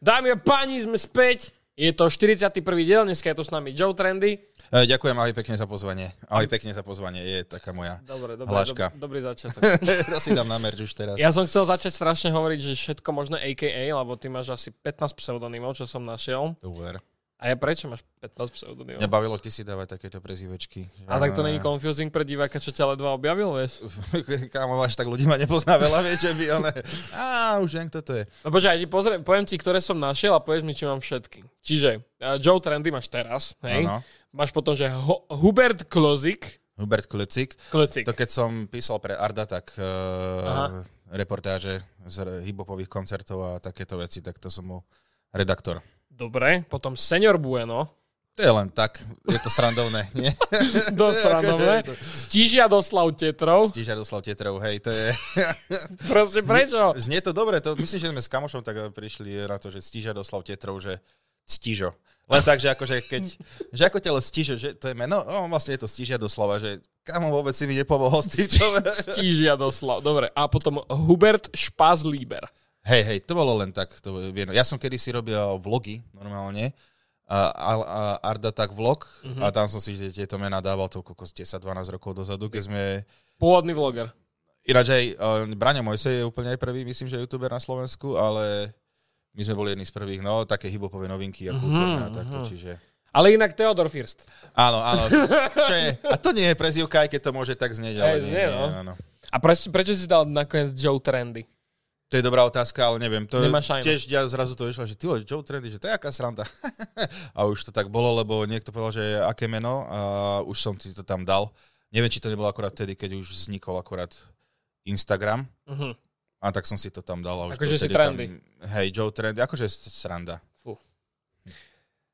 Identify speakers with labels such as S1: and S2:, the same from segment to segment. S1: Dámy a páni, sme späť. Je to 41. diel, dneska je tu s nami Joe Trendy.
S2: E, Ďakujem aj pekne za pozvanie. Aj pekne za pozvanie, je taká moja.
S1: Dobre, dobre,
S2: Hláška.
S1: dob- dobrý začiatok.
S2: to si dám na merč už teraz.
S1: Ja som chcel začať strašne hovoriť, že všetko možné AKA, lebo ty máš asi 15 pseudonymov, čo som našiel.
S2: Uver.
S1: A ja prečo máš 15 pseudonymov?
S2: Mňa bavilo ty si dávať takéto prezývečky.
S1: A tak to není confusing pre diváka, čo ťa ledva objavil, vieš?
S2: Kámo, až tak ľudí ma nepozná veľa, vieš, že by ale... Á, už viem, kto to je.
S1: No počkaj, ja ti pozriem, poviem ti, ktoré som našiel a povieš mi, či mám všetky. Čiže uh, Joe Trendy máš teraz, hej?
S2: Áno.
S1: Máš potom, že Ho- Hubert Klozik.
S2: Hubert Kulecik.
S1: Klozik.
S2: To keď som písal pre Arda, tak
S1: Aha.
S2: uh, reportáže z r- hip-hopových koncertov a takéto veci, tak to som bol redaktor.
S1: Dobre, potom Senior Bueno.
S2: To je len tak, je to srandovné, nie?
S1: Dosť randomné. Stížia doslav Tetrov.
S2: Stíž Jaroslav Tetrov, hej, to je...
S1: Proste prečo?
S2: Znie to dobre, to myslím, že sme s kamošom tak eh, prišli na to, že stíža doslav Tetrov, že stížo. Len tak, že akože keď, že ako ťa stížo, že to je meno, no, vlastne je to stížia doslova, že kamo vôbec si mi nepomohol s týmto.
S1: Stížia doslav. Dobre, a potom Hubert Špazlíber.
S2: hej, hej, to bolo len tak, to je jedno. Ja som kedysi robil vlogy normálne, a, a, a Arda tak vlog a tam som si že tieto mená dával to kokos 10-12 rokov dozadu, keď sme...
S1: Pôvodný vloger.
S2: Ináč aj uh, Braňo Mojsej je úplne aj prvý, myslím, že youtuber na Slovensku, ale my sme boli jedni z prvých, no, také hibopové novinky
S1: Mhm,
S2: a kultúrne a takto, čiže...
S1: Ale inak Theodor First.
S2: Áno, áno. Čo je? A to nie je prezivka, aj keď to môže tak znieť, ale
S1: Aj
S2: nie,
S1: znie,
S2: nie,
S1: no.
S2: áno.
S1: A prečo, prečo si dal nakoniec Joe Trendy?
S2: To je dobrá otázka, ale neviem. To
S1: Nemáš šajnu.
S2: tiež ja zrazu to vyšlo, že ty vole, Joe Trendy, že to je aká sranda. a už to tak bolo, lebo niekto povedal, že aké meno a už som ti to tam dal. Neviem, či to nebolo akorát vtedy, keď už vznikol akorát Instagram.
S1: Uh-huh.
S2: A tak som si to tam dal. a už
S1: Akože
S2: to
S1: si
S2: vtedy
S1: trendy.
S2: Tam, hej, Joe Trendy, akože s- sranda.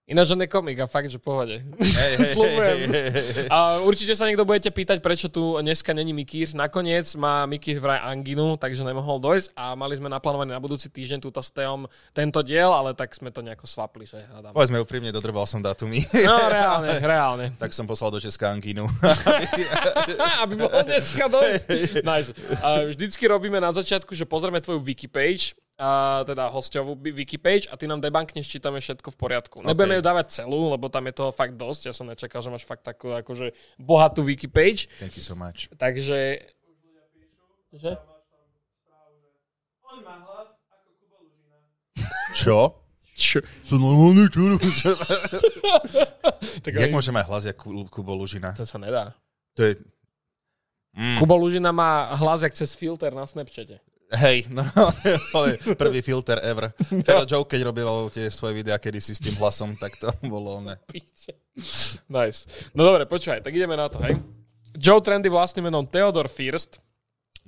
S1: Ináč on je komik a fakt, že v pohode.
S2: Hej, hej,
S1: Slúbujem.
S2: hej, hej, hej.
S1: A určite sa niekto budete pýtať, prečo tu dneska není Mikýř. Nakoniec má Mikýř vraj anginu, takže nemohol dojsť a mali sme naplánovaný na budúci týždeň túto s Teom tento diel, ale tak sme to nejako svapli, že hádam.
S2: Povedzme úprimne, dodrbal som datumy.
S1: No reálne, reálne.
S2: tak som poslal do Česka Angínu.
S1: Ha, aby mohol dneska dojsť. Nice. A vždycky robíme na začiatku, že pozrieme tvoju wiki page, a teda hostovú bi- wiki page a ty nám debankneš, či tam je všetko v poriadku. Okay. Nebudeme ju dávať celú, lebo tam je toho fakt dosť. Ja som nečakal, že máš fakt takú akože bohatú wiki page.
S2: Thank you so much.
S1: Takže... Že?
S2: Čo?
S1: Čo?
S2: Som normálny no, čo?
S1: Tak oni-
S2: Jak môže mať hlas jak Ku- Kubo Lužina?
S1: To sa nedá.
S2: To je... Mm,
S1: Kubo Lužina má hlas jak cez filter na Snapchate.
S2: hej, no, ale prvý filter ever. Fero Joe, keď robieval tie svoje videá kedysi s tým hlasom, tak to bolo ne.
S1: Píče. Nice. No dobre, počkaj, tak ideme na to, hej. Joe Trendy vlastným menom Theodor First,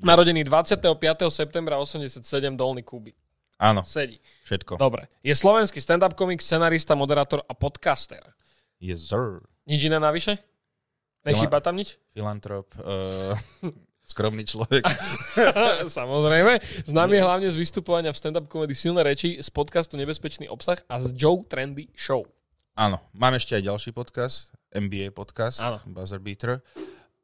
S1: narodený 25. septembra 87 Dolný Kuby.
S2: Áno,
S1: Sedí.
S2: všetko.
S1: Dobre. Je slovenský stand-up komik, scenarista, moderátor a podcaster.
S2: Yes, sir.
S1: Nič iné navyše? Nechýba tam nič?
S2: Filantrop, eh, skromný človek.
S1: Samozrejme. Známy je hlavne z vystupovania v stand-up komedy Silné reči, z podcastu Nebezpečný obsah a z Joe Trendy Show.
S2: Áno, mám ešte aj ďalší podcast, NBA podcast,
S1: Áno.
S2: Áno. Buzzer Beater.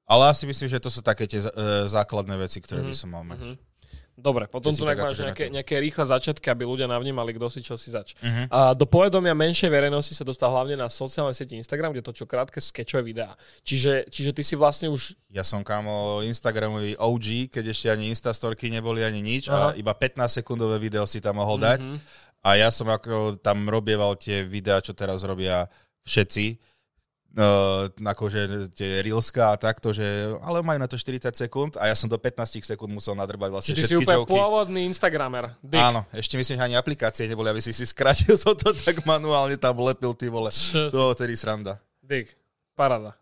S2: Ale asi myslím, že to sú také tie uh, základné veci, ktoré
S1: Mhm,
S2: mm-hmm. by som mal mať. Mm-hmm.
S1: Dobre, potom
S2: Ty si
S1: tu tak
S2: tak
S1: máš
S2: akože
S1: nejaké,
S2: na to.
S1: nejaké rýchle začiatky, aby ľudia navnímali, kto si čo si zač.
S2: Mhm.
S1: A do povedomia menšej verejnosti sa dostal hlavne na sociálnej sieti Instagram, kde točil krátke skečové videá. Čiže, čiže ty si vlastne už...
S2: Ja som kamo Instagramový OG, keď ešte ani Instastorky neboli ani
S1: Aha.
S2: nič
S1: Mhm.
S2: Aha. a iba 15-sekundové video si tam mohol dať. Mm-hmm. A ja som ako tam robieval tie videá, čo teraz robia všetci. Uh, akože tie reelska a takto, že ale majú na to 40 sekúnd a ja som do 15 sekúnd musel nadrbať
S1: Čiže
S2: vlastne
S1: ty si
S2: všetky
S1: úplne
S2: joky.
S1: pôvodný Instagramer. Dick.
S2: Áno, ešte myslím, že ani aplikácie neboli, aby si si skrátil som to tak manuálne tam lepil, ty vole.
S1: Čo
S2: To tedy sranda.
S1: Dick. Parada.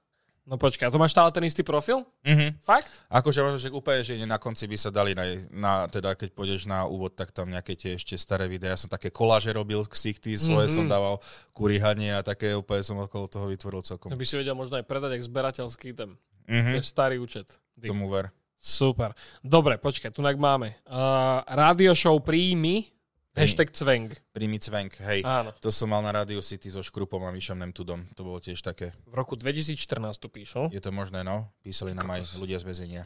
S1: No počkaj, a to máš stále ten istý profil?
S2: Mhm.
S1: Fakt?
S2: Akože možno, že úplne, že na konci by sa dali, na, na, teda keď pôjdeš na úvod, tak tam nejaké tie ešte staré videá. Ja som také koláže robil, ksichty svoje
S1: Mhm.
S2: mm-hmm. som dával, kurihanie a také úplne som okolo toho vytvoril
S1: To
S2: celkom.
S1: by si vedel možno aj predať, jak zberateľský ten. To
S2: Mhm.
S1: je starý účet. Dick.
S2: Tomu ver.
S1: Super. Dobre, počkaj, tu máme. Uh, radio show Príjmi, hashtag Cveng.
S2: Príjmi cvenk, hej.
S1: Áno.
S2: To som mal na Radio City so Škrupom a Mišom Nemtudom. To bolo tiež také.
S1: V roku 2014 tu píšu.
S2: Je to možné, no? Písali nám aj ľudia z väzenia.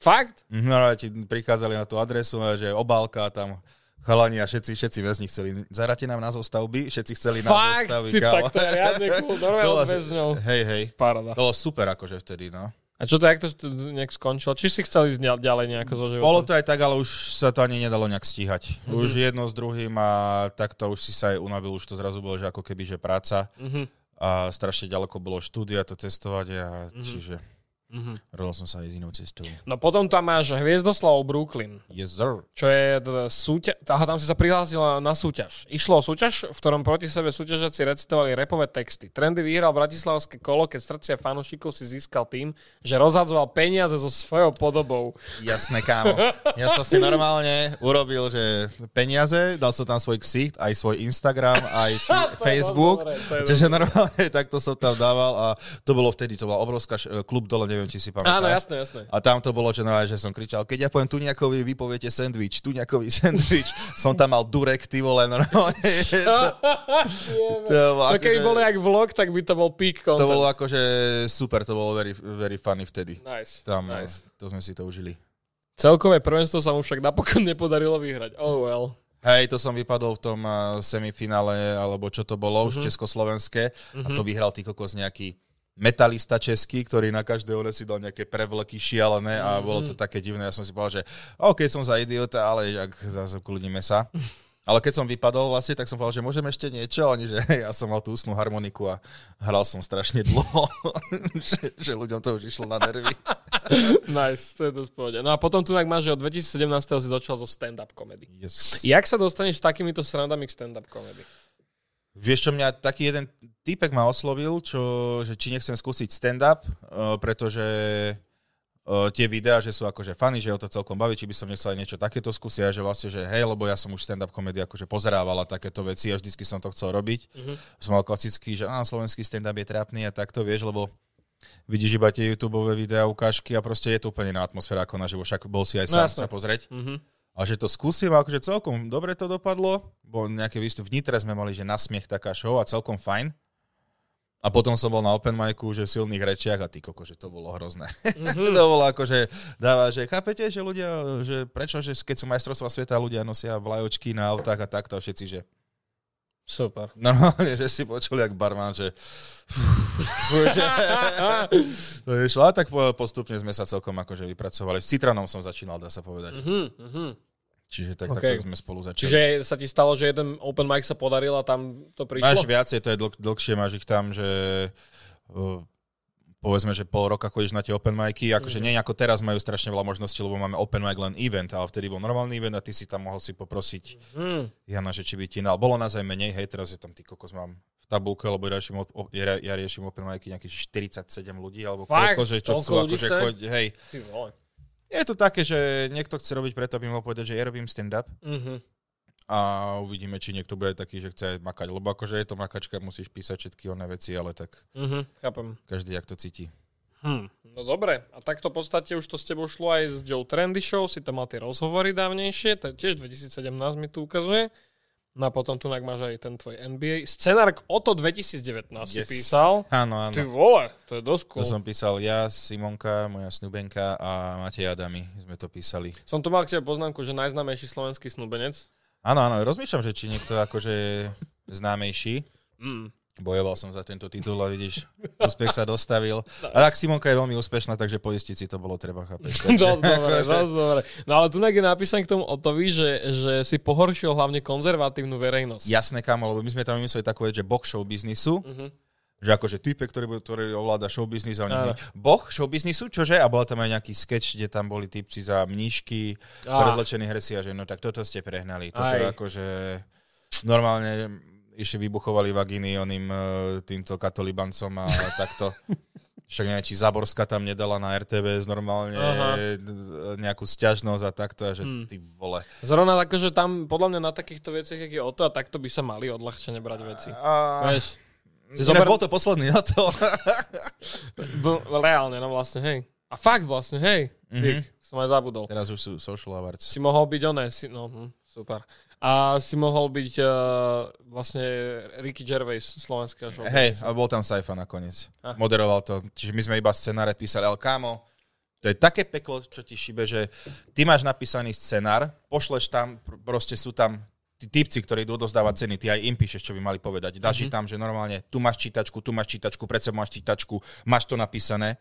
S1: Fakt?
S2: Mhm, No, ale ti prichádzali na tú adresu, a že obálka tam Chalani a všetci, všetci väzni chceli, zaráte nám na zostavby, všetci chceli na
S1: Fakt,
S2: zostavy,
S1: ty, tak to je riadne cool, normálne
S2: To
S1: od
S2: vás-
S1: väzňov.
S2: Hej, hej.
S1: Paráda.
S2: To bolo super akože vtedy, no.
S1: A čo to, jak to to nejak skončilo? Či si chcel ísť ďal- ďalej nejako so životom?
S2: Bolo to aj tak, ale už sa to ani nedalo nejak stíhať.
S1: Mhm.
S2: Už jedno s druhým a takto už si sa aj unavil, už to zrazu bolo, že ako keby, že práca
S1: Mhm,
S2: a strašne ďaleko bolo štúdia, to testovanie a
S1: Mhm.
S2: čiže
S1: mhm.
S2: rodil som sa aj z inou cestou.
S1: No potom tam máš Hviezdoslavov Brooklyn.
S2: Yes, sir.
S1: čo je teda súťaž, aha, tam si sa prihlásila na súťaž. Išlo o súťaž, v ktorom proti sebe súťažiaci recitovali repové texty. Trendy vyhral bratislavské kolo, keď srdcia fanúšikov si získal tým, že rozhadzoval peniaze so svojou podobou.
S2: Jasné, kámo. Ja som si normálne urobil, že peniaze, dal som tam svoj ksicht, aj svoj Instagram, aj t-
S1: dosť
S2: Facebook.
S1: dobré, to je
S2: Čiže normálne takto som tam dával a to bolo vtedy, to bola obrovská š- klub dole, neviem, či si pamätáš.
S1: Áno, jasné, jasné.
S2: A tam to bolo, že, normálne, že som kričal, keď ja poviem tu nejakovi, vy poviete sandwich, tu nejakový sandwich. som tam mal durek, ty vole, normálne. to, to, bolo
S1: No keby
S2: akože-
S1: bol jak vlog, tak by to bol peak content.
S2: to bolo akože super, to bolo very, very funny vtedy.
S1: Nice,
S2: Tam, no.
S1: nice.
S2: to sme si to užili.
S1: Celkové prvenstvo sa mu však napokon nepodarilo vyhrať. Oh well.
S2: Hej, to som vypadol v tom eh, semifinále, alebo čo to bolo, už československé. A to vyhral ty kokos nejaký metalista český, ktorý na každého si dal nejaké prevleky šialené a bolo to také divné. Ja som si povedal, že OK, som za idiota, ale ak zase kľudníme sa. Ale keď som vypadol vlastne, tak som povedal, že môžem ešte niečo. Oni, že hej, ja som mal tú ústnú harmoniku a hral som strašne dlho. že, že ľuďom to už išlo na nervy.
S1: Nice, to je dosť pohode. No a potom tu tak máš, že od 2017 si začal so stand-up komedy.
S2: Yes.
S1: Jak sa dostaneš s takýmito srandami k stand-up komedy?
S2: Vieš čo, mňa taký jeden týpek ma oslovil, čo, že či nechcem skúsiť stand-up, eh, pretože eh, tie videá, že sú akože funny, že ho to celkom baví, či by som nechcel aj niečo takéto skúsiť a že vlastne, že hej, lebo ja som už stand-up komedy akože pozerával a takéto veci a vždycky som to chcel robiť.
S1: Mhm.
S2: Som mal klasický, že á, slovenský stand-up je trápny a takto, vieš, lebo vidíš iba tie YouTube videá, ukážky a proste je to úplne na atmosféra ako na živo, však bol si aj
S1: No
S2: sám
S1: jasné.
S2: sa pozrieť.
S1: Mhm.
S2: A že to skúsim, a akože celkom dobre to dopadlo, bo nejaké výstup v Nitre sme mali, že nasmiech taká show a celkom fajn. A potom som bol na open micu, že v silných rečiach a ty koko, že to bolo hrozné.
S1: Mhm.
S2: to bolo akože, dáva, že chápete, že ľudia, že prečo, že keď sú majstrovstvá sveta, ľudia nosia vlajočky na autách a takto a všetci, že
S1: Super.
S2: normálne, že si počuli, jak barman, že, že to išlo. A tak po- postupne sme sa celkom akože vypracovali. S Citranom som začínal, dá sa povedať.
S1: Mhm, mhm.
S2: Čiže tak,
S1: Okej.
S2: takto sme spolu začali.
S1: Čiže sa ti stalo, že jeden open mic sa podaril a tam to
S2: Máš
S1: prišlo?
S2: viacej, to je dlh, dlhšie, máš ich tam, že uh, povedzme, že pol roka chodíš na tie open micy, akože
S1: Mhm.
S2: nie ako teraz majú strašne veľa možností, lebo máme open mic len event, ale vtedy bol normálny event a ty si tam mohol si poprosiť
S1: Mhm.
S2: Jana, že či by ti dal. Bolo nás aj menej, hej, teraz je tam, ty kokos mám v tabulke, lebo ja riešim, op- ja, ja riešim open micy nejakých 47 ľudí, alebo
S1: Fakt?
S2: koľko, že čo
S1: Toľko
S2: chcú,
S1: ľudí
S2: akože
S1: chce?
S2: choď, hej.
S1: Ty vole.
S2: Je to také, že niekto chce robiť preto, aby mohol povedať, že ja robím stand-up
S1: Mhm.
S2: a uvidíme, či niekto bude taký, že chce makať. Lebo akože je to makačka, musíš písať všetky oné veci, ale tak
S1: Mhm. Chápem.
S2: každý, jak to cíti.
S1: Hm. No dobre, a takto v podstate už to s tebou šlo aj s Joe Trendy Show, si tam mal tie rozhovory dávnejšie, to je tiež 2017 mi tu ukazuje. No a potom tu nak máš aj ten tvoj NBA. Scenár k Oto 2019 si
S2: Yes.
S1: písal.
S2: Áno,
S1: Ty
S2: áno.
S1: vole, to je dosť
S2: To
S1: cool.
S2: som písal ja, Simonka, moja snúbenka a Matej Adami sme to písali.
S1: Som tu mal k tebe poznámku, že najznámejší slovenský snúbenec.
S2: Áno, áno, rozmýšľam, že či niekto akože známejší.
S1: Mm.
S2: Bojoval som za tento titul a vidíš, úspech sa dostavil. A tak Simonka je veľmi úspešná, takže poistiť si to bolo treba akože chápať.
S1: dosť dobre, dosť dobre. No ale tu nak je napísané k tomu Otovi, že, že si pohoršil hlavne konzervatívnu verejnosť.
S2: Jasné, kámo, lebo my sme tam vymysleli takú vec, že boh show biznisu,
S1: Mhm.
S2: že akože type, ktorý, bude- ktorý ovláda show biznis a oni
S1: Áno.
S2: hneď, boh show biznisu, čože? A bola tam aj nejaký sketch, kde tam boli typci za mnížky,
S1: Á.
S2: predlečení herci a že no tak toto ste prehnali. Toto
S1: Aj.
S2: akože normálne ešte vybuchovali vagíny oným e, týmto katolibancom a takto. Však neviem, či Zaborská tam nedala na RTVS normálne
S1: Aha. Hmm.
S2: d- nejakú sťažnosť a takto, a že ty vole.
S1: Zrovna tak, že tam podľa mňa na takýchto veciach, jak je o to, a takto by sa mali odľahčene brať veci.
S2: A...
S1: Vieš, si
S2: Ináč
S1: zober-
S2: bol to posledný na to.
S1: b- reálne, no vlastne, hej. A fakt vlastne, hej.
S2: Mhm.
S1: Dick, som aj zabudol.
S2: Teraz už sú social awards.
S1: Si mohol byť oné, si, no, hm, super. A si mohol byť uh, vlastne Ricky Gervais slovenského show.
S2: Hej, a bol tam Saifa nakoniec.
S1: Ah.
S2: Moderoval to. Čiže my sme iba scenáre písali, ale kámo, To je také peklo, čo ti šibe, že ty máš napísaný scenár, pošleš tam, pr- proste sú tam tí typci, ktorí idú odozdávať ceny, ty aj im píšeš, čo by mali povedať. Dáš mm-hmm. tam, že normálne tu máš čítačku, tu máš čítačku, pred sebou máš čítačku, máš to napísané.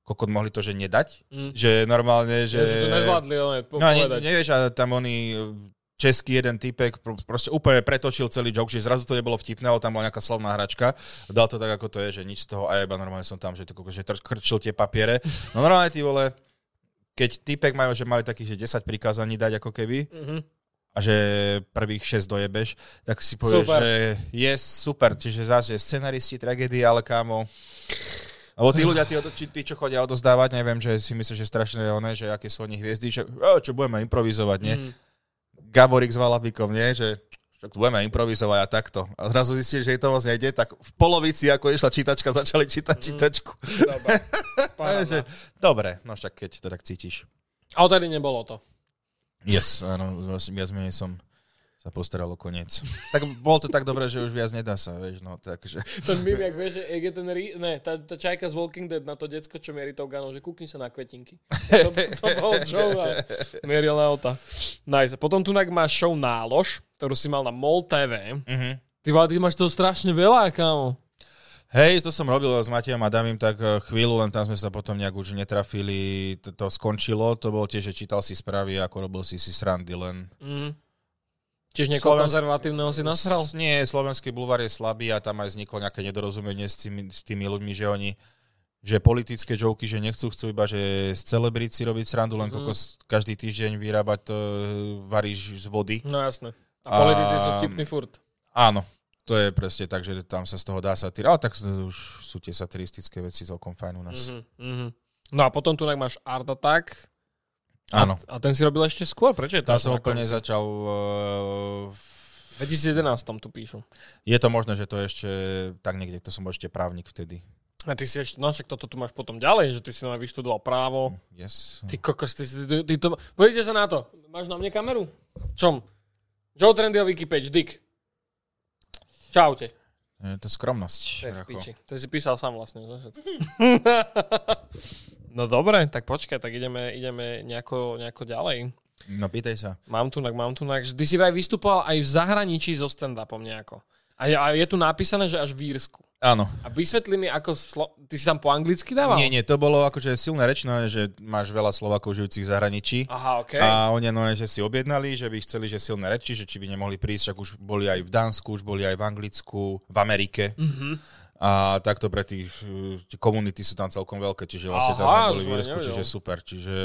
S2: Kokot mohli to, že nedať?
S1: Mm.
S2: Mm. Že normálne, že...
S1: Že to nezvládli, ale
S2: No, ne,
S1: povedať.
S2: nevieš, a tam oni český jeden typek pr- proste úplne pretočil celý joke, že zrazu to nebolo vtipné, ale tam bola nejaká slovná hračka. Dal to tak, ako to je, že nič z toho a iba normálne som tam, že, to, kokos, že tr- krčil tie papiere. No normálne ty vole, keď typek majú, že mali takých, že 10 prikázaní dať ako keby,
S1: Mhm.
S2: a že prvých 6 dojebeš, tak si povieš,
S1: Super.
S2: super. že je super, čiže zase scenaristi tragédie, ale kámo. Lebo tí ľudia, tí, odo- či- tí, čo chodia odozdávať, neviem, že si myslíš, že strašné one, že aké sú oni hviezdy, že "E, čo budeme improvizovať, nie?
S1: Mhm.
S2: Gaborik s Valabikom, nie? Že tak budeme improvizovať a takto. A zrazu zistíš, že jej to moc nejde, tak v polovici, ako išla čítačka, začali čítať čítačku.
S1: Dobre.
S2: A že,
S1: Paráda.
S2: dobre, no však keď to tak cítiš.
S1: A odtedy nebolo to.
S2: Yes, áno, vlastne viac menej som sa postaral o koniec. Tak bolo to tak dobré, že už viac nedá sa, vieš, no takže...
S1: Ten mým, jak vieš, že jak je ten rí... Ne, tá, tá čajka z Walking Dead na to decko, čo mierí tou ganou, že kúkni sa na kvetinky. To, to bol Joe a mieril na ota. Nice. A Potom tu nak máš show Nálož, ktorú si mal na MOL TV.
S2: Mhm.
S1: Ty, vole, ty máš toho strašne veľa, kámo.
S2: Hej, to som robil s Matejom a Damim tak eh, chvíľu, len tam sme sa potom nejak už netrafili, to, to skončilo, to bolo tiež, že čítal si správy, ako robil si si srandy, len...
S1: Mm. Tiež niekoho
S2: Slovensk-
S1: konzervatívneho si nasral?
S2: S- Nie, slovenský bulvár je slabý a tam aj vzniklo nejaké nedorozumenie s tými, s tými ľuďmi, že oni že politické joky, že nechcú, chcú iba, že z celebrici robiť srandu, len
S1: Mhm.
S2: kokos každý týždeň vyrábať to, eh, varíš z vody.
S1: No jasné. A
S2: A-
S1: politici sú vtipní furt.
S2: Áno, to je presne tak, že tam sa z toho dá satíra, ale tak sú- už sú tie satiristické veci celkom fajn u nás. Mm-hmm.
S1: Mhm, mhm. No a potom tu nak máš Art Attack.
S2: Áno,
S1: A ten si robil ešte skôr, prečo je to?
S2: tam
S1: až
S2: som
S1: na
S2: úplne
S1: konci?
S2: začal... eh,
S1: V 2011 tam tu píšu.
S2: je to možné, že to je ešte tak niekde, to som bol ešte právnik vtedy.
S1: A ty si ešte, no však toto tu máš potom ďalej, že ty si nám vyštudoval právo.
S2: Yes.
S1: Ty kokos, ty, si- ty, ty to... Pozrite sa na to. Máš na mne kameru? Čom? Joe Trendy a Wikipedia, Dick. Čaute.
S2: Je Eh, to skromnosť.
S1: To je v
S2: ako.
S1: piči. To si písal sám vlastne. Za všetko. no dobre, tak počkaj, tak ideme, ideme nejako, nejako ďalej.
S2: No pýtaj sa.
S1: Mám tu, mám tu. Ty si vraj vystupoval aj v zahraničí so stand-upom nejako. A je, a je tu napísané, že až v Írsku.
S2: Áno.
S1: A vysvetli mi, ako... Slo... Ty si tam po anglicky dával?
S2: Nie, nie, to bolo akože silné rečné, že máš veľa Slovákov žijúcich v zahraničí.
S1: Aha, OK. A...
S2: A oni no, že si objednali, že by chceli, že silné reči, že či by nemohli prísť, však už boli aj v Dánsku, už boli aj v Anglicku, v Amerike.
S1: Mhm.
S2: A takto pre tých, uh, tie komunity sú tam celkom veľké, čiže vlastne tam
S1: Aha, to
S2: sme boli v
S1: som
S2: Írsku,
S1: nevedel. Hm.
S2: čiže super, čiže...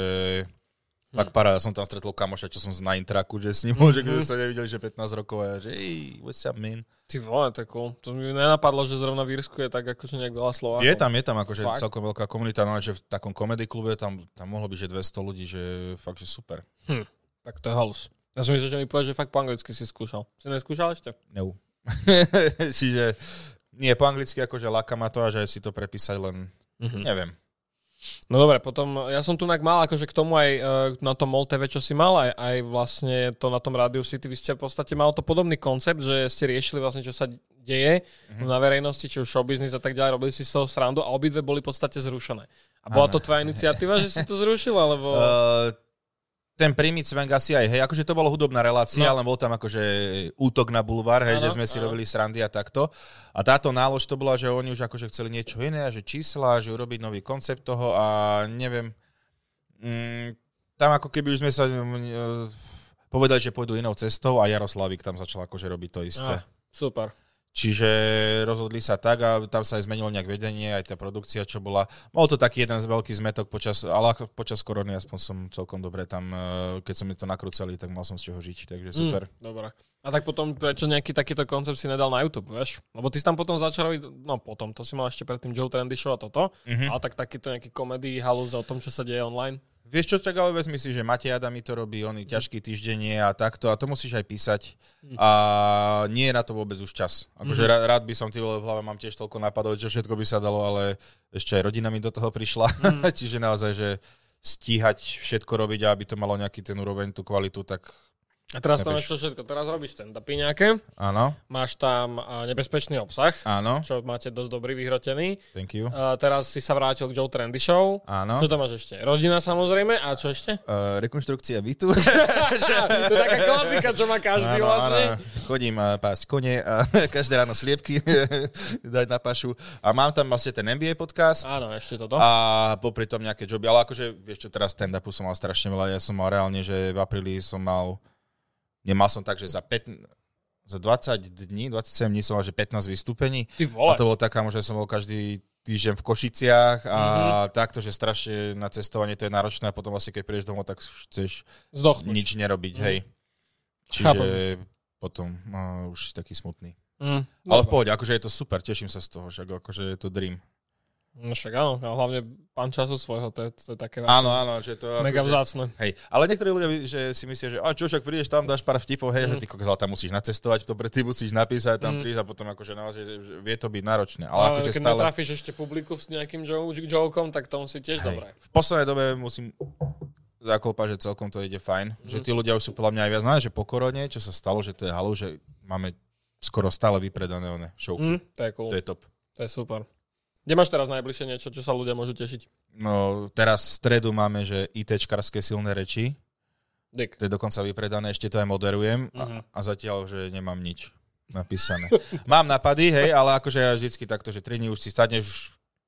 S2: Tak paráda, som tam stretol kamoša, čo som z- na intraku, že s ním, mm-hmm. že keď
S1: Mhm.
S2: sme sa nevideli, že 15 rokov a ja, že hey, what's up, man?
S1: Ty vole, to je cool. To mi nenapadlo, že zrovna v Írsku je tak akože nejak veľa Slovákov.
S2: Je tam, je tam akože
S1: Fakt?
S2: celkom veľká komunita, no ale že v takom komedy klube tam, tam mohlo byť, že 200 ľudí, že fakt, že super.
S1: Tak to je halus. Ja som myslel, že mi povieš, že fakt po anglicky si skúšal. Si neskúšal ešte?
S2: No. Čiže nie, po anglicky akože láka ma to a že si to prepísať len,
S1: Mhm.
S2: neviem.
S1: No dobre, potom ja som tu nak mal akože k tomu aj e, na tom MOL TV, čo si mal, aj, aj vlastne to na tom Radio City, vy ste v podstate mal to podobný koncept, že ste riešili vlastne, čo sa deje
S2: Mhm.
S1: na verejnosti, či už showbiznis a tak ďalej, robili si z toho srandu a obidve boli v podstate zrušené. A bola to tvoja iniciatíva, že si to zrušil, alebo...
S2: Uh, ten prímit Svenk asi aj, hej, akože to bola hudobná relácia,
S1: No.
S2: no. len bol tam akože útok na bulvár, hej,
S1: Áno,
S2: že sme si
S1: áno.
S2: robili srandy a takto. A táto nálož to bola, že oni už akože chceli niečo iné, že čísla, že urobiť nový koncept toho a neviem. Mm, tam ako keby už sme sa mm, eh, povedali, že pôjdu inou cestou a Jaroslavik tam začal akože robiť to isté.
S1: Ah, super.
S2: Čiže rozhodli sa tak a tam sa aj zmenilo nejak vedenie, aj tá produkcia, čo bola. Bol to taký jeden z veľký zmetok počas, ale ako počas korony aspoň som celkom dobre tam, e, keď som mi to nakrúcali, tak mal som z čoho žiť, takže super.
S1: Mm, dobre. A tak potom, prečo nejaký takýto koncept si nedal na YouTube, vieš? Lebo ty si tam potom začal robiť, no potom, to si mal ešte predtým Joe Trendy Show a toto,
S2: Mhm.
S1: ale tak takýto nejaký komedy halúze o tom, čo sa deje online.
S2: Vieš čo, tak ale vezmi si, že Matej Adam mi to robí, on
S1: Mhm.
S2: ťažký týždenie a takto a to musíš aj písať a nie je na to vôbec už čas. Akože
S1: Mhm.
S2: mm-hmm. rád by som, ty vole, v hlave mám tiež toľko napadov, čo všetko by sa dalo, ale ešte aj rodina mi do toho prišla,
S1: Mhm.
S2: mm. čiže naozaj, že stíhať všetko robiť a aby to malo nejaký ten úroveň, tú kvalitu, tak
S1: A teraz tam máš
S2: Chápeš?
S1: čo všetko. Teraz robíš stand-upy nejaké,
S2: Áno,
S1: máš tam a, nebezpečný obsah,
S2: áno,
S1: čo máte dosť dobrý vyhrotený.
S2: thank you.
S1: A, teraz si sa vrátil k Joe Trendy Show.
S2: Áno,
S1: Čo tam máš ešte? Rodina samozrejme. A čo ešte?
S2: Eh, rekonštrukcia
S1: to
S2: bytu.
S1: je taká klasika, čo má každý
S2: Áno,
S1: vlastne.
S2: áno. Chodím a pásť kone a každé ráno sliepky dať na pašu. A mám tam vlastne ten NBA podcast
S1: Áno, ešte toto.
S2: a popri tom nejaké joby. Ale akože, vieš čo, teraz stand-upu som mal strašne veľa. Ja som mal reálne, že v apríli som mal, nemal som tak, že za 15, za 20 dní, 27 dní som mal, že 15 vystúpení.
S1: Ty
S2: A
S1: vole.
S2: to bolo taká, že som bol každý týždeň v Košiciach a
S1: Mhm.
S2: takto, že strašne na cestovanie to je náročné a potom vlastne keď prídeš domov, tak chceš
S1: Zdochnúť.
S2: nič nerobiť, hej. Čiže
S1: Mhm. Chápem.
S2: potom no, už si taký smutný.
S1: Mm.
S2: Ale v pohode, akože je to super, teším sa z toho, že akože je to dream.
S1: No však áno, a hlavne pán času svojho, to je, to je také
S2: Áno, áno, že to...
S1: mega
S2: akože-
S1: vzácne.
S2: Hej, ale niektorí ľudia že si myslia, že a čo, však prídeš tam, dáš pár vtipov, hej, že ty kokos, ale tam musíš nacestovať, to pre ty musíš napísať,
S1: Mm.
S2: tam prísť a potom akože naozaj že- že vie to byť náročné. Ale,
S1: Ale
S2: akože
S1: keď
S2: stále...
S1: natrafíš ešte publiku s nejakým joke- jokeom, tak to musí tiež
S2: Hej.
S1: dobre.
S2: V poslednej dobe musím zaklopať, že celkom to ide fajn. Že tí ľudia už sú podľa mňa aj viac, Znáš, že po korone, čo sa stalo, že to je halu, že máme skoro stále vypredané one showky.
S1: Mm, to je cool,
S2: To je top.
S1: to je super. Kde máš teraz najbližšie niečo, čo sa ľudia môžu tešiť?
S2: No, teraz v stredu máme, že ITčkarské silné reči.
S1: Dick.
S2: To je dokonca vypredané, ešte to aj moderujem.
S1: Mhm.
S2: A, a zatiaľ, že nemám nič napísané. Mám napady, hej, ale akože ja vždycky takto, že 3 dní už si stadneš, už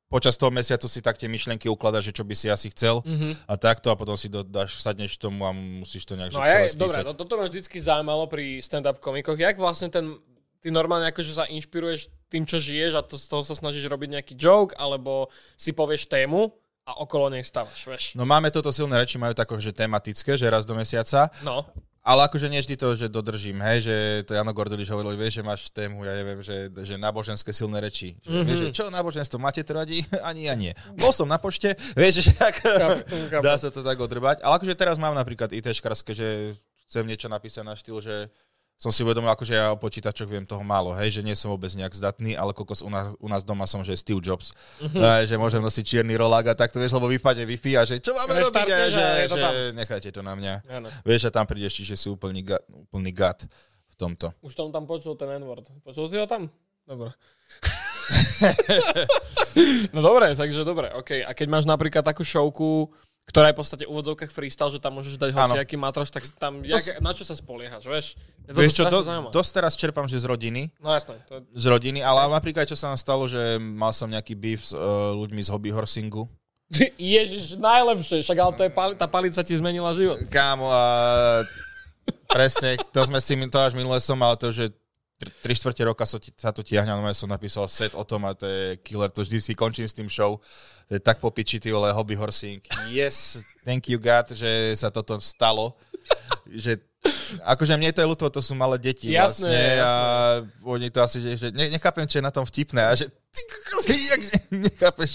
S2: počas toho mesiacu si tak tie myšlienky ukladáš, že čo by si asi chcel
S1: Mhm.
S2: a takto a potom si do, dáš, sadneš k tomu a musíš to nejak
S1: No
S2: že
S1: a ja,
S2: celé spísať.
S1: dobre, no, toto ma vždycky zaujímalo pri stand-up komikoch. Jak vlastne ten, ty normálne akože sa inšpiruješ tým, čo žiješ a to, z toho sa snažíš robiť nejaký joke, alebo si povieš tému a okolo nej stavaš, vieš.
S2: No máme toto silné reči, majú tako, že tematické, že raz do mesiaca,
S1: No,
S2: ale akože nie vždy to, že dodržím, hej, že to Jano Gorduliš hovoril, vieš, že máš tému, ja neviem, že, že náboženské silné reči. Že, mm-hmm. vieš,
S1: Mhm.
S2: že čo náboženstvo, máte to radi? Ani ja nie. Bol som na pošte, vieš, že tak,
S1: Chápem, chápem.
S2: dá sa to tak odrbať, ale akože teraz mám napríklad IT škarské, že chcem niečo napísať na štýl, že som si uvedomil, akože ja o počítačoch viem toho málo, hej, že nie som vôbec nejak zdatný, ale kokos u nás, u nás doma som, že Steve Jobs,
S1: Mhm.
S2: uh-huh. že môžem nosiť čierny rolák a takto, vieš, lebo vypadne Wi-Fi a že čo máme robiť, a
S1: Reštartneš
S2: že,
S1: a je to
S2: že
S1: tam.
S2: nechajte to na mňa.
S1: áno.
S2: Vieš, a tam prídeš, čiže si úplný gat, úplný gat v tomto.
S1: Už som tam počul ten N-word. Počul si ho tam? Dobre. no dobre, takže dobre, OK. A keď máš napríklad takú šovku, ktorá je v podstate v úvodzovkách freestyle, že tam môžeš dať
S2: Áno.
S1: hociaký matraš, tak tam, jak,
S2: s-
S1: na čo sa spoliehaš, vieš? Je to
S2: Vieš čo, do,
S1: zaujímavé.
S2: dosť teraz čerpám, že z rodiny,
S1: No jasné, to je...
S2: z rodiny, ale napríklad, čo sa nám stalo, že mal som nejaký beef s uh, ľuďmi z hobby horsingu.
S1: Ježiš, najlepšie, však ale to je, pali, tá palica ti zmenila život.
S2: Kámo, a... presne, to sme si, to až minule som mal to, že tr- tri štvrte roka sa, ti- sa to tiahňa, no ja som napísal set o tom a to je killer, to vždy si končím s tým show. To je tak popiči, ty vole, hobby horsing. Yes, thank you God, že sa toto stalo. že Akože mne to je ľúto, to sú malé deti
S1: Jasné,
S2: vlastne a
S1: jasné.
S2: oni to asi, že, že ne, nechápem, čo je na tom vtipné a že ty kokos, jak ne- nechápeš,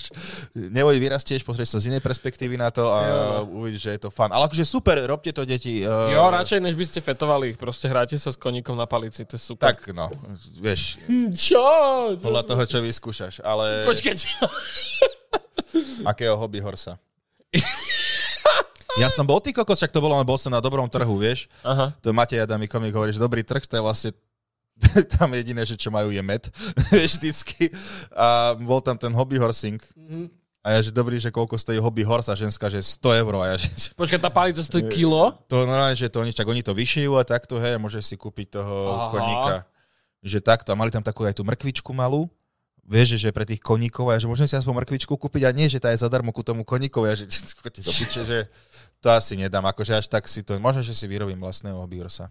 S2: neboj vyrastieš, pozrieš sa z inej perspektívy na to a uvidíš, že je to fun. Ale akože super, robte to deti. eh,
S1: Jo, radšej, než by ste fetovali, proste hráte sa s koníkom na palici, to je super.
S2: Tak no, vieš,
S1: Hm, Čo?
S2: podľa toho, čo vyskúšaš, ale
S1: Počkajte.
S2: akého hobby horsa. Ja som bol ty kokos, však to bolo, len bol som na dobrom trhu, vieš.
S1: Aha.
S2: To Matej Adami komik hovorí, že dobrý trh, to je vlastne tam jediné, že čo majú je med, vieš, vždycky. A bol tam ten hobby horsing.
S1: Mhm.
S2: A ja, že dobrý, že koľko stojí hobby horsa ženská, že 100 eur. A ja, že
S1: Počkaj, tá palica stojí kilo?
S2: to normálne, že to oni, tak oni to vyšijú a takto, hej, a môžeš si kúpiť toho
S1: Aha.
S2: koníka. Že takto. A mali tam takú aj tú mrkvičku malú, vieš, že, že pre tých koníkov, a ja, že môžem si aspoň mrkvičku kúpiť a nie, že tá je zadarmo ku tomu koníkovi, a ja, že, kokoti do piče, že to asi nedám, akože až tak si to, možno, že si vyrobím vlastného hobby horsa.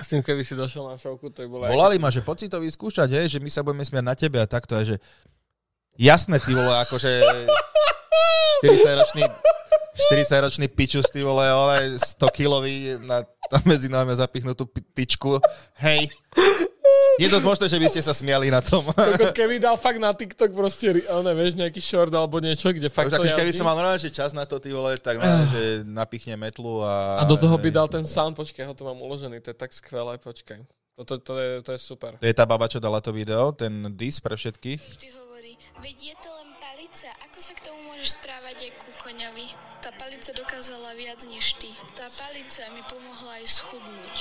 S1: A s tým, keby si došiel na šovku, to by bolo...
S2: Volali ma, že poď si to vyskúšať, hej, že my sa budeme smiať na tebe a takto, a že jasné, ty vole, akože 40-ročný 40-ročný pičus, ty vole, ale 100-kilový na, tam medzi nami zapichnutú pi- tyčku. Hej. Je dosť možné, že by ste sa smiali na tom.
S1: Ako keby dal fakt na TikTok proste, ri- ale vieš, nejaký short alebo niečo, kde fakt to
S2: Už akože keby
S1: jazdí.
S2: som mal normálne, že čas na to, ty vole, tak normálne, že napichne metlu a...
S1: A do toho by dal ten sound, počkaj, ja ho tu mám uložený, to je tak skvelé, počkaj. Toto to je, to je super.
S2: To je tá baba, čo dala to video, ten dis pre všetkých.
S3: vždy hovorí, veď je to len palica. Palica, ako sa k tomu môžeš správať je ku koňovi? Tá palica dokázala viac než ty. Tá palica mi pomohla aj schudnúť.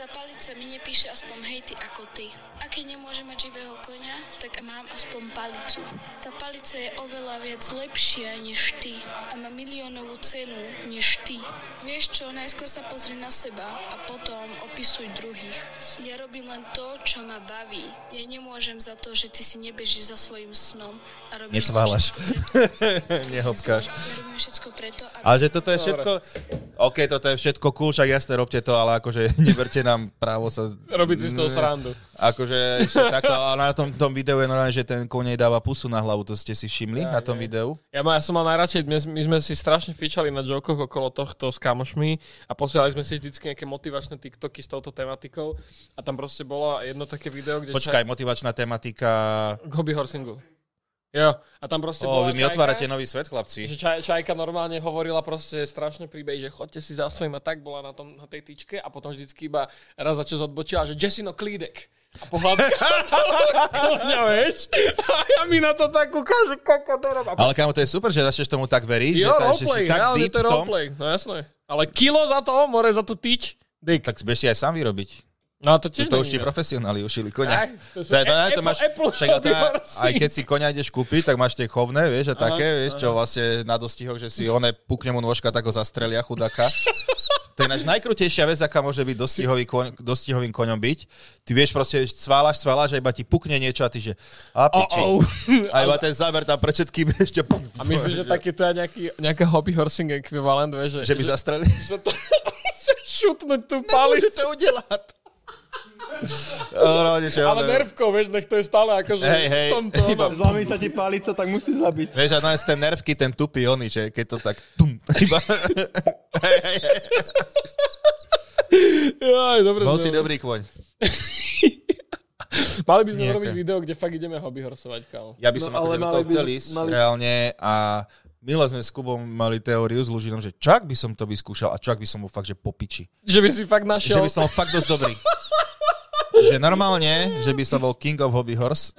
S3: Tá palica mi nepíše aspoň hejty ako ty. A keď nemôžem mať živého konia, tak mám aspoň palicu. Tá palica je oveľa viac lepšia než ty a má miliónovú cenu než ty. Vieš čo, najskôr sa pozri na seba a potom opisuj druhých. Ja robím len to, čo ma baví. Ja nemôžem za to, že ty si nebežíš za svojim snom a robíš
S2: Necváľaš.
S3: len všetko preto,
S2: Nehopkáš.
S3: ja robím všetko preto, aby
S2: Ale že toto je všetko... OK, toto je všetko cool, však jasne, robte to, ale akože neberte nám právo sa...
S1: Robiť si z toho srandu.
S2: Akože ešte takto, ale na tom, tom videu je normálne, že ten konej dáva pusu na hlavu, to ste si všimli na tom videu?
S1: Ja, ma, ja som mal najradšej, my, my sme si strašne fičali na jokoch okolo tohto s kamošmi a posielali sme si vždycky nejaké motivačné TikToky s touto tematikou a tam proste bolo jedno také video, kde...
S2: Počkaj, motivačná tematika...
S1: Čaj, k hobby horsingu. Jo, a tam proste
S2: O,
S1: bola
S2: vy mi
S1: čajka,
S2: otvárate nový svet, chlapci.
S1: Že čaj, čajka normálne hovorila proste strašné príbehy, že chodte si za svojím a tak bola na, tom, na tej tyčke a potom vždycky iba raz za čas odbočila, že Jessino Klídek. A pohľadka koňa, vieš? A ja mi na to tak ukážu, koko to robí. A
S2: Ale kámo, to je super, že začneš tomu tak veriť,
S1: Jo,
S2: že, tá, že si
S1: roleplay,
S2: tak
S1: reálne
S2: deep
S1: to je
S2: v tom,
S1: roleplay, no jasné. Ale kilo za to, more za tú tyč, dick.
S2: tak budeš si aj sám vyrobiť.
S1: No a to tiež
S2: To už ti
S1: není iné.
S2: profesionáli ušili konia.
S1: Aj, to sú
S2: To je, to,
S1: a-
S2: to
S1: Apple-
S2: máš,
S1: Apple
S2: však, ale to je-
S1: Horsi.
S2: aj keď si konia ideš kúpiť, tak máš tie chovné, vieš, a také, vieš, čo vlastne na dostihoch, že si one pukne mu nôžka, tak ho zastrelia chudáka. To je náš najkrutejšia vec, aká môže byť dostihový koň, dostihovým koňom byť. Ty vieš, proste sválaš, sválaš a iba ti pukne niečo a ty že a piči.
S1: Oh, oh.
S2: A iba ten záber tam pre všetkým ešte pum,
S1: A myslím, že taký to je nejaký, nejaká hobby horsing ekvivalent, vieš,
S2: že by zastrelili.
S1: že to musíš šutnúť tú
S2: Nemôže
S1: palicu.
S2: to udelať. Ale,
S1: Ale nervkou, vieš, nech to je stále akože
S2: Hej, hej,
S1: v tomto.
S2: iba-
S1: onom.
S4: Zlomí sa ti palica, tak musíš zabiť.
S2: Vieš, a nájsť ten nervky, ten tupý oný, že keď to tak... Tum, iba, hej, hej, hej.
S1: Jaj, dobre,
S2: Bol
S1: sme-
S2: si dobrý kôň.
S1: Mali by sme
S2: Nejaké.
S1: robiť video, kde fakt ideme hobby horsovať, kámo.
S2: Ja by som
S4: No,
S2: no, akože
S4: ale
S2: do
S4: mali
S2: toho
S4: by-
S2: chcel ísť
S4: mali-
S2: reálne a Milo sme s Kubom mali teóriu s Lužinom, že čak by som to vyskúšal a čak by som ho fakt, že popiči.
S1: Že by si fakt
S2: Že
S1: našiel...
S2: by som ho fakt dosť dobrý. že normálne, že by som bol king of hobby horse.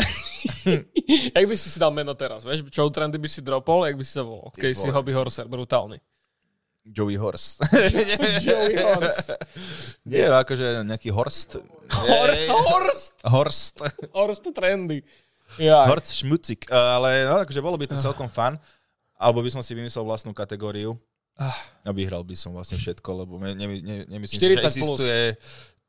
S1: Jak by si si dal meno teraz, vieš? Čo trendy by si dropol, jak by si sa volal? Keď si
S2: vole.
S1: hobby horser, brutálny.
S2: Joey horse.
S1: Joey Horst.
S2: Nie, akože nejaký horst.
S1: Horst. Horst.
S2: Horst.
S1: Horst trendy. Ja.
S2: Horst Šmucik. Ale no, akože bolo by to celkom fun. Alebo by som si vymyslel vlastnú kategóriu. A vyhral by som vlastne všetko, lebo ne, ne, ne, nemyslím si,
S1: 40
S2: že
S1: plus.
S2: existuje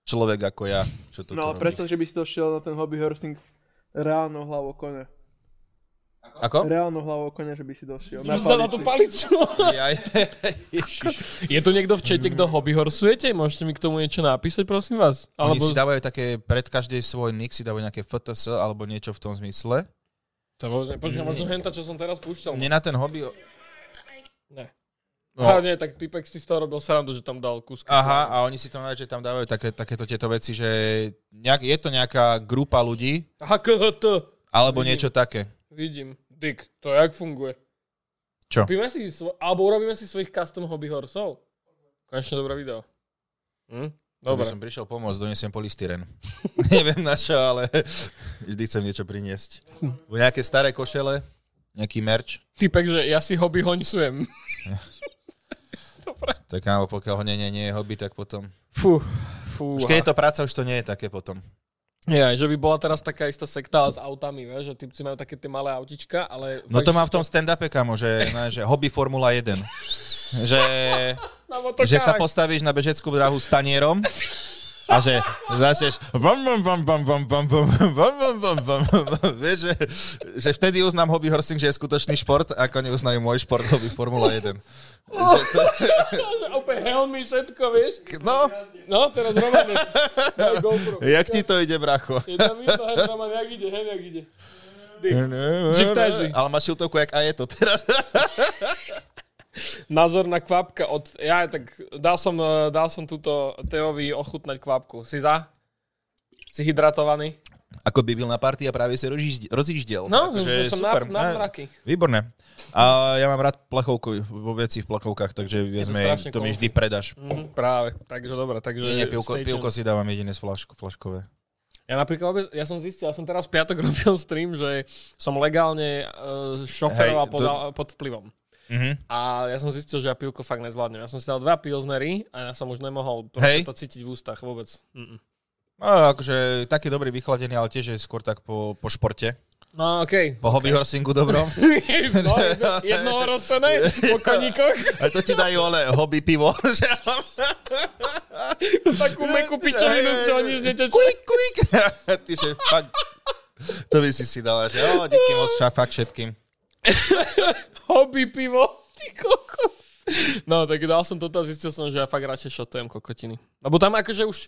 S2: človek ako ja, čo toto
S4: No
S2: robí.
S4: presne, že by si došiel na ten hobby horsing s reálnou hlavou konia.
S1: No.
S2: Ako?
S4: Reálnou hlavou konia, že by si došiel. Na
S1: Zda na tú
S4: palici.
S1: palicu.
S2: Jaj. Ježiš.
S1: Je tu niekto v čete, kto hobby horsujete? Môžete mi k tomu niečo napísať, prosím vás?
S2: Oni si
S1: Alebo...
S2: dávajú také, pred každej svoj nick si dávajú nejaké FTS alebo niečo v tom zmysle.
S1: To bolo- Počkaj, možno henta, čo som teraz púšťal. no.
S2: Mne na ten hobby...
S1: Ne.
S2: No.
S1: No. A nie, tak typek si z toho robil srandu, že tam dal kus.
S2: Aha, a oni si to že tam dávajú také, takéto tieto veci, že nejak, je to nejaká grupa ľudí,
S1: Aha, KHT.
S2: alebo
S1: Vidím.
S2: niečo také.
S1: Vidím. Dick, to jak funguje?
S2: Čo?
S1: Robíme si svo- alebo urobíme si svojich custom hobby horsov. Konečne dobré video. Hm?
S2: Dobre.
S1: Dobre.
S2: Som prišiel pomôcť, donesiem polystyren. Neviem na čo, ale vždy chcem niečo priniesť. Bo Nejaké staré košele, nejaký merč.
S1: Typek, že ja si hobby hoňsujem.
S2: Tak áno, pokiaľ ho nie, nie, nie je hobby, tak potom...
S1: Fú, fú.
S2: Už keď je to práca, už to nie je také potom.
S1: Ja, že by bola teraz taká istá sekta ale s autami, vieš, že typci majú také tie malé autička, ale...
S2: No
S1: fakt,
S2: to mám v tom stand-upe, kamo, že, ne, že hobby Formula 1. Že,
S1: Na
S2: že
S1: motokárach.
S2: sa postavíš na bežeckú dráhu s tanierom a že začneš bam, bam, bam, bam, bam, bam, bam, bam, bam, bam, bam, bam. Vieš, že, že vtedy uznám hobby horsing, že je skutočný šport, ako neuznajú môj šport hobby Formula 1. Že to,
S1: Opäť helmy, všetko, vieš?
S2: no,
S1: No, teraz Roman je... Daj GoPro.
S2: jak ti to ide, bracho?
S1: Je tam vidno, hej, Roman, jak ide, hej, jak ide. Dick. Živtáži.
S2: Ale máš šiltovku, jak a je to teraz.
S1: Názorná kvapka od... Ja tak dal som, eh, dal som túto Teovi ochutnať kvapku. Si za? Si hydratovaný?
S2: Ako by byl na party a práve sa rozižd- rozjíždel.
S1: No,
S2: Takže
S1: že som na,
S2: akože super.
S1: na
S2: Ne,
S1: mraky.
S2: Výborné. A ja mám rád plachovku, vo veci v plachovkách, takže vieme,
S1: strašne
S2: to
S1: comfy.
S2: mi vždy predáš.
S1: Mhm, práve, takže dobre. Takže
S2: Nie, nie,
S1: stay
S2: pivko, pivko
S1: tuned.
S2: si dávam jediné z flaško, flaškové.
S1: Ja napríklad, vôbec- ja som zistil, ja som teraz v piatok robil stream, že som legálne uh, šoferoval
S2: Hej,
S1: pod,
S2: to-
S1: al- pod vplyvom.
S2: Mhm.
S1: A ja som zistil, že ja pivko fakt nezvládnem. Ja som si dal dva pilsnery a ja som už nemohol proste
S2: Hej.
S1: to cítiť v ústach vôbec. Mm-mm.
S2: No, akože taký dobrý vychladený, ale tiež je skôr tak po, po športe.
S1: No okej.
S2: Po hobby horsingu dobrom.
S1: no, jedno, jedno rozcené po koníkoch.
S2: A to ti dajú, ale hobby pivo. že-
S1: Takú mekú pičovinu, čo oni z neteče.
S2: Quick, quick. Tyže, fakt, to by si si dala, že o, díky moc, ča- fakt všetkým.
S1: Hobby pivo. Ty koko. No, tak dal som toto a zistil som, že ja fakt radšej šotujem kokotiny. Lebo tam akože už,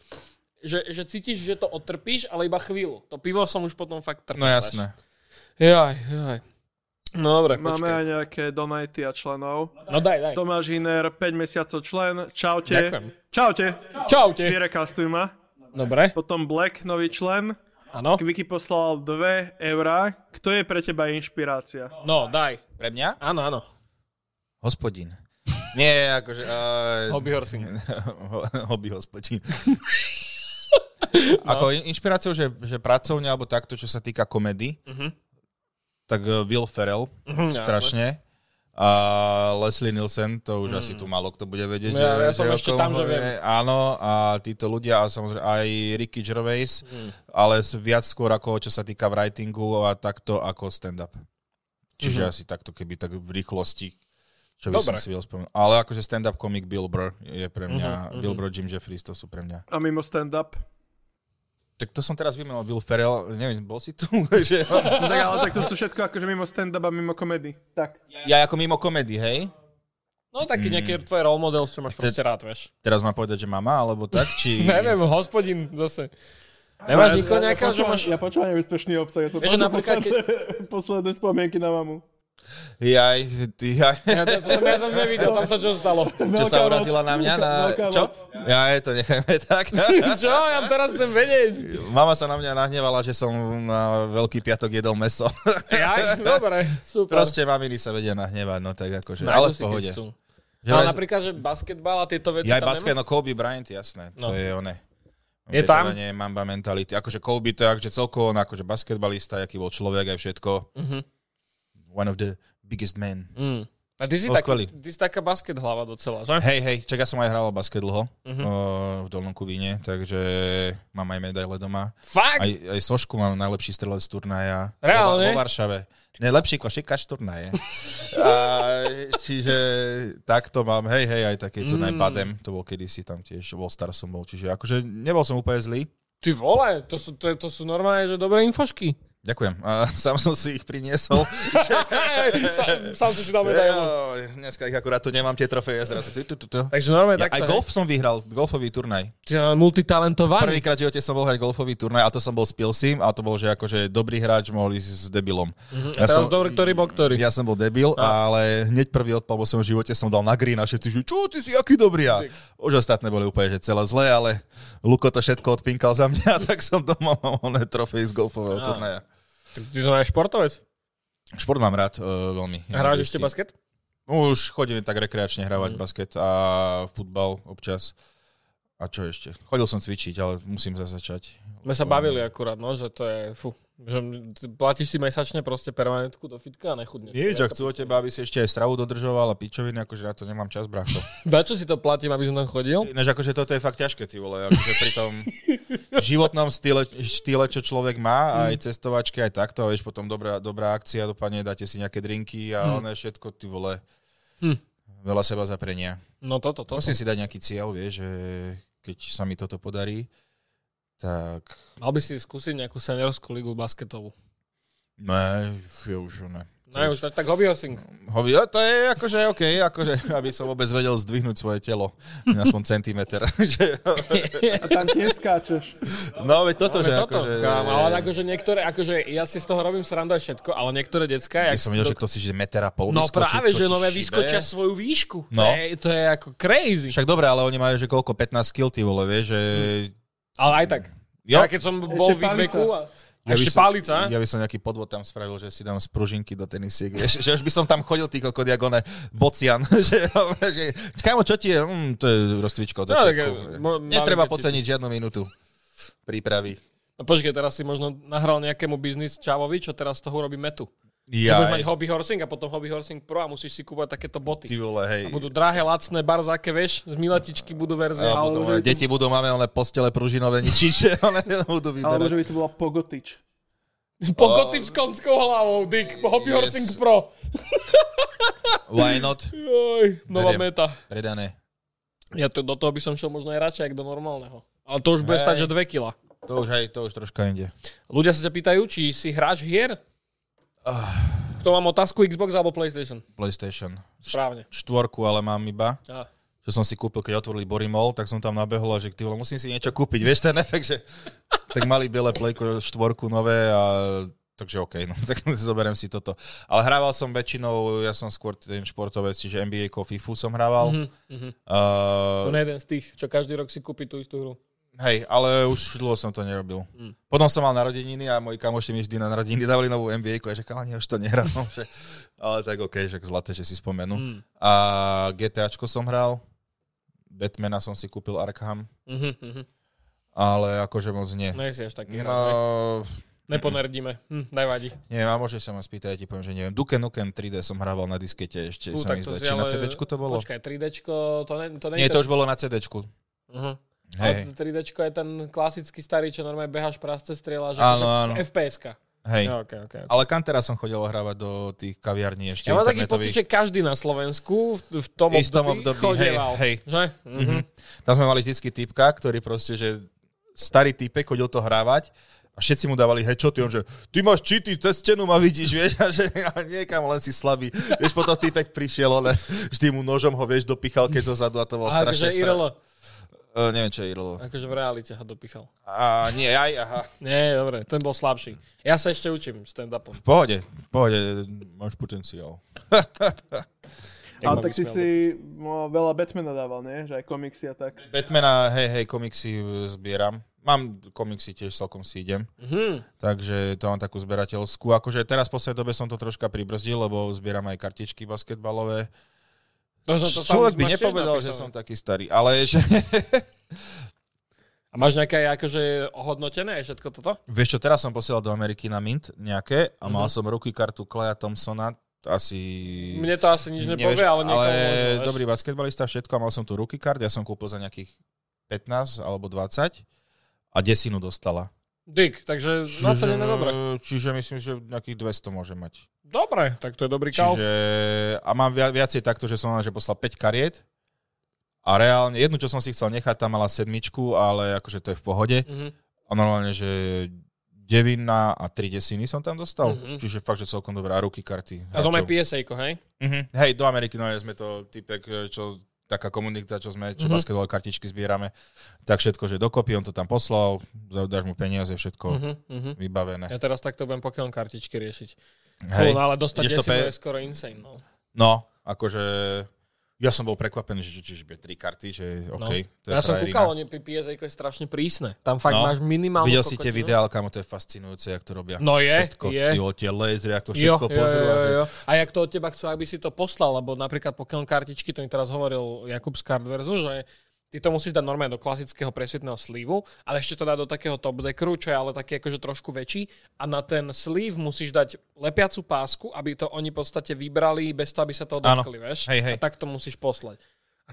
S1: že, že cítiš, že to otrpíš, ale iba chvíľu. To pivo som už potom fakt trpel.
S2: No jasné.
S1: Jaj, jaj. No dobre,
S4: Máme
S1: počkaj.
S4: aj nejaké donaty a členov.
S1: No daj, daj.
S4: Tomáš Hiner, 5 mesiacov člen. Čaute.
S1: Ďakujem.
S4: Čaute.
S1: Čaute.
S4: Vyrecastuj ma.
S1: Dobre,
S4: Potom Black, nový člen.
S1: áno.
S4: Vicky poslal 2 eurá. Kto je pre teba inšpirácia?
S1: No, daj.
S2: Pre mňa?
S1: Áno, áno.
S2: Hospodín. Nie, akože... Uh,
S1: Hobby horsing.
S2: hobby hospodín.
S1: No.
S2: Ako in- inšpiráciou, že, že pracovne alebo takto, čo sa týka komedy,
S1: Mhm.
S2: tak eh, Will Ferrell,
S1: Mhm, jasné.
S2: strašne. A Leslie Nielsen, to už asi tu málo kto bude vedieť.
S1: Mhm. Ja- ja som
S2: o
S1: ešte
S2: kom
S1: tam, že
S2: hovoríme. Áno, a títo ľudia, a samozrejme aj Ricky Gervais,
S1: Mhm.
S2: ale s- viac skôr ako čo sa týka writingu a takto ako stand-up. Čiže asi takto, keby tak v rýchlosti, čo
S1: Mhm.
S2: by som
S1: Dobre. Mhm,
S2: si vedel spomenúť. Ale akože stand-up komik Bill Burr je pre mňa, Bill Burr, Jim Jeffries, to sú pre mňa.
S4: A mimo stand-up.
S2: Tak to som teraz vymenil Bill Ferrell, neviem, bol si tu? že...
S4: No Tak, ale tak to sú všetko akože mimo stand-up a mimo komedy. Tak.
S2: ja ako mimo komedy, hej?
S1: No taký nejaký tvoj role model, čo máš proste rád, vieš.
S2: Teraz mám povedať, že mama, alebo tak, či...
S1: Neviem, hospodin zase. Nemáš nikoho nejakého, že
S4: počúvam-
S1: máš...
S4: Ja počúvam nebezpečný obsah. Ja som
S1: Vieš, že
S4: počul
S1: napríklad
S4: posledné, posledné spomienky na mamu.
S2: Jaj, ty, jaj.
S1: Ja to, to som ja zase nevidel, tam sa čo stalo.
S2: Čo sa
S4: Veľká
S2: urazila
S4: noc.
S2: na mňa? Na...
S4: Veľká
S2: Čo?
S4: noc.
S2: Ja to nechajme tak.
S1: Čo? Ja teraz chcem vedieť.
S2: Mama sa na mňa nahnevala, že som na Veľký piatok jedol meso.
S1: Jaj, dobre, super.
S2: Proste maminy sa vedia nahnevať, no tak akože,
S1: Nájdu
S2: ale v
S1: si, keď
S2: pohode.
S1: chcú.
S2: Že
S1: Ale
S2: vraj-
S1: napríklad, že basketbal a tieto veci
S2: Ja aj
S1: tam
S2: basket, no Kobe Bryant, jasné,
S1: No.
S2: to je one.
S1: Je
S2: to
S1: tam?
S2: Nie, je mamba mentality. Akože Kobe to je akože celkovo, on akože basketbalista, aký bol človek aj všetko.
S1: Mhm.
S2: One of the biggest men.
S1: nemá? Mm. A ty si,
S2: Bol
S1: taký,
S2: skvelý.
S1: ty si taká basket hlava docela, že?
S2: Hej, hej, čak ja som aj hral basket dlho
S1: Mhm.
S2: o, v Dolnom Kubíne, takže mám aj medaile doma.
S1: Fakt?
S2: Aj, aj Sošku mám najlepší strelec turnaja.
S1: Reálne?
S2: Vo, vo Varšave. Najlepší košikač turnaje. A, čiže takto mám, hej, hej, aj taký turnaj
S1: Mm.
S2: Badem, to bol kedysi tam tiež, All Star som bol, čiže akože nebol som úplne zlý.
S1: Ty vole, to sú, to, je- to sú normálne, že dobré infošky.
S2: Ďakujem, a sám som si ich priniesol.
S1: Sa- Sám si si dal medailu.
S2: Joj, Dneska ich akurát tu nemám tie trofeje, zrazu tu, tu, tu, tu.
S1: Takže normálne
S2: Ja,
S1: takto.
S2: aj
S1: hej.
S2: golf som vyhral, golfový turnaj.
S1: Ty si multitalentovaný.
S2: Prvýkrát v živote som bol hrať golfový turnaj a to som bol s Pilsim a to bol, že akože dobrý hráč mohol ísť s debilom.
S1: Ja Mhm. teraz dobrý, ktorý bol ktorý.
S2: Ja som bol debil, ale hneď prvý odpad vo svojom živote som dal na green a všetci, že čo, ty si aký dobrý. A už ostatné boli úplne, že celé zlé, ale Luko to všetko odpinkal za mňa, tak som doma mal oné trofej z golfového
S1: Á.
S2: turnaja.
S1: Tak Ty som aj športovec.
S2: Šport mám rád e, veľmi. Ja mám
S1: Hráš ešte
S2: istý.
S1: basket? Mhm.
S2: Už chodím tak rekreačne hravať basket a futbal občas. A čo ešte? Chodil som cvičiť, ale musím zase začať.
S1: My sa bavili akurát, no, že to je, fú, že ty platíš si mesačne proste permanentku do fitka a nechudneš.
S2: Nie, čo chcú od teba, aby si ešte aj stravu dodržoval a pičoviny, akože na to nemám čas, brácho.
S1: Na čo si to platím, aby som tam chodil?
S2: Ináč akože toto je fakt ťažké, ty vole, akože pri tom životnom štýle, štýle, čo človek má, aj cestovačky, aj takto, a vieš, potom dobrá, dobrá akcia, dopadne, dáte si nejaké drinky a ono všetko, ty vole,
S1: Hm.
S2: veľa seba zaprenia.
S1: No toto, toto.
S2: Musím si dať nejaký cieľ, vieš, že keď sa mi toto podarí, tak
S1: Mal by si skúsiť nejakú seniorskú ligu basketovú.
S2: ne, je už ne.
S1: No už tak, tak hobby horsing.
S2: Hobby, no, to je akože OK, akože, aby som vôbec vedel zdvihnúť svoje telo, aspoň centimeter. že-
S4: A tam tiež skáčeš.
S2: no, veď toto, že
S1: Práve toto,
S2: akože...
S1: kámo, ale akože niektoré, akože ja si z toho robím srandu aj všetko, ale niektoré decka, jak
S2: Ja som
S1: si
S2: vedel,
S1: do-
S2: že kto si že meter a pol
S1: No
S2: vyskočí,
S1: práve,
S2: čo
S1: že
S2: ti
S1: nové
S2: šíbe.
S1: vyskočia svoju výšku.
S2: No.
S1: To, je, to je ako crazy.
S2: Však dobre, ale oni majú, že koľko, 15 kill, ty vole, vieš, že...
S1: Ale aj tak.
S2: Jo,
S1: Ja keď som bol v ich
S4: palica.
S1: veku a...
S2: ja by
S1: ešte
S2: som-
S1: palica.
S2: Ja by som nejaký podvod tam spravil, že si dám spružinky do tenisiek, vieš, že už by som tam chodil, ty kokot, jak one, bocian, že, že kámo, čo ti je, mm, to je rozcvička od
S1: No, tak,
S2: začiatku.
S1: mo- mali
S2: Netreba
S1: deti.
S2: podceniť žiadnu minútu prípravy.
S1: No počkej, teraz si možno nahral nejakému biznis čávovi, čo teraz z toho robí metu. Ja, že budeš
S2: Ja,
S1: mať hobby horsing a potom hobby horsing pro a musíš si kúpať takéto boty.
S2: ty vole,
S1: A
S2: hej.
S1: budú drahé, lacné, barzáke, vieš, z miletičky budú verzie.
S2: A
S1: Ale...
S2: budú,
S4: Ale
S2: ale
S4: že-
S2: deti budú, máme oné postele pružinové ničiče, one budú
S4: Alebo že
S2: vyberať.
S4: by to bola pogotič.
S1: Po koty s konskou hlavou, Dick, hobby
S2: Yes.
S1: horsing pro.
S2: Why not?
S1: Joj, nová
S2: Beriem.
S1: meta.
S2: Predané.
S1: Ja to, do toho by som šiel možno aj radšej, ako do normálneho. Ale to už bude
S2: Hej.
S1: stať, že 2 kila.
S2: To už, hej, to už troška inde.
S1: Ľudia sa ťa pýtajú, či si hráč hier?
S2: Ah.
S1: To mám otázku Xbox alebo PlayStation.
S2: PlayStation.
S1: Správne.
S2: Štvorku ale mám iba.
S1: Á.
S2: Čo som si kúpil, keď otvorili Borimol, tak som tam nabehol, že ty vole, musím si niečo kúpiť. Vieš ten efekt, že tak mali biele plejko, štvorku nové a takže OK, no, tak zoberiem si toto. Ale hrával som väčšinou, ja som skôr ten športovec, čiže NBA ko FIFU som hrával.
S1: Mhm, mhm. To
S2: Uh,
S1: je jeden z tých, čo každý rok si kúpi tú istú hru.
S2: Hej, ale už dlho som to nerobil.
S1: Mm.
S2: Potom som mal narodeniny a moji kamoši mi vždy na narodeniny dávali novú NBA a že kalani, už to nehrám. že... Ale tak OK, že zlaté, že si spomenú.
S1: Mm.
S2: A GTAčko som hral, Batmana som si kúpil Arkham,
S1: Mhm, mhm. No,
S2: ale akože moc nie.
S1: Nie si až taký hráč. ne?
S2: No,
S1: Neponerdíme. Hm, nevadí.
S2: neviem, a môžeš sa ma spýtať, ja ti poviem, že neviem. Duke Nukem 3D som hrával na diskete ešte,
S1: Fú,
S2: sa mi
S1: tak to si
S2: zdá. Či na
S1: ale-
S2: CDčku to bolo?
S1: Počkaj, 3Dčko, to, ne, to nie
S2: Nie,
S1: je
S2: to už bolo na CDčku.
S1: Uh-huh.
S2: Hej,
S1: 3Dčko je ten klasický starý, čo normálne behaš prasce, strieľaš.
S2: Áno,
S1: akože
S2: áno.
S1: FPS-ka.
S2: hej.
S1: Ja, okay, okay, okay.
S2: Ale Kantera som chodil hrávať do tých kaviarní ešte
S1: Ja mám taký
S2: internetových.
S1: pocit, že každý na Slovensku v, v tom
S2: V istom
S1: období,
S2: období, hej,
S1: chodieval.
S2: hej.
S1: Že? Mhm.
S2: Tam sme mali vždycky typka, ktorý proste, že starý typek chodil to hrávať a všetci mu dávali headshoty, on že ty máš čity, cez stenu ma vidíš, vieš, a že a niekam len si slabý. Vieš, potom typek prišiel, ale vždy mu nožom ho, vieš, dopichal, keď zo zadu a to
S1: A
S2: bolo
S1: akože
S2: strašne sra...
S1: IRL,
S2: Eh, neviem, čo je Irlo.
S1: akože v realite ho dopichal.
S2: A nie, aj, aha.
S1: Nie, dobre, ten bol slabší. Ja sa ešte učím stand-upom.
S2: V pohode, v pohode, máš potenciál.
S1: Jak
S4: Ale
S1: ma
S4: tak si
S1: vysmial.
S4: si no, veľa Batmana dával, nie? Že aj komiksy a tak.
S2: Batmana, hej, hej, komiksy eh, zbieram. Mám komiksy tiež, celkom si idem.
S1: Mhm.
S2: Takže to mám takú zberateľskú. Akože teraz v poslednej dobe som to troška pribrzdil, lebo zbieram aj kartičky basketbalové.
S1: To som No to tam
S2: Človek by
S1: máš tiež
S2: nepovedal, že
S1: napísané.
S2: som taký starý, ale že...
S1: A máš nejaké akože ohodnotené všetko toto?
S2: Vieš čo, teraz som posielal do Ameriky na Mint nejaké a
S1: Mhm.
S2: mal som ruky kartu Kleja Thompsona, asi...
S1: Mne to asi nič nepovie, ale niekomu
S2: ale
S1: možno, vieš.
S2: dobrý basketbalista, všetko, a mal som tu ruky kart, ja som kúpil za nejakých 15 alebo 20 a desinu dostala.
S1: Dick, takže nacenené dobre.
S2: Čiže myslím, že nejakých 200 môže mať.
S1: Dobre, tak to je dobrý kauf.
S2: Čiže, a mám via- viacej takto, že som len, že poslal 5 kariet a reálne, jednu, čo som si chcel nechať, tam mala sedmičku, ale akože to je v pohode.
S1: Mhm.
S2: A normálne, že devina a tri desiny som tam
S1: Mhm.
S2: dostal. Mm-hmm. Čiže fakt, že celkom dobrá ruky, karty.
S1: A to je
S2: hráčov.
S1: PSA-ko, hej?
S2: Mhm. Hej, do Ameriky, no sme to typek, čo taká komunita, čo sme,
S1: Mhm.
S2: čo mm-hmm. basketbalové kartičky zbierame, tak všetko, že dokopy, on to tam poslal, dáš mu peniaze, všetko
S1: Mhm, mhm.
S2: mm-hmm. vybavené.
S1: Ja teraz takto budem Pokémon kartičky riešiť. Fú,
S2: Hej.
S1: no ale dostať
S2: Ideš to
S1: desinu
S2: pe-
S1: je skoro insane. No.
S2: No, akože... Ja som bol prekvapený, že čiže tri karty, že
S1: No.
S2: OK. To je
S1: ja som
S2: frajerina.
S1: kúkal, oni PSA je strašne prísne. Tam fakt
S2: No.
S1: máš minimálne
S2: Videl si tie videá, ale kamo, to je fascinujúce, jak to robia.
S1: No je,
S2: všetko,
S1: je.
S2: Ty, vole, tie lasery, jak to všetko
S1: jo,
S2: pozrú.
S1: Jo,
S2: ako-
S1: jo, jo. A jak to od teba chcú, aby si to poslal, lebo napríklad Pokémon kartičky, to mi teraz hovoril Jakub z Cardverzu, že ty to musíš dať normálne do klasického presvitného slívu, ale ešte to dá do takého top deckeru, čo je ale taký akože trošku väčší a na ten slív musíš dať lepiacu pásku, aby to oni v podstate vybrali bez toho, aby sa to
S2: Áno.
S1: dotkli, vieš?
S2: Hej, hej.
S1: A tak to musíš poslať.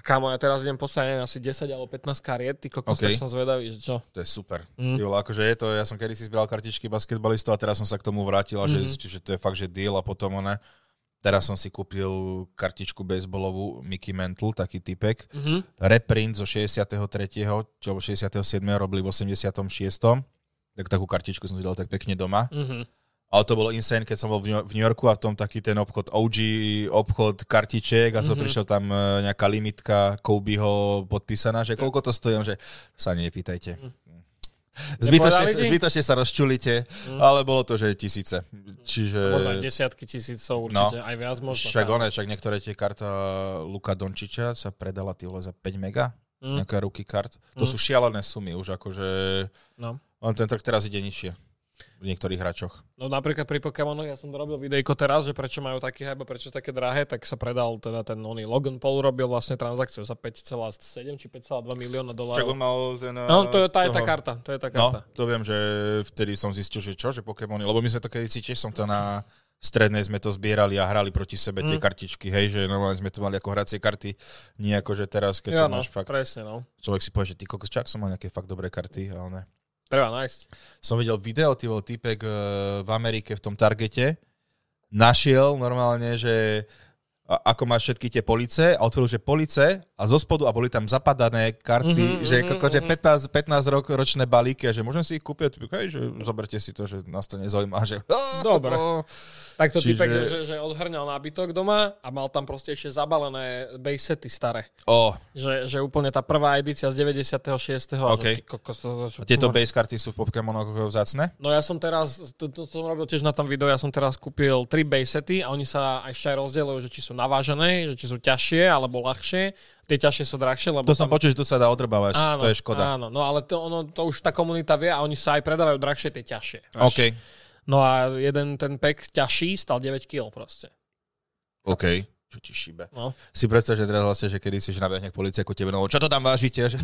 S1: A kámo, ja teraz idem poslať neviem, asi 10 alebo 15 kariet, ty kokos,
S2: OK.
S1: okay. tak som zvedavý, že čo?
S2: To je super.
S1: Mm.
S2: Ty vole, akože je to, ja som kedy si zbral kartičky basketbalistov a teraz som sa k tomu vrátil, a že,
S1: Mhm.
S2: čiže to je fakt, že deal a potom ona. Teraz som si kúpil kartičku baseballovú Mickey Mantle, taký typek.
S1: Mhm.
S2: reprint zo 63. čo alebo 67. robili v 86. Tak takú kartičku som si dal tak pekne doma.
S1: Mhm.
S2: Ale to bolo insane, keď som bol v Ňu- v New Yorku a v tom taký ten obchod OG, obchod kartičiek a som
S1: Mhm.
S2: prišiel tam e, nejaká limitka Kobeho podpísaná, že koľko to stojí, že sa nepýtajte. Zbytočne,
S1: Mhm. Nepovedali ti? Mhm.
S2: zbytočne sa rozčulíte, ale bolo to, že tisíce.
S1: Možno aj
S2: Čiže...
S1: desiatky tisícov určite, aj viac možno.
S2: E, no. Však
S1: kámo.
S2: one, však niektoré tie karta Luka Dončiča sa predala ty vole za 5 mega
S1: Mm.
S2: nejaká ruky kart. To
S1: Mm.
S2: sú šialené sumy už akože...
S1: No.
S2: On ten trh teraz ide nižšie. v niektorých hračoch.
S1: No napríklad pri Pokémonoch, ja som robil videjko teraz, že prečo majú taký hype a prečo také drahé, tak sa predal teda ten oný Logan Paul robil vlastne transakciu za 5,7 či 5,2 milióna
S2: Však on
S1: dolárov.
S2: mal ten... eh,
S1: No to je, tá je tá
S2: toho-
S1: karta, to je tá
S2: No,
S1: karta.
S2: to viem, že vtedy som zistil, že čo, že Pokémony, lebo my sme to kedysi tiež som to na strednej sme to zbierali a hrali proti sebe tie
S1: Mm.
S2: kartičky, hej, že normálne sme to mali ako hracie karty, nie ako, že teraz, keď ja,
S1: no,
S2: to máš fakt, pre...
S1: presne, no.
S2: človek si povie, že ty kokos, čak som mal nejaké fakt dobré karty, ale ne.
S1: Treba nájsť.
S2: Som videl video, ty bol typek eh, v Amerike v tom Targete, našiel normálne, že a- ako máš všetky tie police a otvoril, že police a zo spodu a boli tam zapadané karty,
S1: Mhm,
S2: mm-hmm, že,
S1: mhm,
S2: koko, že
S1: mhm.
S2: 15, 15 rok, ročné balíky a že môžem si ich kúpiť, typek, hej, že zoberte si to, že nás to nezaujíma. Že,
S1: Dobre. Takto
S2: Čiže-
S1: Čiže... typek, že, že odhrňal nábytok doma a mal tam proste ešte zabalené base sety staré.
S2: O,
S1: Že, že úplne tá prvá edícia z 96. a
S2: OK.
S1: Že, ty kokos, to- to-
S2: a tieto base karty sú v Pokémonoch vzácne?
S1: No ja som teraz, to, to som robil tiež na tom videu, ja som teraz kúpil tri basety a oni sa aj ešte aj rozdielujú, že či sú navážené, že či sú ťažšie alebo ľahšie. Tie ťažšie sú drahšie, lebo
S2: To som počul, že tu sa dá odrbávať,
S1: áno,
S2: to je škoda.
S1: Áno, no ale to, ono, to už tá komunita vie a oni sa aj predávajú drahšie, tie ťažšie. Vieš?
S2: OK,
S1: No a jeden ten pek ťažší stal 9 kg proste.
S2: OK. Čo ti šíbe?
S1: No.
S2: Si predstav, že teraz vlastne, že kedy si že nabehne k policii ako tebe, no čo to tam vážite? Že...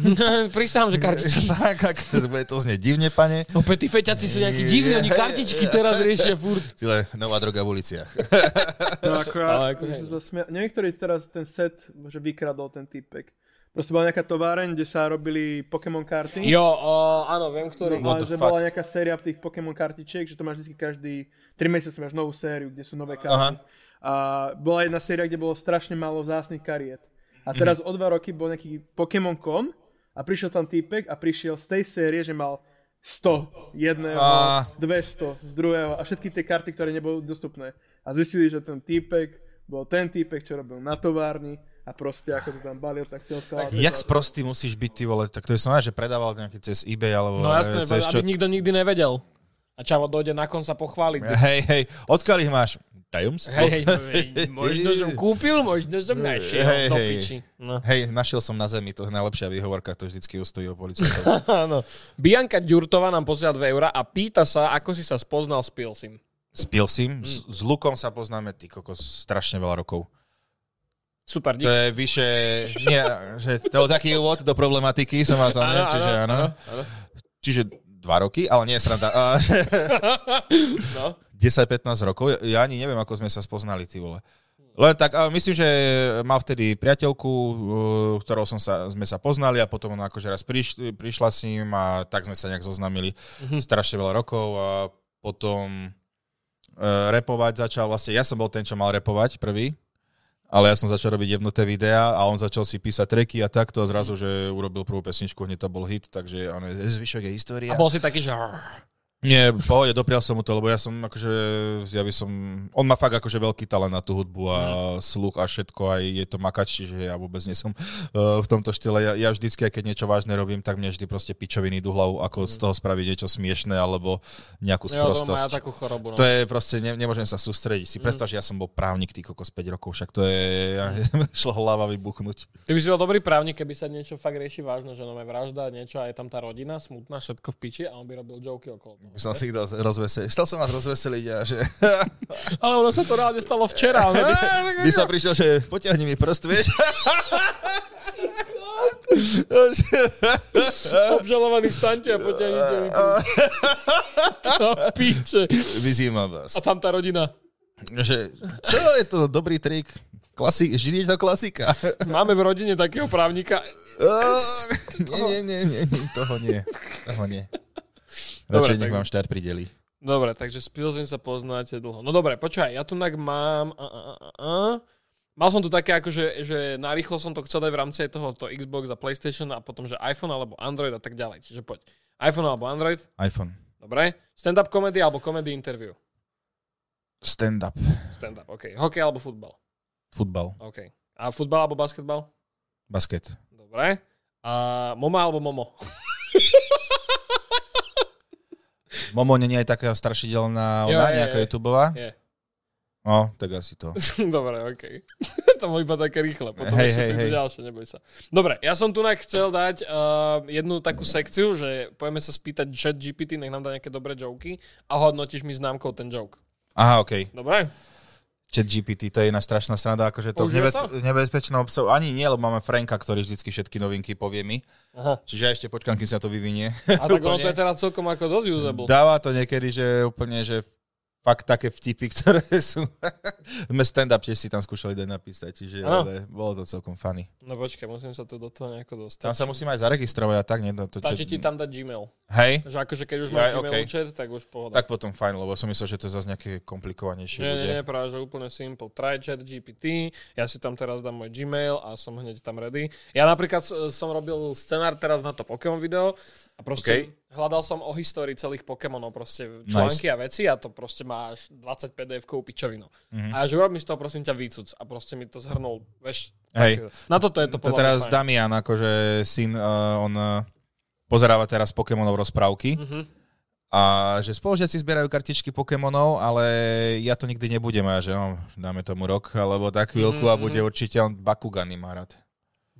S1: Prisahám, že kartičky.
S2: Tak, ak- bude to znieť divne, pane.
S1: Opäť tí feťaci sú nejakí divní, oni kartičky teraz riešia furt.
S2: Tyle nová droga v uliciach.
S4: No ako,
S1: Ale
S4: ja,
S1: ako
S4: ako
S1: hej.
S4: sa smia... Niektorý teraz ten set, že vykradol ten typek. Proste bola nejaká továreň, kde sa robili Pokémon karty.
S1: Jo, o, áno, viem, ktorý.
S4: No, ale že
S2: the fuck?
S4: bola nejaká séria v tých Pokémon kartičiek, že to máš vždy každý 3 mesiace máš novú sériu, kde sú nové karty. A bola jedna séria, kde bolo strašne málo vzácnych kariet.
S2: Mhm.
S4: A teraz o dva roky bol nejaký Pokémon Con a prišiel tam týpek a prišiel z tej série, že mal 100 jedného,
S2: Á.
S4: 200 z druhého a všetky tie karty, ktoré neboli dostupné. A zistili, že ten týpek bol ten týpek, čo robil na továrni a proste ako to tam balil, tak si odkladal.
S2: Jak sprostý musíš byť, ty vole, tak to je snáď, že predával nejaký cez eBay, alebo eh,
S1: No jasné,
S2: cez
S1: aby nikto nikdy nevedel. A čavo dojde na kon sa pochváliť.
S2: Hej, hej, odkiaľ ich máš? Tajomstvo?
S1: Hej, hej, hej, možno som kúpil, možno som našiel
S2: Hej,
S1: hey, do
S2: hej.
S1: piči. No.
S2: Hej, našiel som na zemi, to je najlepšia výhovorka, to vždycky ustojí o policajtov.
S1: Áno. Bianka Ďurtová nám posiela 2 eurá a pýta sa, ako si sa spoznal s Pilsim.
S2: S Pilsim, s, s Lukom sa poznáme, ty kokos, strašne veľa rokov.
S1: Super,
S2: To
S1: dík.
S2: je vyše, nie, že to bol taký úvod do problematiky, som vás
S1: Áno,
S2: zaujal,
S1: áno,
S2: čiže áno. Čiže dva roky, ale nie, sranda. A,
S1: No.
S2: 10-15 rokov. Ja ja ani neviem, ako sme sa spoznali, ty vole. Len tak, a myslím, že mal vtedy priateľku, uh, ktorou som sa, sme sa poznali a potom ona akože raz priš, prišla s ním a tak sme sa nejak zoznamili
S1: Mhm.
S2: strašne veľa rokov a potom uh, repovať začal, vlastne ja som bol ten, čo mal repovať prvý, ale ja som začal robiť jednoté videá a on začal si písať treky a takto a zrazu, že urobil prvú pesničku, hneď to bol hit, takže on je, zvyšok je história.
S1: A bol si taký, že...
S2: Nie, v pohode, doprial som mu to, lebo ja som akože, ja by som, on má fakt akože veľký talent na tú hudbu a
S1: No.
S2: sluch a všetko, aj je to makač, čiže ja vôbec nie som uh, v tomto štýle. Ja, ja vždycky, aj keď niečo vážne robím, tak mne vždy proste pičoviny idú hlavou, ako z toho spraviť niečo smiešné alebo nejakú
S1: Jo, to má Mm. ja Mm.
S2: sprostosť.
S1: takú chorobu. No.
S2: To je proste, ne, nemôžem sa sústrediť. Si predstav, že ja som bol právnik, ty kokos 5 rokov, však to je, ja, šlo hlava vybuchnúť.
S1: Ty by si bol dobrý právnik, keby sa niečo fakt rieši vážne, že nové vražda, niečo a je tam tá rodina smutná, všetko v piči a on by robil joky okolo toho.
S2: By som si ich dal rozveseliť. Chcel som vás rozveseliť a že...
S1: Ale ono sa to reálne stalo včera. ne?
S2: By som prišiel, že potiahni mi prst, vieš. Že-
S1: Obžalovaný vstaňte a potiahnite mi tu. To piče.
S2: Vyzývam vás.
S1: A tam tá rodina.
S2: Že, čo je to dobrý trik? Klasik, vždy je to klasika.
S1: Máme v rodine takého právnika.
S2: nie, nie, nie, nie, nie, toho nie. Toho nie.
S1: Dobre,
S2: Radšej nech
S1: takže-
S2: vám štát prideli.
S1: Dobre, takže s Pilsen sa poznáte dlho. No dobre, počkaj, ja tu tak mám... A, a, a, a. Mal som tu také, ako že, že narýchlo som to chcel dať v rámci aj toho to Xbox a PlayStation a potom, že iPhone alebo Android a tak ďalej. Čiže poď. iPhone alebo Android,
S2: iPhone.
S1: dobre. Stand-up comedy alebo comedy interview.
S2: Stand-up.
S1: Stand-up, OK. Hokej alebo futbal.
S2: Futbal.
S1: OK. A futbal alebo basketbal?
S2: Basket.
S1: Dobre. A Moma alebo Momo?
S2: Momo nie je taká strašidelná,
S1: Jo,
S2: ona
S1: je,
S2: nejaká
S1: je.
S2: YouTubeová.
S1: Je.
S2: No, tak asi to.
S1: Dobre, okej. to bolo iba také rýchle, potom hej,
S2: Hej,
S1: ešte
S2: hej,
S1: hej,
S2: hej.
S1: ďalšie, neboj sa. Dobre, ja som tu chcel dať uh, jednu takú sekciu, že pojeme sa spýtať chat GPT, nech nám dá nejaké dobré joky a hodnotíš mi známkou ten joke.
S2: Aha, okej.
S1: Dobre?
S2: Chat GPT, to je jedna strašná sranda, akože to
S1: Používaš
S2: nebezpe- nebezpečnou obsahu. Ani nie, lebo máme Franka, ktorý vždycky všetky novinky povie mi.
S1: Aha.
S2: Čiže ja ešte počkám, kým sa to vyvinie.
S1: A tak ono to
S2: Úplne.
S1: je teraz celkom ako dosť usable.
S2: Dáva to niekedy, že úplne, že fakt také vtipy, ktoré sú... Sme stand-up tiež si tam skúšali dať napísať, čiže
S1: Áno.
S2: ale bolo to celkom funny.
S1: No počkaj, musím sa tu do toho nejako dostať.
S2: Tam sa musím aj zaregistrovať a tak, nie? No, to,
S1: Stačí ti tam dať Gmail.
S2: Hej?
S1: Že akože keď už
S2: Ja,
S1: máš
S2: aj,
S1: Gmail
S2: okej.
S1: účet, tak už pohoda.
S2: Tak potom fajn, lebo som myslel, že to je zase nejaké komplikovanejšie
S1: Nie,
S2: bude.
S1: nie, nie, práve, že úplne simple. Try chat GPT, ja si tam teraz dám môj Gmail a som hneď tam ready. Ja napríklad s- som robil scenár teraz na to Pokémon video a proste hľadal som o histórii celých Pokémonov, proste články a veci a to proste máš 20 PDF-kovú pičovinu.
S2: Mhm.
S1: A že urobím z toho prosím ťa výcuc a proste mi to zhrnul, vieš, také-
S2: Hej.
S1: na toto je eh, to
S2: To
S1: podľa
S2: teraz
S1: mňa fajn.
S2: Damian, akože syn, uh, on uh, pozeráva teraz Pokémonov rozprávky
S1: Mhm.
S2: a že spolužiaci zbierajú kartičky Pokémonov, ale ja to nikdy nebudem a ja, že no, dáme tomu rok, alebo tak chvíľku a
S1: Mhm,
S2: bude určite on Bakugany má rád.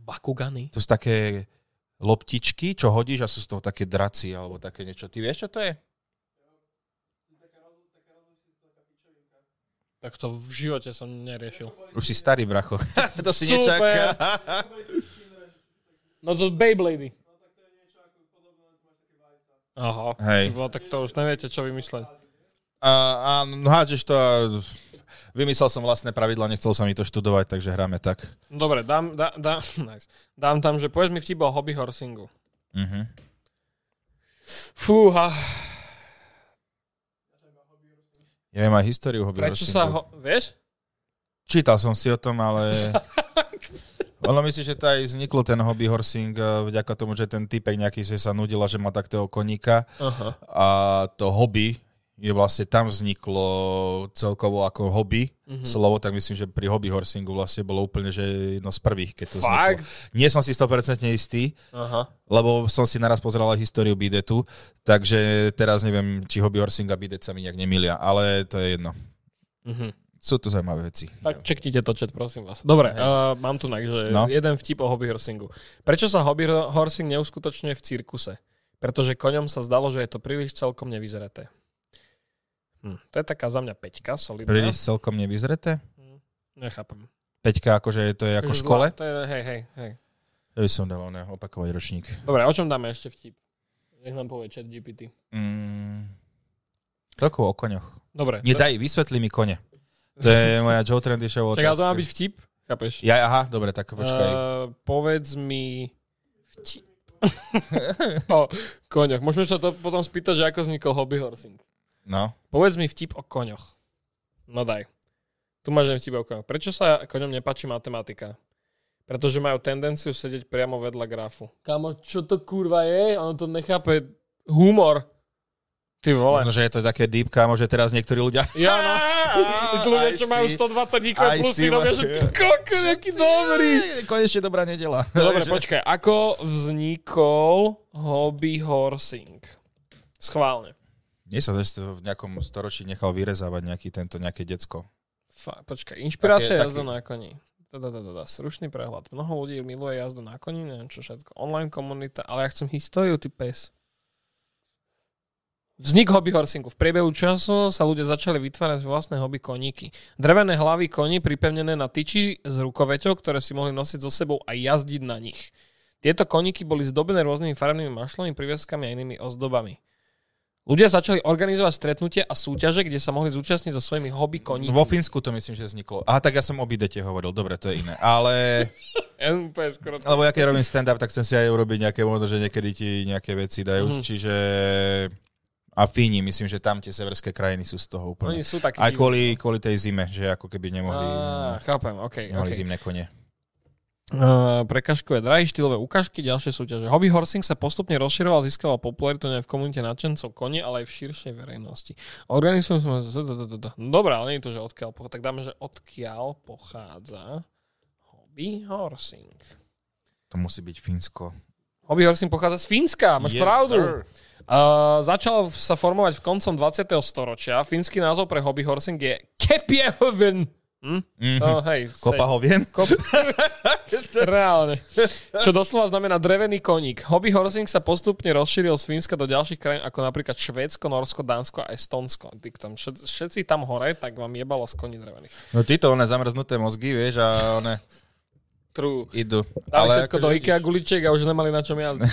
S1: Bakugany.
S2: To sú také loptičky, čo hodíš a sú z toho také draci alebo také niečo. Ty vieš, čo to je?
S1: Tak to v živote som neriešil.
S2: Už si starý, bracho. to si
S1: Super.
S2: nečaká.
S1: No to Beyblady. Aha.
S2: Hej.
S1: Ty vole, tak to už neviete, čo vymysleť.
S2: A, a no, hádžeš to... a- Vymyslel som vlastné pravidla, nechcel som mi to študovať, takže hráme tak.
S1: No Dobre, dám, dá, dá, nice. dám tam, že povedz mi vtip o hobby horsingu.
S2: Mhm.
S1: Fúha,
S2: Ja mám aj históriu hobby
S1: prečo
S2: horsingu.
S1: sa ho... Vieš?
S2: Čítal som si o tom, ale... Ono myslí, že to aj vzniklo ten hobby horsing eh, vďaka tomu, že ten typek nejaký si sa nudila, že má takého koníka
S1: Aha.
S2: a to hobby je vlastne tam vzniklo celkovo ako hobby
S1: Mhm.
S2: slovo, tak myslím, že pri hobby horsingu vlastne bolo úplne, že jedno z prvých, keď to
S1: Fakt?
S2: vzniklo. Nie som si 100% istý,
S1: Aha.
S2: lebo som si naraz pozeral aj históriu bidetu, takže teraz neviem, či hobby horsing a bidet sa mi nejak nemilia, ale to je jedno.
S1: Mhm.
S2: Sú to zaujímavé veci.
S1: Tak čeknite to chat, prosím vás. Dobre, uh, mám tu tak, že
S2: No.
S1: jeden vtip o hobby horsingu. Prečo sa hobby ho- horsing neuskutočňuje v cirkuse? Pretože koňom sa zdalo, že je to príliš celkom nevyzreté. Hm, to je taká za mňa peťka, solidná.
S2: Príliš celkom nevyzreté?
S1: Nechápem.
S2: Peťka, akože to je ako v
S1: Akože
S2: škole?
S1: zlá- To je, hej, hej, hej.
S2: To by som dával ne, opakovať ročník.
S1: Dobre, o čom dáme ešte vtip? Nech nám povie chat GPT.
S2: Mm, celkovo o koňoch.
S1: Dobre. to-
S2: Nedaj, vysvetli mi kone. To je moja Joe Trendy Show
S1: Čak, ale to má
S2: otázka.
S1: byť vtip? Chápeš?
S2: Ja, aha, dobre, tak počkaj.
S1: Eh, povedz mi vtip. o koňoch. Môžeme sa to potom spýtať, že ako vznikol hobby horsing.
S2: No.
S1: Povedz mi vtip o koňoch. No daj. Tu máš jeden vtip o koňoch. Prečo sa koňom nepáči matematika? Pretože majú tendenciu sedieť priamo vedľa grafu. Kamo, čo to kurva je? Ono to nechápe. Humor. Ty vole.
S2: Možno, že je to také deepka, môže teraz niektorí ľudia...
S1: Ja no. Tí ľudia,
S2: Ah, Aj
S1: čo majú
S2: si.
S1: 120 IQ
S2: Aj
S1: plus,
S2: si,
S1: si robia,
S2: ma-
S1: že ty koko, aký dobrý. No
S2: Jej, Konečne dobrá nedela.
S1: Dobre,
S2: Že-
S1: počkaj. Ako vznikol hobby horsing? Schválne.
S2: Nie sa že si to v nejakom storočí nechal vyrezávať nejaký tento, nejaké decko.
S1: Fa- počkaj, inšpirácia
S2: Také-
S1: jazda na koni. Da, da, da, da, da, stručný prehľad. Mnoho ľudí miluje jazdu na koni, neviem čo všetko. Online komunita, ale ja chcem históriu, ty pes. Vznik hobby horsingu. V priebehu času sa ľudia začali vytvárať vlastné hobby koníky. Drevené hlavy koní pripevnené na tyči s rukoveťou, ktoré si mohli nosiť so sebou a jazdiť na nich. Tieto koníky boli zdobené rôznymi farebnými mašlami, privieskami a inými ozdobami. Ľudia začali organizovať stretnutia a súťaže, kde sa mohli zúčastniť so svojimi hobby koníkmi.
S2: Vo Fínsku to myslím, že vzniklo. Aha, tak ja som o bidete hovoril, dobre, to je iné. Ale...
S1: Ja úplne skoro...
S2: Lebo ja keď robím stand-up, tak chcem si aj urobiť nejaké možno, že niekedy ti nejaké veci dajú.
S1: Mhm.
S2: Čiže... A Fíni, myslím, že tam tie severské krajiny sú z toho úplne.
S1: Oni sú takí... no.
S2: Aj kvôli, kvôli tej zime, že ako keby nemohli,
S1: Á, chápem, OK,
S2: nemohli
S1: OK.
S2: zimné kone.
S1: Uh, prekažkové drahy, štýlové ukážky, ďalšie súťaže. Hobby horsing sa postupne rozširoval, získaval popularitu nie v komunite nadšencov kone, ale aj v širšej verejnosti. Organizujú sme... Dobre, ale nie je to, že odkiaľ pochádza. Tak dáme, že odkiaľ pochádza hobby horsing.
S2: To musí byť Fínsko.
S1: Hobby Horsin pochádza z Fínska, máš
S2: Yes,
S1: pravdu.
S2: sir.
S1: Uh, začal v- sa formovať v koncom 20. storočia. Fínsky názov pre hobby horsing je Kepiehöven. Hm? Uh, hej,
S2: Mhm. Kopa
S1: sej.
S2: hovien.
S1: Kop... Reálne. Čo doslova znamená drevený koník. Hobby horsing sa postupne rozšíril z Fínska do ďalších krajín, ako napríklad Švédsko, Norsko, Dánsko a Estonsko. Ty, tam všet- všetci tam hore, tak vám jebalo z koní drevených.
S2: No títo, one zamrznuté mozgy, vieš, a one
S1: True.
S2: idú.
S1: Dali všetko
S2: akože
S1: do IKEA
S2: vidíš,
S1: guličiek a už nemali na čom jazdiť.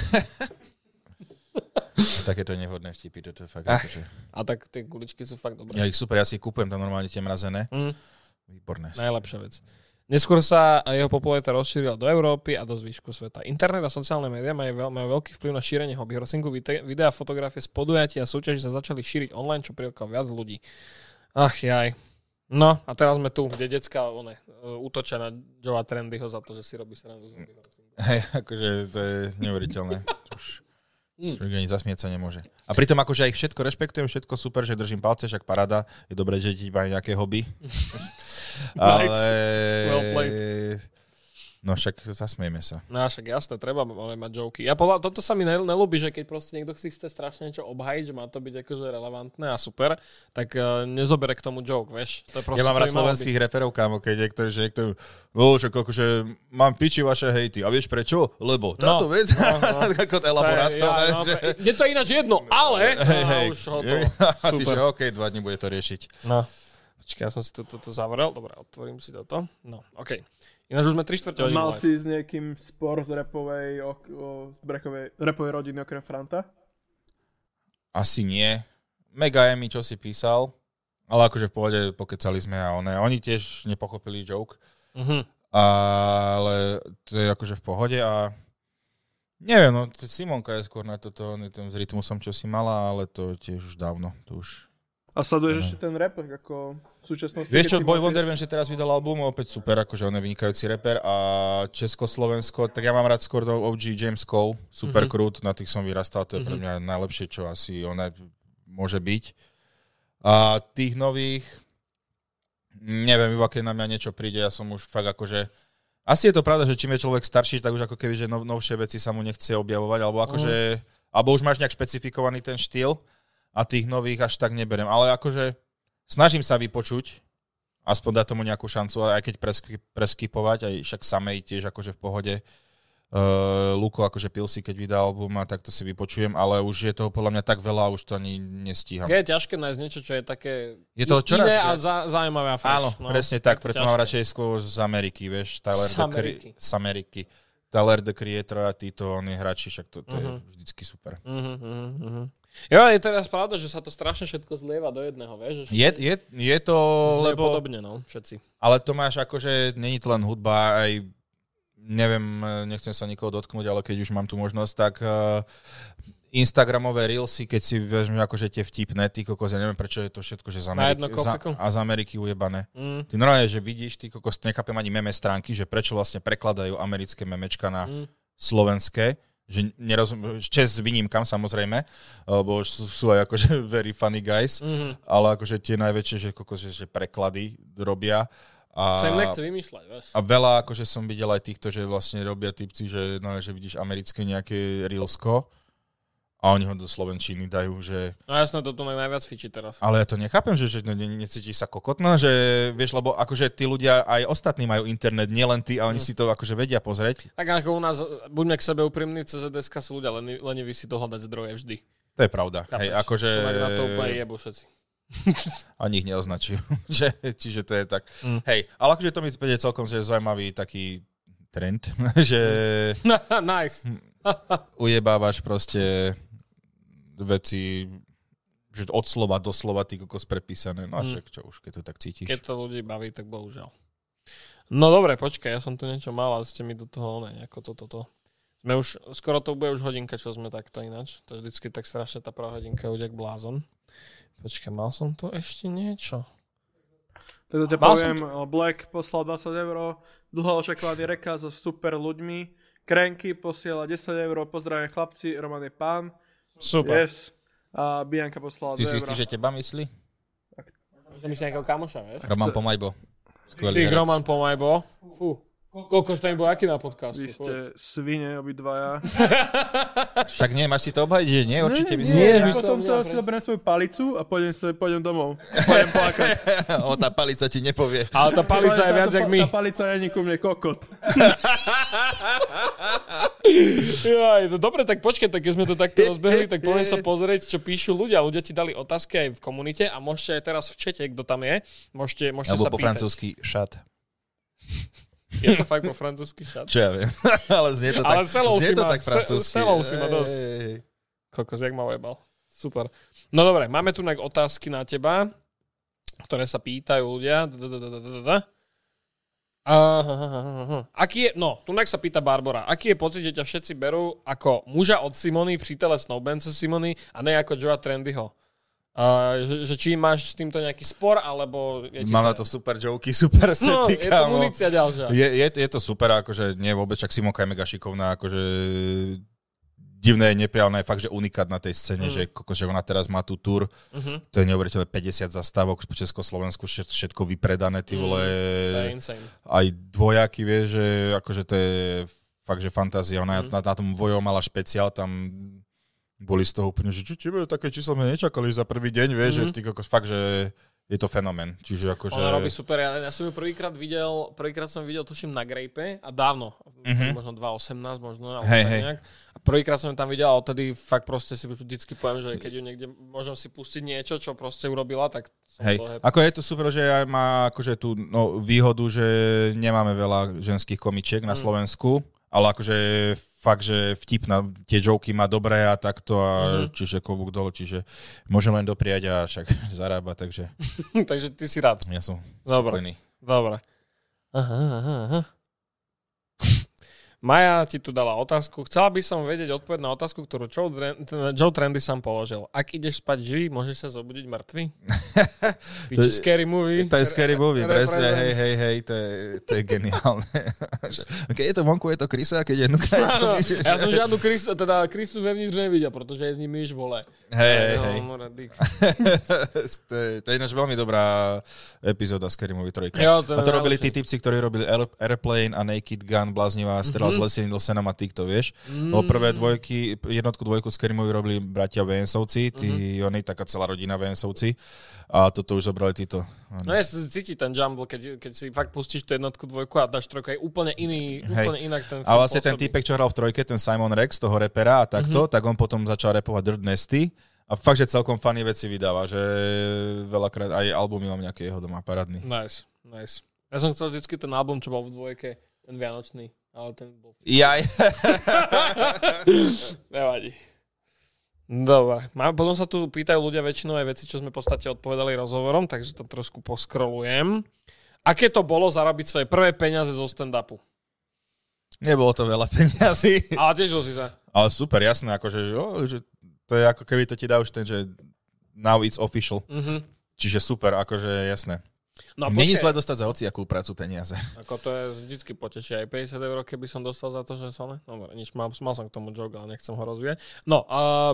S2: Takéto nevhodné vtipy, toto je fakt.
S1: Ach.
S2: Akože,
S1: A tak tie guličky sú fakt dobré.
S2: ja ich super, ja si ich kúpujem tam normálne tie mrazené.
S1: Mm.
S2: Výborné.
S1: Najlepšia vec. Neskôr sa jeho popularita rozšírila do Európy a do zvyšku sveta. Internet a sociálne médiá majú, veľ, majú veľký vplyv na šírenie hobby horsingu. Vite- Videá, fotografie z podujatí a súťaží sa začali šíriť online, čo prilákalo viac ľudí. Ach jaj. No a teraz sme tu, kde decka one, e, útočia na Joea Trendyho za to, že si robí srandu z hobby horsingu.
S2: Hej, akože to je neuveriteľné. Už
S1: Mm.
S2: človek ani zasmieť sa nemôže. A pritom akože aj všetko rešpektujem, všetko super, že držím palce, však parada. Je dobré, že deti majú nejaké hobby. Ale...
S1: Well played.
S2: No však zasmieme sa.
S1: No a však jasné, treba ale mať joky. Ja podľa, toto sa mi nel- nelúbi, že keď proste niekto chce chce strašne niečo obhajiť, že má to byť akože relevantné a super, tak uh, nezobere k tomu joke, vieš. To je proste,
S2: ja
S1: to
S2: mám rád
S1: by malo
S2: slovenských reperov, kámo, keď niekto, že niekto, no, že akože mám piči vaše hejty. A vieš prečo? Lebo
S1: No.
S2: táto vec,
S1: Aha.
S2: ako
S1: To
S2: to
S1: je-
S2: elaborátko,
S1: ja,
S2: ne,
S1: no,
S2: že...
S1: pre- Je to ináč jedno, ale...
S2: Hej,
S1: Á,
S2: hej.
S1: Už hotovo.
S2: A ty,
S1: Super.
S2: že OK, dva dní bude to riešiť.
S1: No. Počkaj, ja som si to- toto zavrel. Dobre, otvorím si toto. No, OK. Ináč už sme 3 čtvrte hodinu.
S4: Mal
S1: live.
S4: si s niekým spor z repovej, o, o, z brekovej, repovej rodiny okrem Franta?
S2: Asi nie. Mega je mi, čo si písal. Ale akože v pohode pokecali sme a one. Oni tiež nepochopili joke.
S1: Mhm.
S2: Ale to je akože v pohode a neviem, no t- Simonka je skôr na toto, on je tam s rytmusom, čo si mala, ale to tiež už dávno, to už.
S4: A sleduješ
S2: Mhm.
S4: ešte ten rap, ako v súčasnosti?
S2: Vieš čo,
S4: keď si
S2: Boy
S4: mal-
S2: Wonder, viem, že teraz vydal album, opäť super, akože on je vynikajúci reper a Československo, tak ja mám rád skôr toho OG James Cole, super
S1: Mhm.
S2: mm-hmm. krút, na tých som vyrastal, to je pre
S1: Mhm.
S2: mňa najlepšie, čo asi ona môže byť. A tých nových, neviem, iba keď na mňa niečo príde, ja som už fakt akože, asi je to pravda, že čím je človek starší, tak už ako keby, že nov, novšie veci sa mu nechce objavovať, alebo akože,
S1: Mhm.
S2: alebo už máš nejak špecifikovaný ten štýl a tých nových až tak neberem, ale akože snažím sa vypočuť, aspoň dať tomu nejakú šancu, aj keď presk- preskipovať, aj však samej tiež akože v pohode. Uh, Luko akože pil si, keď vydá album a tak to si vypočujem, ale už je toho podľa mňa tak veľa, už to ani nestíham.
S1: Je ťažké nájsť niečo, čo je také
S2: No. Je toho čoraz
S1: iné a
S2: viac.
S1: za, zaujímavé a fresh.
S2: Áno,
S1: no.
S2: presne
S1: Je
S2: tak,
S1: to
S2: preto
S1: ťažké.
S2: mám radšej skôr z Ameriky, vieš, Tyler
S1: Z
S2: the Cre-
S1: Ameriky.
S2: z Ameriky. Tyler the Creator a títo oni hráči, však to, to je
S1: Mhm.
S2: vždycky super.
S1: Mhm, mhm, mhm. Jo, je teraz pravda, že sa to strašne všetko zlieva do jedného, vieš? že
S2: Je, je, je to,
S1: znejú
S2: lebo...
S1: podobne, no, všetci.
S2: Ale to máš akože, není to len hudba, aj neviem, eh, nechcem sa nikoho dotknúť, ale keď už mám tu možnosť, tak eh, Instagramové reelsy, keď si vezmem akože tie vtipné, ty kokos, ja neviem prečo je to všetko, že z
S1: Na jedno
S2: Ameriky, za,
S1: kopiku?
S2: a z Ameriky ujebané.
S1: Mm.
S2: Ty normálne, že vidíš, ty kokos, nechápem ani meme stránky, že prečo vlastne prekladajú americké memečka na
S1: Mm.
S2: slovenské, že nerozum, čes výnimkám samozrejme, lebo sú, sú aj akože very funny guys,
S1: Mhm.
S2: ale akože tie najväčšie, že kokos, že, že preklady robia. A...
S1: Sa im nechce vymýšľať, vieš?
S2: A veľa, akože som videl aj týchto, že vlastne robia typci, že, no, že vidíš americké nejaké reelsko a oni ho do Slovenčiny dajú, že...
S1: No jasné, to tu najviac fičí teraz.
S2: Ale ja to nechápem, že, že ne, ne- necítiš sa kokotná, že vieš, lebo akože tí ľudia, aj ostatní majú internet, nielen ty, a
S1: Mm.
S2: oni si to akože vedia pozrieť.
S1: Tak ako u nás, buďme k sebe úprimní, CZDS sú ľudia leni- leniví si dohľadať zdroje vždy.
S2: To je pravda.
S1: Chápeš?
S2: Hej, akože...
S1: To na- na to úplne jebu všetci.
S2: Ani ich neoznačujú. že, čiže to je tak.
S1: Mm.
S2: Hej, ale akože to mi príde celkom že zaujímavý taký trend, že...
S1: nice.
S2: ujebávaš proste veci že od slova do slova ty kokos prepísané. No a
S1: Mm.
S2: však čo už, keď to tak cítiš.
S1: Keď to ľudí baví, tak bohužiaľ. No dobre, počkaj, ja som tu niečo mal, ale ste mi do toho, ne, ako toto, toto. Sme už, skoro to bude už hodinka, čo sme takto ináč. To vždycky tak strašne tá prvá hodinka ide jak blázon. Počkaj, mal som tu ešte niečo.
S4: Teda ťa
S1: Mal som
S4: poviem, Black poslal 20 eur, dlho očakávaný reka so super ľuďmi, Krenky posiela 10 eur, pozdravím chlapci, Roman je pán,
S1: Super.
S4: yes. A Bianka poslala
S2: Ty
S4: 2
S2: si istý,
S4: eur.
S2: že teba myslí?
S1: Myslím nejakého kamoša, vieš?
S2: Roman Pomajbo. Skvelý
S1: Ty,
S2: herec.
S1: Roman Pomajbo. Fú, Koľko to bol aký na podcastu?
S4: Vy ste svine obidvaja.
S2: Však nie, máš si to obhajiť, že nie? Určite by som...
S1: nie.
S4: ja
S1: my sa-
S4: potom
S1: ja
S4: to
S1: pre-
S4: si zoberiem svoju palicu a pôjdem, sa, pôjdem domov. Pôjdem plakať.
S2: o, tá palica ti nepovie.
S1: Ale tá palica je
S4: Táto
S1: viac
S4: pa-
S1: jak my.
S4: Tá palica je ku mne kokot.
S1: Jaj, no dobre, tak počkaj, tak keď sme to takto rozbehli, tak poďme sa pozrieť, čo píšu ľudia. Ľudia ti dali otázky aj v komunite a môžete aj teraz v čete, kto tam je, môžete, môžete
S2: Alebo
S1: sa
S2: po
S1: pýtať.
S2: francúzsky šat.
S1: Je to fakt po francúzsky šat.
S2: Čo ja viem. Ale znie to
S1: Ale
S2: tak,
S1: selou
S2: znie
S1: si
S2: to
S1: ma-
S2: tak
S1: se-
S2: francúzsky.
S1: selou si ma dosť.
S2: Ej.
S1: Kokos, jak ma ojebal. Super. No dobre, máme tu nejak otázky na teba, ktoré sa pýtajú ľudia. Da, da, da, da, da, da, da. Aha, aha, aha, aha. Aký je, no, tu sa pýta Barbara, aký je pocit, že ťa všetci berú ako muža od Simony, přítele snoubence Simony a ne ako Joea Trendyho? A, že, že, či máš s týmto nejaký spor, alebo... Je ti
S2: Mám na to super joky,
S1: no,
S2: super sety,
S1: je to
S2: kámo.
S1: munícia ďalšia.
S2: Je, je, je to super, akože nie vôbec, však Simonka je mega šikovná, akože divné, nepriálne, je fakt, že unikát na tej scéne,
S1: Mm.
S2: mm. že, kokos, že ona teraz má tú tour,
S1: Mhm,
S2: to je neuveriteľné, 50 zastávok po Československu, všet- všetko vypredané,
S1: Mm,
S2: ty vole,
S1: to
S2: Eh.
S1: je insane.
S2: aj dvojaky, vieš, že akože to je fakt, že fantázia, ona mm. na, na tom vojo mala špeciál, tam boli z toho úplne, že čo tebe také číslo sme nečakali za prvý deň, vieš,
S1: Mhm.
S2: mm. že ty kokos, fakt, že je to fenomén, čiže akože...
S1: Ona robí super, ja, ja som ju prvýkrát videl, prvýkrát som ju videl, tuším, na Grape a dávno,
S2: Mhm.
S1: možno 2018, možno, alebo
S2: Hej,
S1: tak
S2: hej.
S1: nejak. A prvýkrát som ju tam videl a odtedy fakt proste si vždycky poviem, že keď ju niekde, môžem si pustiť niečo, čo proste urobila, tak som
S2: Hej,
S1: z toho happy.
S2: ako je to super, že aj má akože tú no, výhodu, že nemáme veľa ženských komičiek na
S1: Mm.
S2: Slovensku, ale akože fakt, že vtipná, tie joky má dobré a takto, a
S1: Mhm.
S2: čiže klobúk dolu, čiže môžem len dopriať a však zarába, takže
S1: Takže ty si rád.
S2: ja som
S1: Dobre,
S2: spokojný.
S1: dobre. Aha, aha, aha. Maja ti tu dala otázku. Chcela by som vedieť odpoveď na otázku, ktorú Joe, Dren- Joe Trendy sám položil. Ak ideš spať živý, môžeš sa zobudiť mŕtvy?
S2: To
S1: Piči,
S2: je-
S1: scary movie.
S2: To je scary movie, presne,
S1: Represent.
S2: hej, hej, hej, to je, to je geniálne. Že keď je to vonku, je to krysa, keď je nuka, je to
S1: Áno,
S2: myš.
S1: ja som žiadnu Chris, teda Chrisu vevnitř nevidel, protože je s ním myš, vole.
S2: Hej, hej,
S1: No,
S2: hej.
S1: more, dick.
S2: to, je, to je ináč veľmi dobrá epizóda Scary Movie 3.
S1: Jo, to je
S2: a to robili tí
S1: najlepšie.
S2: typci, ktorí robili Air- Airplane a Naked Gun, bláznivá strela mm-hmm. s Leslie Nielsenom a týchto, vieš. Mm-hmm. O prvé dvojky, jednotku, dvojku Scary Movie robili bratia Vensovci, tí mm-hmm. oni, taká celá rodina Vensovci. A toto už zobrali títo.
S1: No ja si cíti ten jumble, keď, keď si fakt pustíš tú jednotku, dvojku a dáš trojku, je úplne iný,
S2: Hej.
S1: úplne inak ten
S2: A vlastne ten
S1: pôsobí.
S2: typek, čo hral v trojke, ten Simon Rex, toho repera a takto, tak on potom začal repovať Dirt Nasty. A fakt, že celkom funny veci vydáva, že veľakrát aj albumy mám nejaké jeho doma, parádny.
S1: Nice, nice. Ja som chcel vždycky ten album, čo bol v dvojke, ten vianočný, ale ten bol...
S2: Jaj.
S1: Nevadí. Dobre. Má, potom sa tu pýtajú ľudia väčšinou aj veci, čo sme v podstate odpovedali rozhovorom, takže to trošku poskrolujem. Aké to bolo zarobiť svoje prvé peniaze zo stand-upu?
S2: Nebolo to veľa peniazy.
S1: Ale tiež si sa.
S2: Ale super, jasné, akože, o, že to je ako keby to ti dá už ten, že now it's official.
S1: Mhm.
S2: Čiže super, akože jasné. No.
S1: No a
S2: Není
S1: počkaj,
S2: zle dostať za hociakú prácu peniaze.
S1: ako to je vždycky potešie. Aj 50 eur, keby som dostal za to, že som... Ne? Dobre, nič, mal, mal som k tomu joke, ale nechcem ho rozvíjať. No, a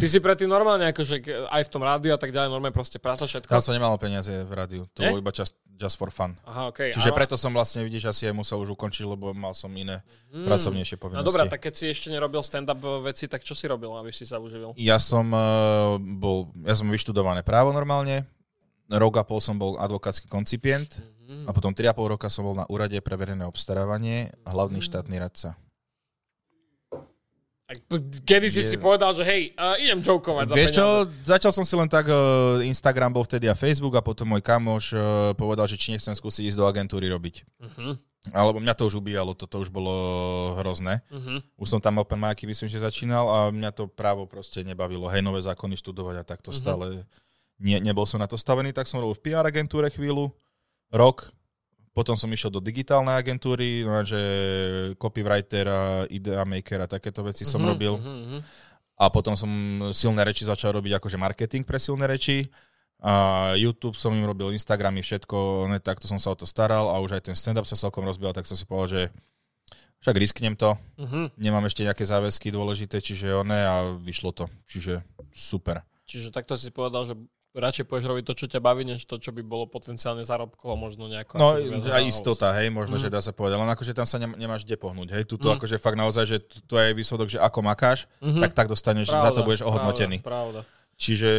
S1: ty si predtým normálne, akože k- aj v tom rádiu a tak ďalej, normálne proste práca
S2: Tam
S1: všetko.
S2: som nemal peniaze v rádiu, to
S1: Ne?
S2: bolo iba just, just for fun.
S1: Aha, okej.
S2: Čiže
S1: áno.
S2: preto som vlastne, vidíš, asi aj musel už ukončiť, lebo mal som iné
S1: Mm.
S2: pracovnejšie
S1: No
S2: povinnosti.
S1: dobrá, tak keď si ešte nerobil stand-up veci, tak čo si robil, aby si sa uživil?
S2: Ja som eh, bol, ja som vyštudované právo normálne, rok a pol som bol advokátsky koncipient
S1: Mhm.
S2: a potom 3,5 roka som bol na úrade pre verejné obstarávanie, hlavný štátny radca.
S1: A p- Kedy si
S2: Je-
S1: si povedal, že hej, uh, idem jokovať za
S2: Vieš čo,
S1: peniaze?
S2: začal som si len tak, eh, Instagram bol vtedy a Facebook a potom môj kamoš eh, povedal, že či nechcem skúsiť ísť do agentúry robiť.
S1: Mhm,
S2: Alebo mňa to už ubíjalo, toto už bolo hrozné.
S1: mhm.
S2: Už som tam open micy, myslím, že začínal a mňa to právo proste nebavilo. Hej, nové zákony študovať a takto
S1: Mhm.
S2: stále. Nie, nebol som na to stavený, tak som robil v PR agentúre chvíľu, rok. Potom som išiel do digitálnej agentúry, no, že copywriter a idea maker a takéto veci som
S1: Mhm,
S2: robil.
S1: mhm, mhm.
S2: A potom som silné reči začal robiť akože marketing pre silné reči. A YouTube som im robil, Instagramy, všetko, ne, takto som sa o to staral a už aj ten stand-up sa celkom rozbil, tak som si povedal, že však risknem to,
S1: Mhm.
S2: nemám ešte nejaké záväzky dôležité, čiže one a vyšlo to. Čiže super.
S1: Čiže takto si povedal, že radšej pôjdeš robiť to, čo ťa baví, než to, čo by bolo potenciálne zárobkovo, možno nejako...
S2: No
S1: akože viazaná
S2: aj
S1: na
S2: istota, hej, možno, že dá sa povedať, len akože tam sa nem- nemáš kde pohnúť, hej, tuto akože fakt naozaj, že t- to je výsledok, že ako makáš, tak tak dostaneš, za to budeš ohodnotený.
S1: Pravda, pravda.
S2: Čiže,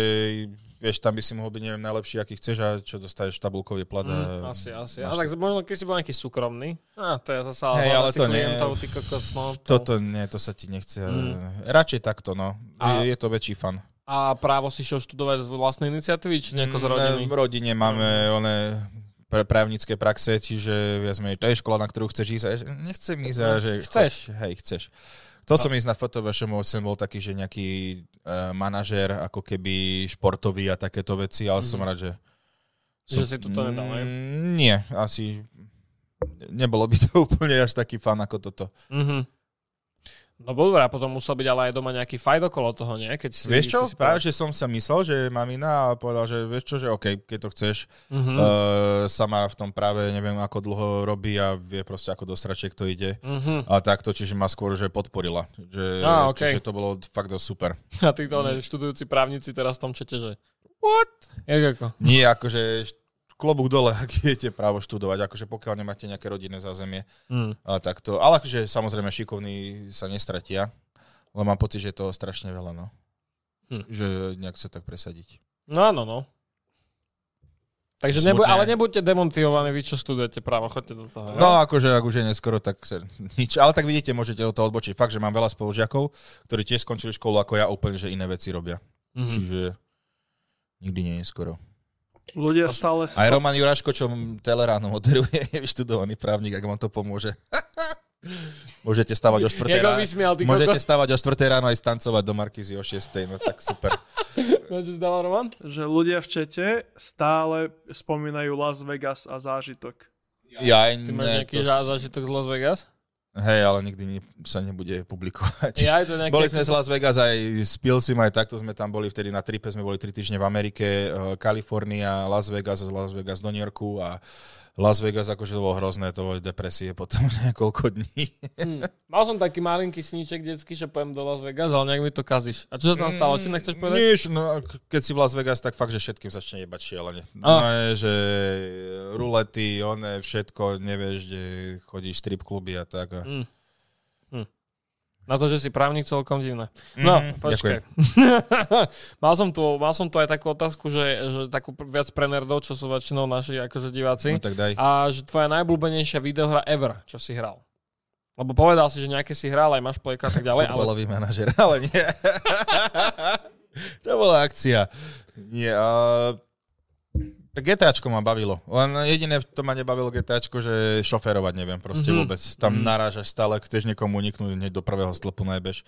S2: vieš, tam by si mohol byť, neviem, najlepší, aký chceš a čo dostaneš, tabulkový plat
S1: Mm,
S2: a...
S1: asi, asi. A
S2: máš
S1: tak možno keď si bol nejaký súkromný. Á, to je zase
S2: Hej, ale
S1: ale
S2: to
S1: to
S2: nie.
S1: klientov, ty kokos, no. to-
S2: Toto nie, to sa ti nechce. Mm. Radšej takto, no.
S1: A-
S2: Je, je to väčší fan.
S1: A právo si šiel študovať z vlastnej iniciatívy, či nejako
S2: Mm,
S1: z rodiny?
S2: V rodine máme one pra- právnické praxe, čiže viac menej, to je škola, na ktorú chceš ísť. A ja, že Nechcem ísť. A že
S1: Mm, Chceš.
S2: choď, hej, chceš. Chcel som ísť na fotovašom, som bol taký, že nejaký uh, manažér, ako keby športový a takéto veci, ale
S1: Mhm.
S2: som rád, že...
S1: Že si toto nedal, hej?
S2: Mm, Nie, asi... Nebolo by to úplne až taký fan ako toto.
S1: Mhm. No bol dobrá, potom musel byť ale aj doma nejaký fajt okolo toho, nie? Keď si,
S2: Vieš čo?
S1: Si si
S2: Práve, že som sa myslel, že je mamina a povedal, že vieš čo, že OK, keď to chceš,
S1: Mhm.
S2: Uh, sama v tom práve neviem, ako dlho robí a vie proste, ako do sračiek to ide.
S1: Mhm.
S2: A takto, čiže ma skôr, že podporila. Že,
S1: Á, ok.
S2: Čiže to bolo fakt dosť super.
S1: A títo mm. študujúci právnici teraz v tom čete, že...
S2: What?
S1: Jak ako?
S2: Nie, akože št- klobúk dole, ak idete právo študovať, akože pokiaľ nemáte nejaké rodinné zázemie.
S1: Mm.
S2: A takto. Ale akože samozrejme šikovní sa nestratia, ale mám pocit, že je toho strašne veľa, no.
S1: Hm.
S2: Že nejak sa tak presadiť.
S1: No áno, no. Takže
S2: Smutné.
S1: nebu- ale nebuďte demotivovaní, vy čo študujete právo, choďte do toho. jo?
S2: No akože, ak už je neskoro, tak sa, nič. Ale tak vidíte, môžete od toho odbočiť. Fakt, že mám veľa spolužiakov, ktorí tiež skončili školu ako ja, úplne, že iné veci robia. Mm-hmm.
S1: Mhm.
S2: Čiže nikdy nie je skoro.
S5: Ľudia stále...
S2: Aj Roman Juraško, čo m- Teleránu moderuje, je vyštudovaný právnik, ak vám to pomôže. Môžete stávať o 4.
S1: Jak ho
S2: ráno.
S1: vysmial, ty
S2: Môžete
S1: kokos.
S2: stávať o 4. ráno aj stancovať do Markizy o 6. No tak super.
S1: No, čo si dával, Roman?
S5: že ľudia v čete stále spomínajú Las Vegas a zážitok.
S2: Ja aj
S1: Ty máš
S2: ne,
S1: nejaký
S2: to,
S1: žá-
S2: s-
S1: zážitok z Las Vegas?
S2: Hej, ale nikdy ne, sa nebude publikovať.
S1: Ja, je to nejaký...
S2: Boli sme z Las Vegas aj s Pilsim, aj takto sme tam boli vtedy na tripe, sme boli 3 týždne v Amerike, eh, Kalifornia, Las Vegas, z Las Vegas do New Yorku a Las Vegas akože to bolo hrozné, to boli depresie potom niekoľko dní.
S1: Hm. Mal som taký malinký sníček detský, že pojem do Las Vegas, ale nejak mi to kazíš. A čo sa tam stalo? Či nechceš povedať?
S2: Nič, no, ak- keď si v Las Vegas, tak fakt, že všetkým začne jebať šielene. No,
S1: Ah.
S2: je, že rulety, one, všetko, nevieš, kde chodíš, strip kluby a tak. A...
S1: Na to, že si právnik, celkom divné. No,
S2: Mhm,
S1: počkaj. mal, som tu, mal som tu aj takú otázku, že, že takú pr- viac pre nerdov, čo sú väčšinou naši akože diváci.
S2: No tak daj.
S1: A že tvoja najblúbenejšia videohra ever, čo si hral. Lebo povedal si, že nejaké si hral, aj máš plejka a tak ďalej, ale
S2: Futbalový manažer, ale nie. to bola akcia. Nie, a... GTAčko ma bavilo. Len jediné, to ma nebavilo GTAčko, že šoférovať neviem
S1: Mhm.
S2: proste mm-hmm. vôbec. Tam mm-hmm. narážaš stále, chceš niekomu uniknúť, hneď do prvého stĺpu najbež.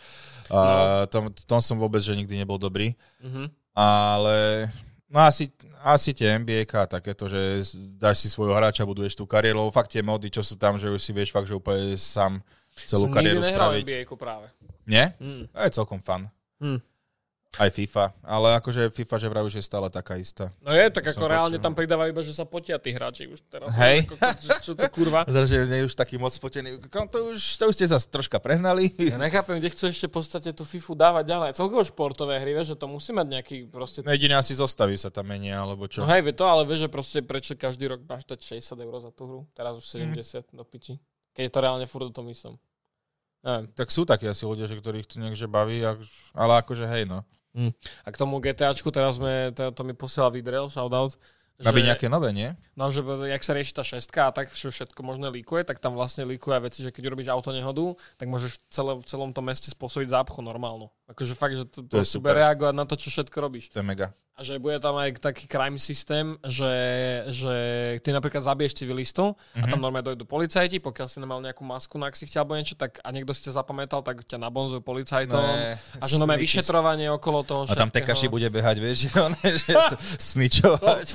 S1: No.
S2: A tom, tom som vôbec, že nikdy nebol dobrý.
S1: Mhm.
S2: Ale no asi, asi tie NBA a takéto, že s- dáš si svojho hráča, buduješ tú kariéru, lebo fakt tie mody, čo sú tam, že už si vieš fakt, že úplne sám celú
S1: som nikdy
S2: kariéru
S1: nehral
S2: spraviť.
S1: nba práve.
S2: Nie?
S1: Mm.
S2: A je celkom fan.
S1: Hm.
S2: Aj FIFA. Ale akože FIFA, že vravíš, je stále taká istá.
S1: No je, tak
S2: Som
S1: ako reálne
S2: počul.
S1: tam pridáva iba, že sa potia tí hráči už teraz.
S2: Hej.
S1: Ako, čo, čo to kurva?
S2: Zda, že nie je už taký moc spotený. Kom, To už, to už ste zase troška prehnali.
S1: Ja nechápem, kde chcú ešte v podstate tú FIFU dávať ďalej. Celkovo športové hry, vieš, že to musí mať nejaký proste...
S2: No jedine asi zostaví sa tam menia, alebo
S1: No
S2: čo.
S1: hej, vie to, ale vieš, že proste prečo každý rok máš dať 60 eur za tú hru? Teraz už 70 do piči. Keď je to reálne furt o tom istom. Neviem.
S2: Tak sú takí asi ľudia, že ktorých to niekže baví, ak- ale akože hej, no.
S1: A k tomu GTAčku, teraz sme, teda to, to mi posielal Vidrel, shoutout.
S2: Má byť nejaké nové, nie?
S1: No, že jak sa rieši tá šestka a tak čo všetko možné líkuje, tak tam vlastne líkuje aj veci, že keď urobíš auto nehodu, tak môžeš v celé, v celom tom meste spôsobiť zápchu normálnu. Akože fakt, že to, to,
S2: To je
S1: super
S2: super.
S1: reagovať na to, čo všetko robíš.
S2: To je mega.
S1: A že bude tam aj taký crime systém, že, že ty napríklad zabiješ civilistu mm-hmm. a
S2: Mhm.
S1: tam normálne dojdú policajti, pokiaľ si nemal nejakú masku na ksichte alebo niečo, tak a niekto si ťa zapamätal, tak ťa nabonzujú policajtom.
S2: Ne,
S1: a že normálne
S2: sneaky.
S1: vyšetrovanie okolo toho
S2: A tam tekaši bude behať, vieš, že on že sničovať.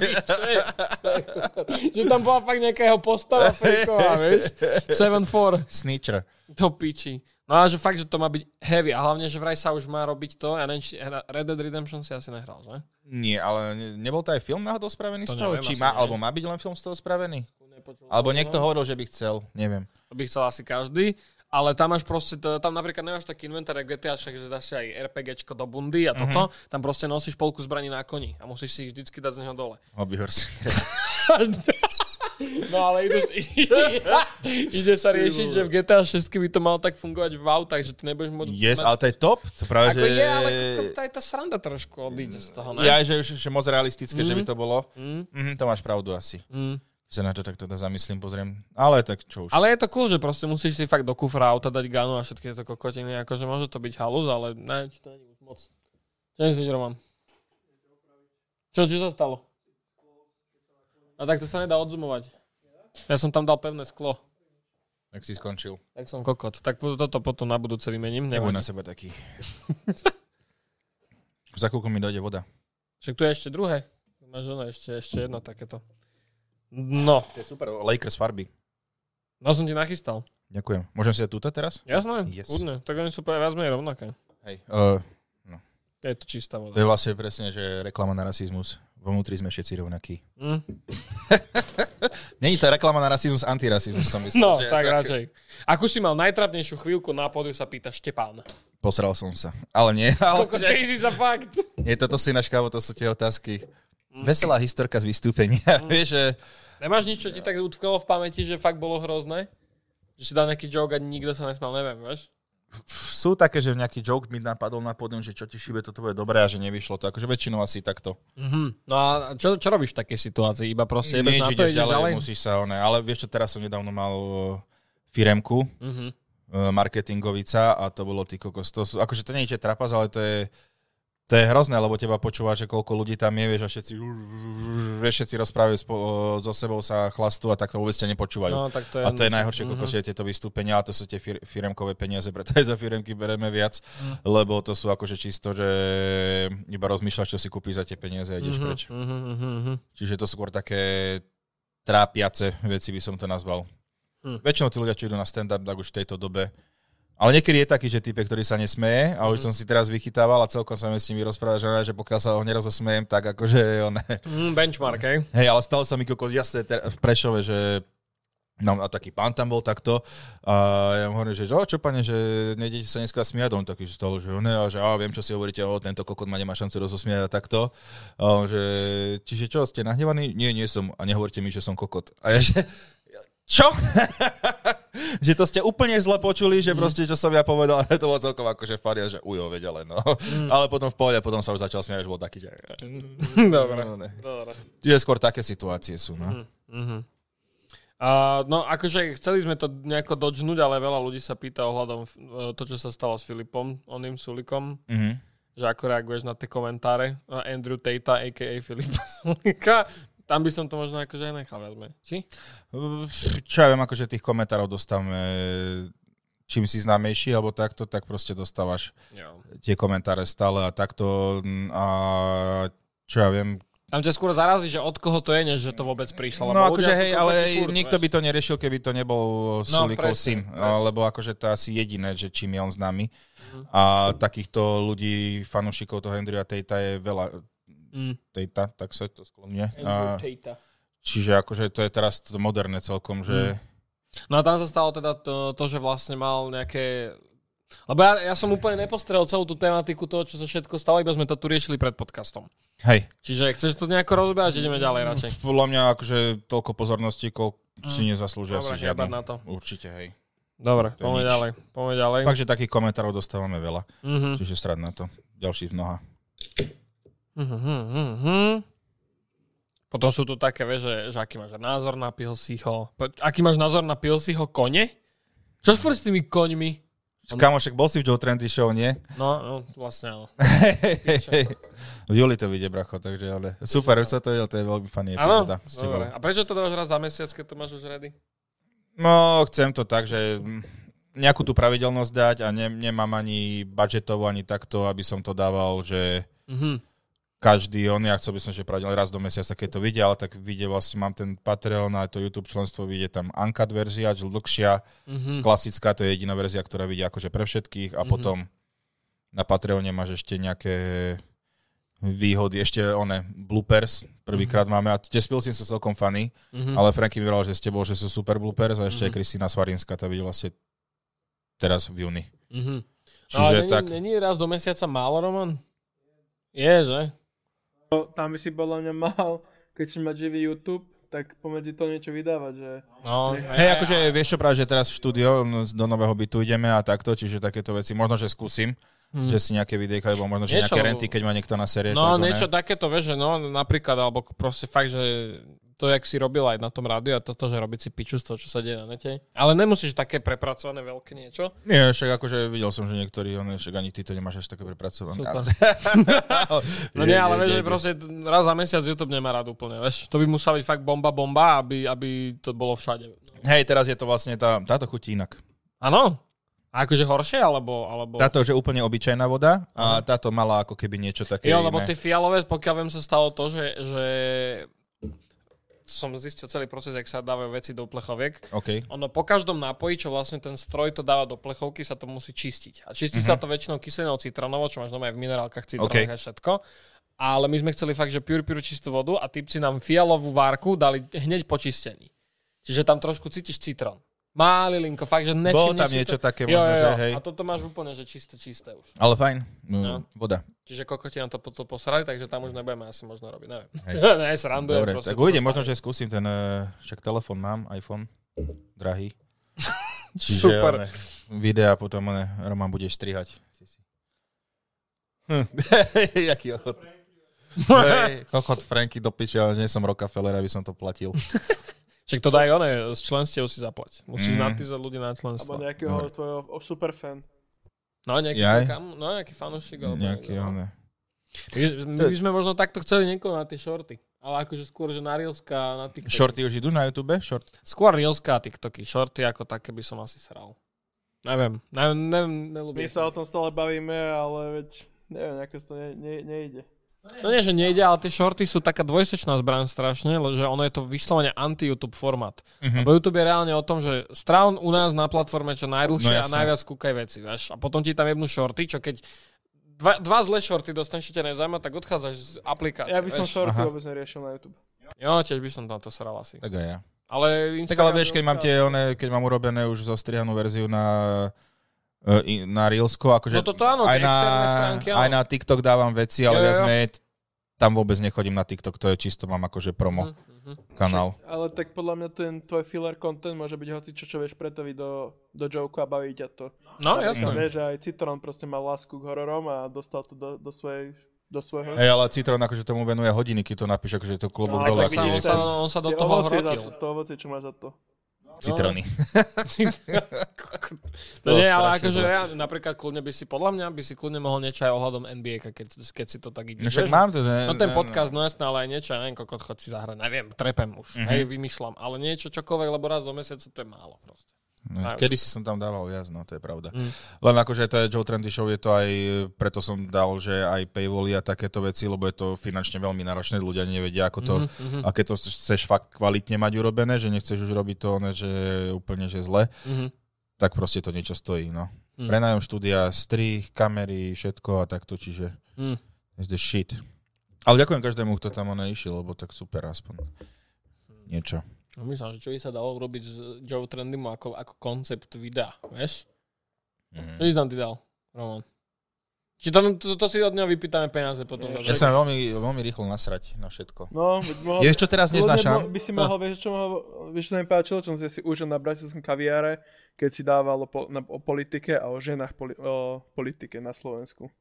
S1: že tam bola fakt nejaká jeho postava fejková, vieš? 7-4.
S2: Snitcher.
S1: To piči. No a že fakt, že to má byť heavy. A hlavne, že vraj sa už má robiť to. Ja neviem, či hra- Red Dead Redemption si asi nehral, že?
S2: Nie, ale ne- nebol to aj film náhodou spravený
S1: To
S2: z toho?
S1: neviem,
S2: Či
S1: asi
S2: má,
S1: nie.
S2: alebo má byť len film z toho spravený?
S1: Nepočul
S2: Alebo
S1: som
S2: niekto
S1: ho.
S2: hovoril, že by chcel, neviem.
S1: To by chcel asi každý. A ale tam máš proste, to- tam napríklad nemáš taký inventár ako GTA, že dáš si aj RPGčko do bundy a toto, tam proste nosíš polku zbraní na koni a musíš si ich vždycky dať z neho dole.
S2: Hobby horse.
S1: No ale ide, ide sa riešiť, že v GTA 6 by to malo tak fungovať v autách, že ty nebudeš môcť... mať-
S2: Yes, ale to je top. To práve,
S1: Ako
S2: že... No,
S1: je, ale ako tá- aj tá sranda trošku odíde z toho, ne? Hm?
S2: Ja, že už že moc realistické, mm. že by
S1: Mhm.
S2: to bolo. Mm. Mm, to máš pravdu asi.
S1: Mm.
S2: Keď Sa na to takto zamyslím, pozriem. Ale tak čo už.
S1: Ale je to cool, že proste musíš si fakt do kufra auta dať ganu a všetky tieto kokotiny, akože môže to byť halus, ale neviem, či to nie je už moc. Čo myslíš, Roman? Čo, čo sa stalo? A tak to sa nedá odzumovať. Ja som tam dal pevné sklo,
S2: Tak si skončil.
S1: tak som kokot. Tak po- toto potom na budúce vymením,
S2: Nebuď
S1: nevadí.
S2: na seba taký. Za koľko mi dojde voda.
S1: Však tu je ešte druhé. Máš ono, ešte, ešte jedno takéto. No,
S2: To je super. Lakers farby.
S1: no som ti nachystal.
S2: Ďakujem. Môžem si dať túto teraz?
S1: Jasné,
S2: Yes.
S1: yes. kľudne. Tak oni sú po- viac menej rovnaké.
S2: Hej. Uh,
S1: To je to čistá
S2: to je
S1: voda.
S2: vlastne presne, že reklama na rasizmus. Vo vnútri sme všetci rovnakí.
S1: Mm.
S2: Není to reklama na rasizmus, antirasizmus som myslel.
S1: No,
S2: že
S1: tak radšej. Akú si mal najtrapnejšiu chvíľku na pódiu, sa pýta Štepán.
S2: Posral som sa. Ale nie, ale
S1: Koľko ty si sa fakt.
S2: nie, toto si naškávo, to sú tie otázky. Veselá historka z vystúpenia. Vieš, že
S1: Nemáš nič, čo ti tak utkalo v pamäti, že fakt bolo hrozné? Že si dal nejaký joke a nikto sa nesmal, neviem, vieš?
S2: sú také, že nejaký joke mi napadol na pódium, že čo ti šíbe, toto bude dobré a že nevyšlo to. Akože väčšinou asi takto.
S1: No a čo, čo robíš v takej situácii? Iba proste jebeš
S2: Nič,
S1: na to, ideš ďalej?
S2: musíš sa oné. Ale vieš čo, teraz som nedávno mal uh, firemku
S1: Mhm.
S2: uh, marketingovica a to bolo ty kokos. To sú, akože to nie je že trapas, ale to je to je hrozné, lebo teba počúva, že koľko ľudí tam je, vieš, a všetci, vieš, všetci rozprávajú spo, so sebou sa chlastu a tak to vôbec ťa nepočúvajú.
S1: No, tak to je... Mhm.
S2: A to je najhoršie, mm-hmm. kokos, je tieto vystúpenia, a to sú tie fir- firemkové peniaze, preto aj za firemky bereme viac, mm. lebo to sú akože čisto, že iba rozmýšľaš, čo si kúpiš za tie peniaze a ideš mm-hmm. preč.
S1: Mhm, mhm, mhm.
S2: Čiže to sú skôr také trápiace veci, by som to nazval.
S1: Hm.
S2: Mm. Väčšinou tí ľudia, čo idú na stand-up, tak už v tejto dobe. Ale niekedy je taký, že type, ktorý sa nesmeje a už som si teraz vychytával a celkom sa mi s nimi rozprával, že, že pokiaľ sa ho nerozosmejem, tak akože on,
S1: Mm, benchmark, hej?
S2: Hej, ale stalo sa mi kokos, jasné, ter- v Prešove, že No, a taký pán tam bol takto a ja mu hovorím, že o, čo pane, že nejdete sa dneska smiať, on taký že stalo, že ne, a že a, viem, čo si hovoríte, o, tento kokot ma nemá šancu rozosmiať a takto. A on, že, čiže čo, ste nahnevaní? Nie, nie som a nehovorte mi, že som kokot. A ja, že, čo? že to ste úplne zle počuli, že proste, čo som ja povedal, to bolo celkom akože faria, že ujo, vedele, no. Ale potom v pohode, potom sa už začal smiať, už bol taký, že...
S1: Dobre.
S2: No, ne.
S1: Dobre.
S2: Čiže skôr také situácie sú, no.
S1: Mhm. A, no akože chceli sme to nejako dočnúť, ale veľa ľudí sa pýta ohľadom e, to, čo sa stalo s Filipom, oným Sulikom,
S2: Mm-hmm.
S1: že ako reaguješ na tie komentáre A Andrew Tata, a.k.a. Filipa Sulika. Tam by som to možno akože aj nechal viac menej. Či?
S2: Čo ja viem, akože tých komentárov dostávame, čím si známejší alebo takto, tak proste dostávaš
S1: Jo.
S2: tie komentáre stále a takto mm, a čo ja viem.
S1: Tam ťa skôr zarazí, že od koho to je, než že to vôbec prišlo.
S2: No
S1: lebo ľudia
S2: akože
S1: sú
S2: hej,
S1: kokoti
S2: ale
S1: furt,
S2: nikto by
S1: vieš. No,
S2: to neriešil, keby to nebol Sulikov
S1: presne,
S2: syn,
S1: presne. Mhm.
S2: lebo akože to asi jediné, že čím je on známy. A takýchto ľudí, fanúšikov toho Andrewa Tejta je veľa.
S1: Mm.
S2: Tejta, tak sa to sklonne.
S1: Andrew
S2: A,
S1: Tata.
S2: čiže akože to je teraz to moderné celkom, že...
S1: No a tam sa stalo teda to, to že vlastne mal nejaké... Lebo ja, ja som úplne nepostrel celú tú tematiku toho, čo sa všetko stalo, iba sme to tu riešili pred podcastom.
S2: Hej,
S1: Čiže chceš to nejako rozberať, že ideme ďalej radšej.
S2: Podľa mňa akože toľko pozornosti, koľko si
S1: Mm.
S2: nezaslúžia
S1: Dobre, chrbát
S2: si žiadnu.
S1: na to.
S2: Určite, hej.
S1: Dobre,
S2: To je
S1: poďme
S2: nič.
S1: ďalej. Poďme ďalej.
S2: Takže takých komentárov dostávame veľa,
S1: Mhm.
S2: čiže srad na to. Ďalší z mnoha.
S1: Mhm, mhm, mhm. Potom sú tu také, vieš, že, že aký máš názor na pilsiho. Aký máš názor na pilsiho kone? Čo furt s tými koňmi?
S2: Kámo, však bol si v Joe Trendy Show, nie?
S1: No, no vlastne áno.
S2: v júli to vyjde, bracho, takže ale super, už sa to videl, to je veľmi funny
S1: no. Áno?
S2: epizóda. s tebou.
S1: Dobre. A prečo to dávaš raz za mesiac, keď to máš už ready?
S2: No, chcem to tak, že mm, nejakú tú pravidelnosť dať a ne, nemám ani budžetovú, ani takto, aby som to dával, že
S1: Mhm.
S2: každý on, ja chcel by som, že pravidelne raz do mesiaca, keď to vyjde, ale tak vyjde vlastne, mám ten Patreon a to YouTube členstvo, vyjde tam Uncut verzia, čo dlhšia,
S1: Mhm.
S2: klasická, to je jediná verzia, ktorá vyjde akože pre všetkých a potom na Patreone máš ešte nejaké výhody, ešte one, bloopers, prvýkrát máme, a tie spilci sú celkom funny,
S1: Mhm.
S2: ale Franky vybral, že s tebou, že sú super bloopers a ešte aj Kristina Svarinská, tá videla vlastne teraz v júni.
S1: Mhm. No,
S2: Čiže
S1: ale
S2: tak...
S1: není, není raz do mesiaca málo, Roman? Je, že?
S4: No, tam by si podľa mňa mal, keď si mať živý YouTube, tak pomedzi to niečo vydávať, že...
S1: No,
S2: Hej, akože vieš čo práve, že teraz v štúdio no, do nového bytu ideme a takto, čiže takéto veci. Možno, že skúsim,
S1: Hm.
S2: že si nejaké videjka, alebo možno, že
S1: Niečo,
S2: nejaké
S1: lebo-
S2: renty, keď má niekto na série.
S1: No,
S2: tak, ne?
S1: niečo takéto, vieš, že no, napríklad, alebo proste fakt, že to, jak si robil aj na tom rádiu a toto, že robiť si piču z toho, čo sa deje na nete. Ale nemusíš také prepracované veľké niečo.
S2: Nie, však akože videl som, že niektorí, on, však ani ty to nemáš až také prepracované.
S1: Super.
S2: Ale-
S1: No
S2: No, Je,
S1: nie, ale
S2: je,
S1: vieš,
S2: je,
S1: že
S2: je.
S1: proste raz za mesiac YouTube nemá rád úplne, vieš. To by musela byť fakt bomba, bomba, aby, aby to bolo všade.
S2: Hej, teraz je to vlastne tá, táto chutí inak.
S1: Áno? A akože horšie, alebo... alebo...
S2: Táto, že úplne obyčajná voda a táto mala ako keby niečo také
S1: Jo,
S2: iné.
S1: lebo tie fialové, pokiaľ viem, sa stalo to, že, že som zistil celý proces, jak sa dávajú veci do plechoviek.
S2: OK.
S1: Ono po každom nápoji, čo vlastne ten stroj to dáva do plechovky, sa to musí čistiť. A čistí sa to väčšinou kyselinou citronovou, čo máš doma aj v minerálkach citrónových
S2: Mhm.
S1: a
S2: OK.
S1: všetko. Ale my sme chceli fakt, že pure, pure čistú vodu a typci nám fialovú várku dali hneď po čistení. Čiže tam trošku cítiš citrón. Máli linko, fakt, že nečím,
S2: Bolo tam
S1: si
S2: niečo také
S1: jo, jo,
S2: možno, že
S1: jo.
S2: hej.
S1: A toto máš úplne, že čisté, čisté už.
S2: Ale fajn, no,
S1: No.
S2: voda.
S1: Čiže kokoti nám to potom posrali, takže tam už nebudeme asi možno robiť, neviem.
S2: Mhm. Hej.
S1: ne, srandujem.
S2: Dobre,
S1: proste,
S2: tak
S1: to
S2: uvidím,
S1: sa
S2: možno,
S1: stane.
S2: že skúsim ten, eh, však telefon mám, iPhone, drahý.
S1: Super.
S2: one, Videa potom, one, Roman, bude strihať. Hm. Jaký ochot. Hej, kokot Franky do piče, ale nie som Rockefeller, aby som to platil.
S1: Však to daj one, eh, z členstiev si zaplať. Musíš
S2: Mm.
S1: mm. natýzať ľudí na
S4: Alebo
S1: členstvo.
S4: nejakého
S2: Dobre.
S4: tvojho o, superfan.
S1: No nejaký,
S2: Jaj.
S1: kam, no, nejaký fanúšik. alebo
S2: Nejaký,
S1: no.
S2: one.
S1: My by sme možno takto chceli niekoho na tie šorty. Ale akože skôr, že na Reelska, na TikTok.
S2: Shorty už idú na YouTube? Short?
S1: Skôr Reelska a TikToky. Shorty ako také by som asi sral. Neviem, neviem, neviem nelúbim.
S4: My sa o tom stále bavíme, ale veď neviem, ako to ne, ne, nejde.
S1: No nie, že nejde, ale tie shorty sú taká dvojsečná zbraň strašne, le- že ono je to vyslovene anti-YouTube format.
S2: Mhm.
S1: Lebo YouTube je reálne o tom, že strán u nás na platforme čo najdlhšie
S2: No
S1: no, a
S2: jasné.
S1: najviac kúkaj veci, vieš. A potom ti tam jebnú shorty, čo keď dva, dva zlé shorty dostaneš, čo ťa nezaujíma, tak odchádzaš z aplikácie,
S4: Ja by som
S1: vieš.
S4: shorty
S2: aha.
S4: vôbec neriešil na YouTube.
S1: Jo, tiež by som na to sral asi.
S2: Tak aj ja.
S1: Ale
S2: Tak
S1: Instagram
S2: ale vieš, keď mám, tie, one, keď mám urobené už zostrihanú verziu na e, i- na Reelsko,
S1: No
S2: akože
S1: toto áno, tie
S2: aj, na,
S1: externé stránky, áno.
S2: aj na TikTok dávam veci,
S1: Jo,
S2: ale
S1: jo,
S2: viac
S1: jo.
S2: menej t- tam vôbec nechodím na TikTok, to je čisto mám akože
S1: Mhm,
S2: promo
S1: mhm.
S2: kanál.
S4: Ale tak podľa mňa ten tvoj filler content môže byť hoci čo, čo vieš pretaviť do, do joke a baví ťa to.
S1: No,
S4: A
S1: jasné.
S4: to
S2: Mhm.
S4: Vieš, že aj Citron proste mal lásku k hororom a dostal to do, do, svojej, do svojho.
S2: Hej, ale Citron akože tomu venuje hodiny, keď to napíše, akože to klobúk
S4: No,
S2: dole.
S1: Tak sa,
S4: vidíš,
S1: on,
S2: akože
S1: sa,
S4: ten-
S1: on sa do
S4: Tie
S1: toho
S4: ovocie za
S1: hrotil.
S4: to, to ovocie, čo máš za to.
S2: Citrony.
S1: no, To nie,
S2: strašne
S1: ale akože
S2: zle.
S1: reálne, napríklad kľudne by si, podľa mňa, by si kľudne mohol niečo aj ohľadom NBA, keď, keď si to tak ide.
S2: No však
S1: vieš?
S2: mám to. Ne,
S1: No ten
S2: ne-
S1: podcast, no jasné, ale aj niečo, ja neviem, koľko chod si zahrať, neviem, trepem už,
S2: Mhm.
S1: hej, vymýšľam, ale niečo, čokoľvek, lebo raz do mesiaca to je málo proste.
S2: No,
S1: Aj.
S2: Kedy si som tam dával viac, no to je pravda.
S1: Mm.
S2: Len akože to je Joe Trendy Show, je to aj, preto som dal, že aj paywally a takéto veci, lebo je to finančne veľmi náročné, ľudia nevedia, ako to,
S1: Mhm,
S2: a keď to chceš fakt kvalitne mať urobené, že nechceš už robiť to, ne, že úplne že zle,
S1: mhm.
S2: tak proste to niečo stojí, no.
S1: Mm.
S2: Prenajom štúdia, strih, kamery, všetko a takto, čiže
S1: Mm.
S2: it's the shit. Ale ďakujem každému, kto tam one išiel, lebo tak super aspoň niečo.
S1: No Myslím, že čo by sa dalo urobiť s Joe Trendym ako, ako koncept videa, vieš? Čo
S2: Mm.
S1: by si tam ty dal, Roman? Či to, to, to si od neho vypýtame peniaze potom.
S4: Ja
S1: dobre?
S2: Ja sa veľmi, veľmi rýchlo nasrať na všetko.
S4: No, veď mohol...
S2: Vieš, čo teraz
S4: Kľudne
S2: neznášam?
S5: No,
S4: mo- By si mohol, vieš, čo, mohol, vieš, čo sa mi páčilo, čo som si asi užil na bratislavskom kaviáre, keď si dával o, po, na, o politike a o ženách poli, o politike na Slovensku.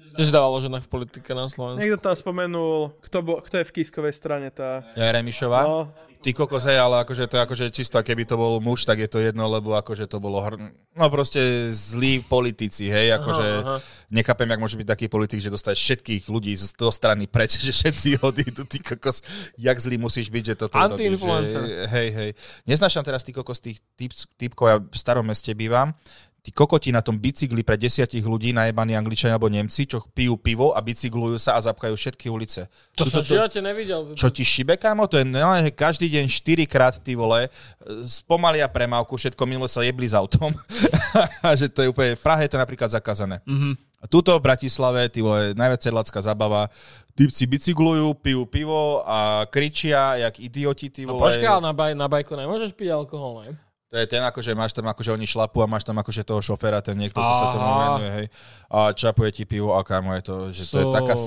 S1: Čo si dával o ženách v politike na Slovensku?
S4: Niekto tam spomenul, kto, bo, kto je v Kiskovej strane tá...
S2: Ja, Remišová?
S4: No,
S2: Ty kokos, hej, ale akože to je akože čisto, keby to bol muž, tak je to jedno, lebo akože to bolo hr... No proste zlí politici, hej, akože...
S1: aha.
S2: nechápem, jak môže byť taký politik, že dostať všetkých ľudí z toho strany preč, že všetci odídu, ty kokos, jak zlý musíš byť, že toto urobíš,
S1: Anti-influencer.
S2: že- Hej, hej. Neznášam teraz ty kokos tých typ, typkov, ja v starom meste bývam, tí kokoti na tom bicykli pre desiatich ľudí, najebaní Angličania alebo Nemci, čo pijú pivo a bicyklujú sa a zapkajú všetky ulice.
S1: To
S2: Tu
S1: som
S2: sa
S1: v živote nevidel.
S2: čo ti šibe, kámo? To je nelen, že každý deň 4 krát, ty vole, e, spomalia premávku, všetko minulo sa jebli s autom. A že to je úplne, v Prahe je to napríklad zakázané.
S1: Mhm.
S2: Mm-hmm. A tuto v Bratislave, ty vole, najviac sedlacká zabava, typci bicyklujú, pijú pivo a kričia, jak idioti, ty
S1: No
S2: vole.
S1: počkaj, ale na, baj, na bajku nemôžeš piť alkohol, ne?
S2: To je ten, akože máš tam, akože oni šlapu a máš tam akože toho šoféra, ten niekto, to sa tomu
S1: Aha.
S2: venuje, hej. A čapuje ti pivo a kámo je to, že to je taká
S1: Super.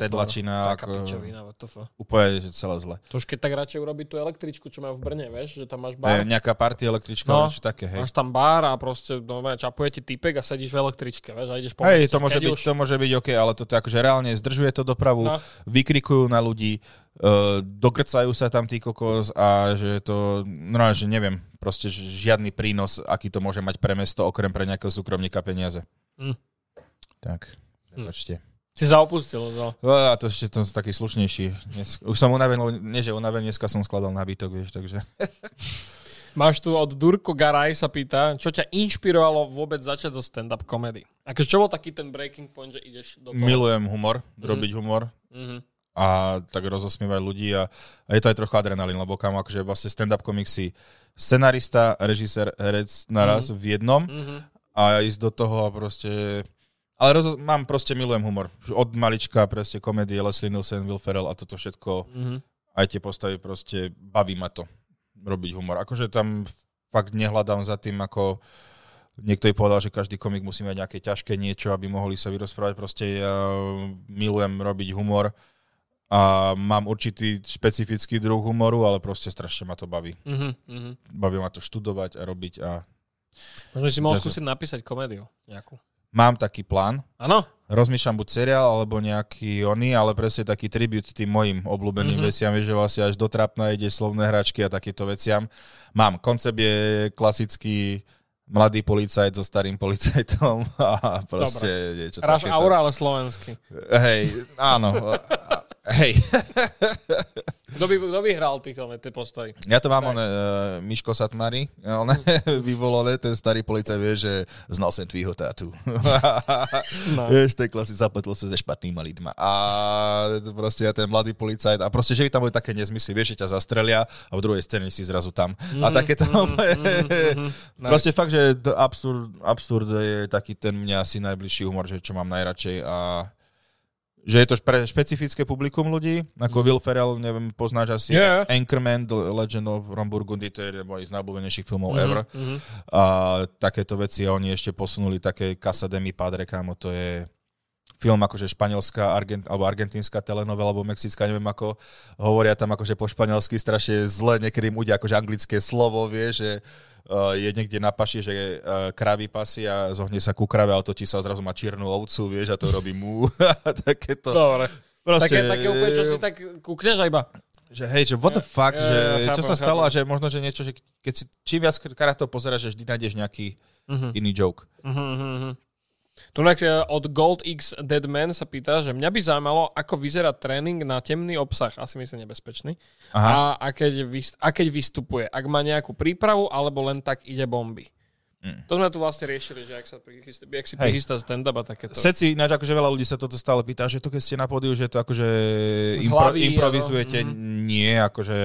S1: Taká
S2: sedlačina, ako
S1: pičovina, what the fuck.
S2: úplne, že celé zle.
S1: To už keď tak radšej urobiť tú električku, čo majú v Brne, vieš, že tam máš
S2: To
S1: bar.
S2: je nejaká party električka,
S1: No.
S2: no. niečo také, hej.
S1: Máš tam bar a proste no, čapuje ti typek a sedíš v električke, vieš, a ideš po
S2: Hej,
S1: meste.
S2: to môže,
S1: Keď
S2: byť,
S1: už-
S2: to môže byť OK, ale toto akože reálne zdržuje to dopravu,
S1: No.
S2: no. vykrikujú na ľudí, uh, dogrcajú sa tam tí kokos a že to, no že neviem, proste ž- žiadny prínos, aký to môže mať pre mesto, okrem pre nejakého súkromníka peniaze.
S1: Hm.
S2: Tak, prepačte.
S1: Si sa opustil, no.
S2: A to ešte to som taký slušnejší. Dnes, už som unavený, lebo- nie že unavený, dneska som skladal nábytok, vieš, takže...
S1: Máš tu od Durko Garaj sa pýta, čo ťa inšpirovalo vôbec začať so stand-up comedy? Akože čo bol taký ten breaking point, že ideš do toho?
S2: Milujem humor, robiť humor,
S1: Mhm.
S2: a tak rozosmievať ľudí a, a je to aj trochu adrenalín, lebo kam akože vlastne stand-up komik si scenarista, režisér, herec naraz mm-hmm. v jednom
S1: Mhm.
S2: a ísť do toho a proste... Ale rozo- mám, proste milujem humor. Už Od malička proste komédie, Leslie Nielsen, Will Ferrell a toto všetko,
S1: Mhm.
S2: aj tie postavy proste baví ma to, robiť humor. Akože tam fakt nehľadám za tým, ako niekto jej povedal, že každý komik musí mať nejaké ťažké niečo, aby mohli sa vyrozprávať. Proste ja milujem robiť humor a mám určitý špecifický druh humoru, ale proste strašne ma to baví.
S1: Mhm. Mhm.
S2: Baví ma to študovať a robiť a
S1: Možno si mohol
S2: Ďakujem.
S1: skúsiť napísať komédiu nejakú.
S2: mám taký plán.
S1: Áno?
S2: Rozmýšľam buď seriál alebo nejaký oný, ale presne taký tribut tým mojim obľúbeným
S1: Mhm.
S2: mm-hmm. veciam, vieš, že vlastne až do trapna ide slovné hračky a takýmto veciam. Mám, koncept je klasický mladý policajt so starým policajtom a proste niečo
S1: Ráš
S2: takéto.
S1: aura, ale slovenský.
S2: Hej, áno. a- Hej,
S1: Kto by, kto by hral tých ale, tie postavy?
S2: ja to mám, on, uh, Miško Satmari, e, on vyvolané, ten starý policajt vie, že znal som tvýho tátu.
S1: No.
S2: Vieš, to je klasik, zapletol sa se špatnýma lidma. A to proste ja ten mladý policajt, a proste, že by tam boli také nezmysly, vieš, že ťa zastrelia a v druhej scéne si zrazu tam. Mm, a takéto... Mm, mm,
S1: Nice.
S2: proste fakt, že d- absurd, absurd je taký ten mňa asi najbližší humor, že čo mám najradšej a že je to pre špecifické publikum ľudí, ako Will Ferrell, neviem, poznáš asi
S1: Mhm. Yeah.
S2: Anchorman, The Legend of Ramburgundy, to je jeden z najobľúbenejších filmov ever
S1: Mhm.
S2: a takéto veci a oni ešte posunuli také Casa de mi padre, kámo, to je film akože španielská argent, alebo argentínska telenovela alebo mexická, neviem ako, hovoria tam akože po španielsky strašne zle, niekedy im udia akože anglické slovo, vie, že uh, je niekde na paši, že uh, kravy pasí a zohne sa ku krave, ale to ti sa zrazu má čiernu ovcu, vieš, a to robí mu. takéto.
S1: Dobre.
S2: Proste,
S1: No, Také, také úplne, čo si tak kúkneš a iba.
S2: že hej, že what the fuck,
S1: ja,
S2: že
S1: ja
S2: čo
S1: chápem,
S2: sa stalo a že možno, že niečo, že keď si čím viac krát to pozeráš, že vždy nájdeš nejaký
S1: Mhm.
S2: iný joke.
S1: Mhm, mhm, mhm. Tu inak, e, od Gold X Deadman sa pýta, že mňa by zaujímalo, ako vyzerá tréning na temný obsah, asi myslím nebezpečný, a,
S2: Aha.
S1: a, keď vys- a keď vystupuje, ak má nejakú prípravu, alebo len tak ide bomby.
S2: Mm.
S1: To sme tu vlastne riešili, že ak, sa prichystá, ak si
S2: Hej.
S1: prichystá stand-up a takéto.
S2: Seci, ináč akože veľa ľudí sa toto stále pýta, že to keď ste na pódiu, že to akože
S1: Z
S2: impro-
S1: hlavy,
S2: improvizujete.
S1: áno. Mhm.
S2: Nie, akože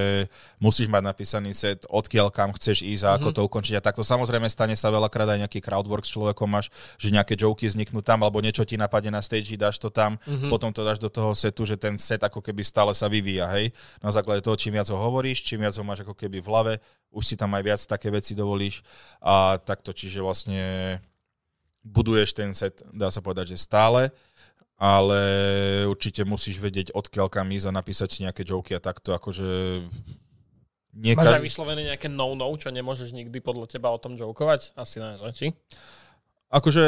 S2: musíš mať napísaný set, odkiaľ kam chceš ísť a
S1: Mhm.
S2: ako to ukončiť a takto. Samozrejme stane sa veľakrát aj nejaký crowdwork s človekom, máš, že nejaké joky vzniknú tam, alebo niečo ti napadne na stage, dáš to tam,
S1: Mhm.
S2: potom to dáš do toho setu, že ten set ako keby stále sa vyvíja, hej. Na základe toho, čím viac ho hovoríš, čím viac ho máš ako keby v hlave, už si tam aj viac také veci dovolíš a takto, čiže vlastne buduješ ten set, dá sa povedať, že stále, ale určite musíš vedieť, odkiaľ kam ísť a napísať si nejaké joky a takto, akože... Nie
S1: Máš aj
S2: každý-
S1: vyslovené nejaké no-no, čo nemôžeš nikdy podľa teba o tom jokovať? Asi ne, že? Či?
S2: Akože,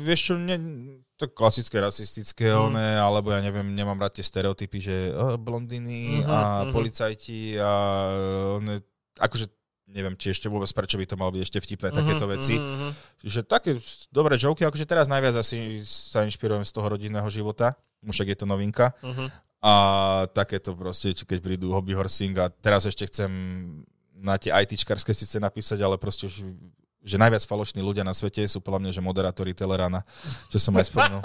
S2: vieš čo, ne, to klasické rasistické,
S1: Mhm.
S2: mm. one, alebo ja neviem, nemám rád tie stereotypy, že oh,
S1: Mhm,
S2: blondiny a
S1: mhm.
S2: policajti a one, akože neviem, či ešte vôbec prečo by to malo byť ešte vtipné takéto veci.
S1: Mm-hmm.
S2: Že také s- dobré joky, akože teraz najviac asi sa inšpirujem z toho rodinného života, však je to novinka.
S1: Mhm.
S2: A takéto proste, či keď prídu hobby horsing a teraz ešte chcem na tie ITčkarské síce napísať, ale proste už že najviac falošní ľudia na svete sú podľa mňa, že moderátori Telerana, čo som aj spomenul.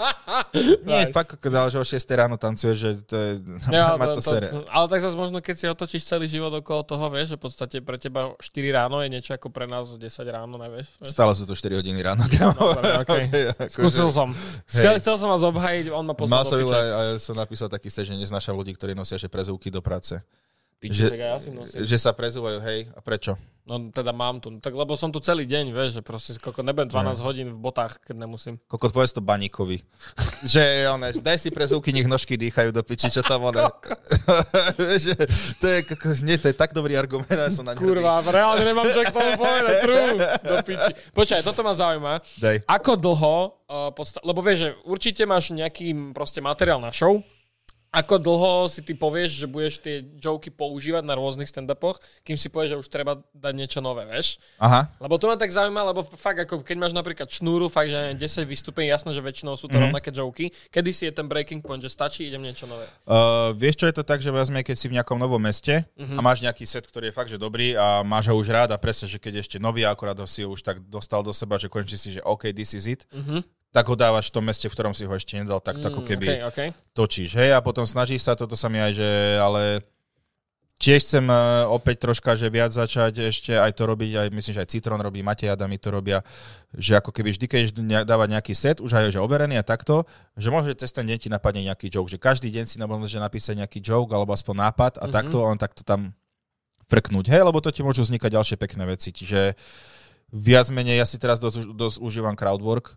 S2: Nie,
S1: Nice.
S2: fakt, keď že o 6 ráno tancuje, že to je...
S1: Ja,
S2: Ja, má to, to sere.
S1: ale tak zase možno, keď si otočíš celý život okolo toho, vieš, že v podstate pre teba 4 ráno je niečo ako pre nás 10 ráno, nevieš? vieš?
S2: Stále sú to 4 hodiny ráno. Kamo.
S1: Dobre, No, okej.
S2: Hej, akože-
S1: Skúsil som. Chcel, chcel som vás obhajiť, on ma
S2: Mal
S1: poslal
S2: som,
S1: do piče.
S2: aj, aj som napísal taký set, že neznášam ľudí, ktorí nosia že prezúky do práce.
S1: Piče,
S2: že-
S1: tak aj ja si nosím.
S2: Že sa prezúvajú, hej, a prečo?
S1: No teda mám tu, no, tak lebo som tu celý deň, vieš, že proste koľko nebudem 12 hodín v botách, keď nemusím.
S2: Kokot, povedz to baníkovi. že one, že daj si prezúky, nech nožky dýchajú do piči, čo tam one. Vieš, že to je, kokos, nie, to je tak dobrý argument, ja som na ne
S1: Kurva, reálne nemám čo k tomu povedať, trú, do piči. Počkaj, toto ma zaujíma.
S2: hrdý. Daj.
S1: Ako dlho, uh, podsta- lebo vieš, že určite máš nejaký proste materiál na show, ako dlho si ty povieš, že budeš tie joky používať na rôznych stand-upoch, kým si povieš, že už treba dať niečo nové, vieš?
S2: Aha.
S1: Lebo to ma tak zaujíma, lebo fakt, ako keď máš napríklad šnúru, fakt, že neviem, 10 vystúpení, jasné, že väčšinou sú to
S2: Mhm.
S1: mm-hmm. rovnaké joky, kedy si je ten breaking point, že stačí, idem niečo nové.
S2: Uh, vieš, čo je to tak, že vezme, keď si v nejakom novom meste a máš nejaký set, ktorý je fakt, že dobrý a máš ho už rád a presne, že keď ešte nový, akorát ho si už tak dostal do seba, že končí si, že OK, this is it,
S1: Mhm.
S2: tak ho dávaš v tom meste, v ktorom si ho ešte nedal, tak to ako keby...
S1: Okay, okay.
S2: točíš, hej, a potom snažíš sa, toto sa mi aj, že, ale tiež chcem e, opäť troška, že viac začať ešte aj to robiť, aj myslím, že aj Citron robí, Matej Adami to robia, že ako keby vždy, keď ideš ne- dávať nejaký set, už aj že overený a takto, že môže cez ten deň ti napadne nejaký joke, že každý deň si nabrno, že napísať nejaký joke alebo aspoň nápad a
S1: Mhm.
S2: takto, len takto tam frknúť, hej, lebo to ti môžu vznikať ďalšie pekné veci, čiže viac menej, ja si teraz dosť, dosť užívam crowdwork,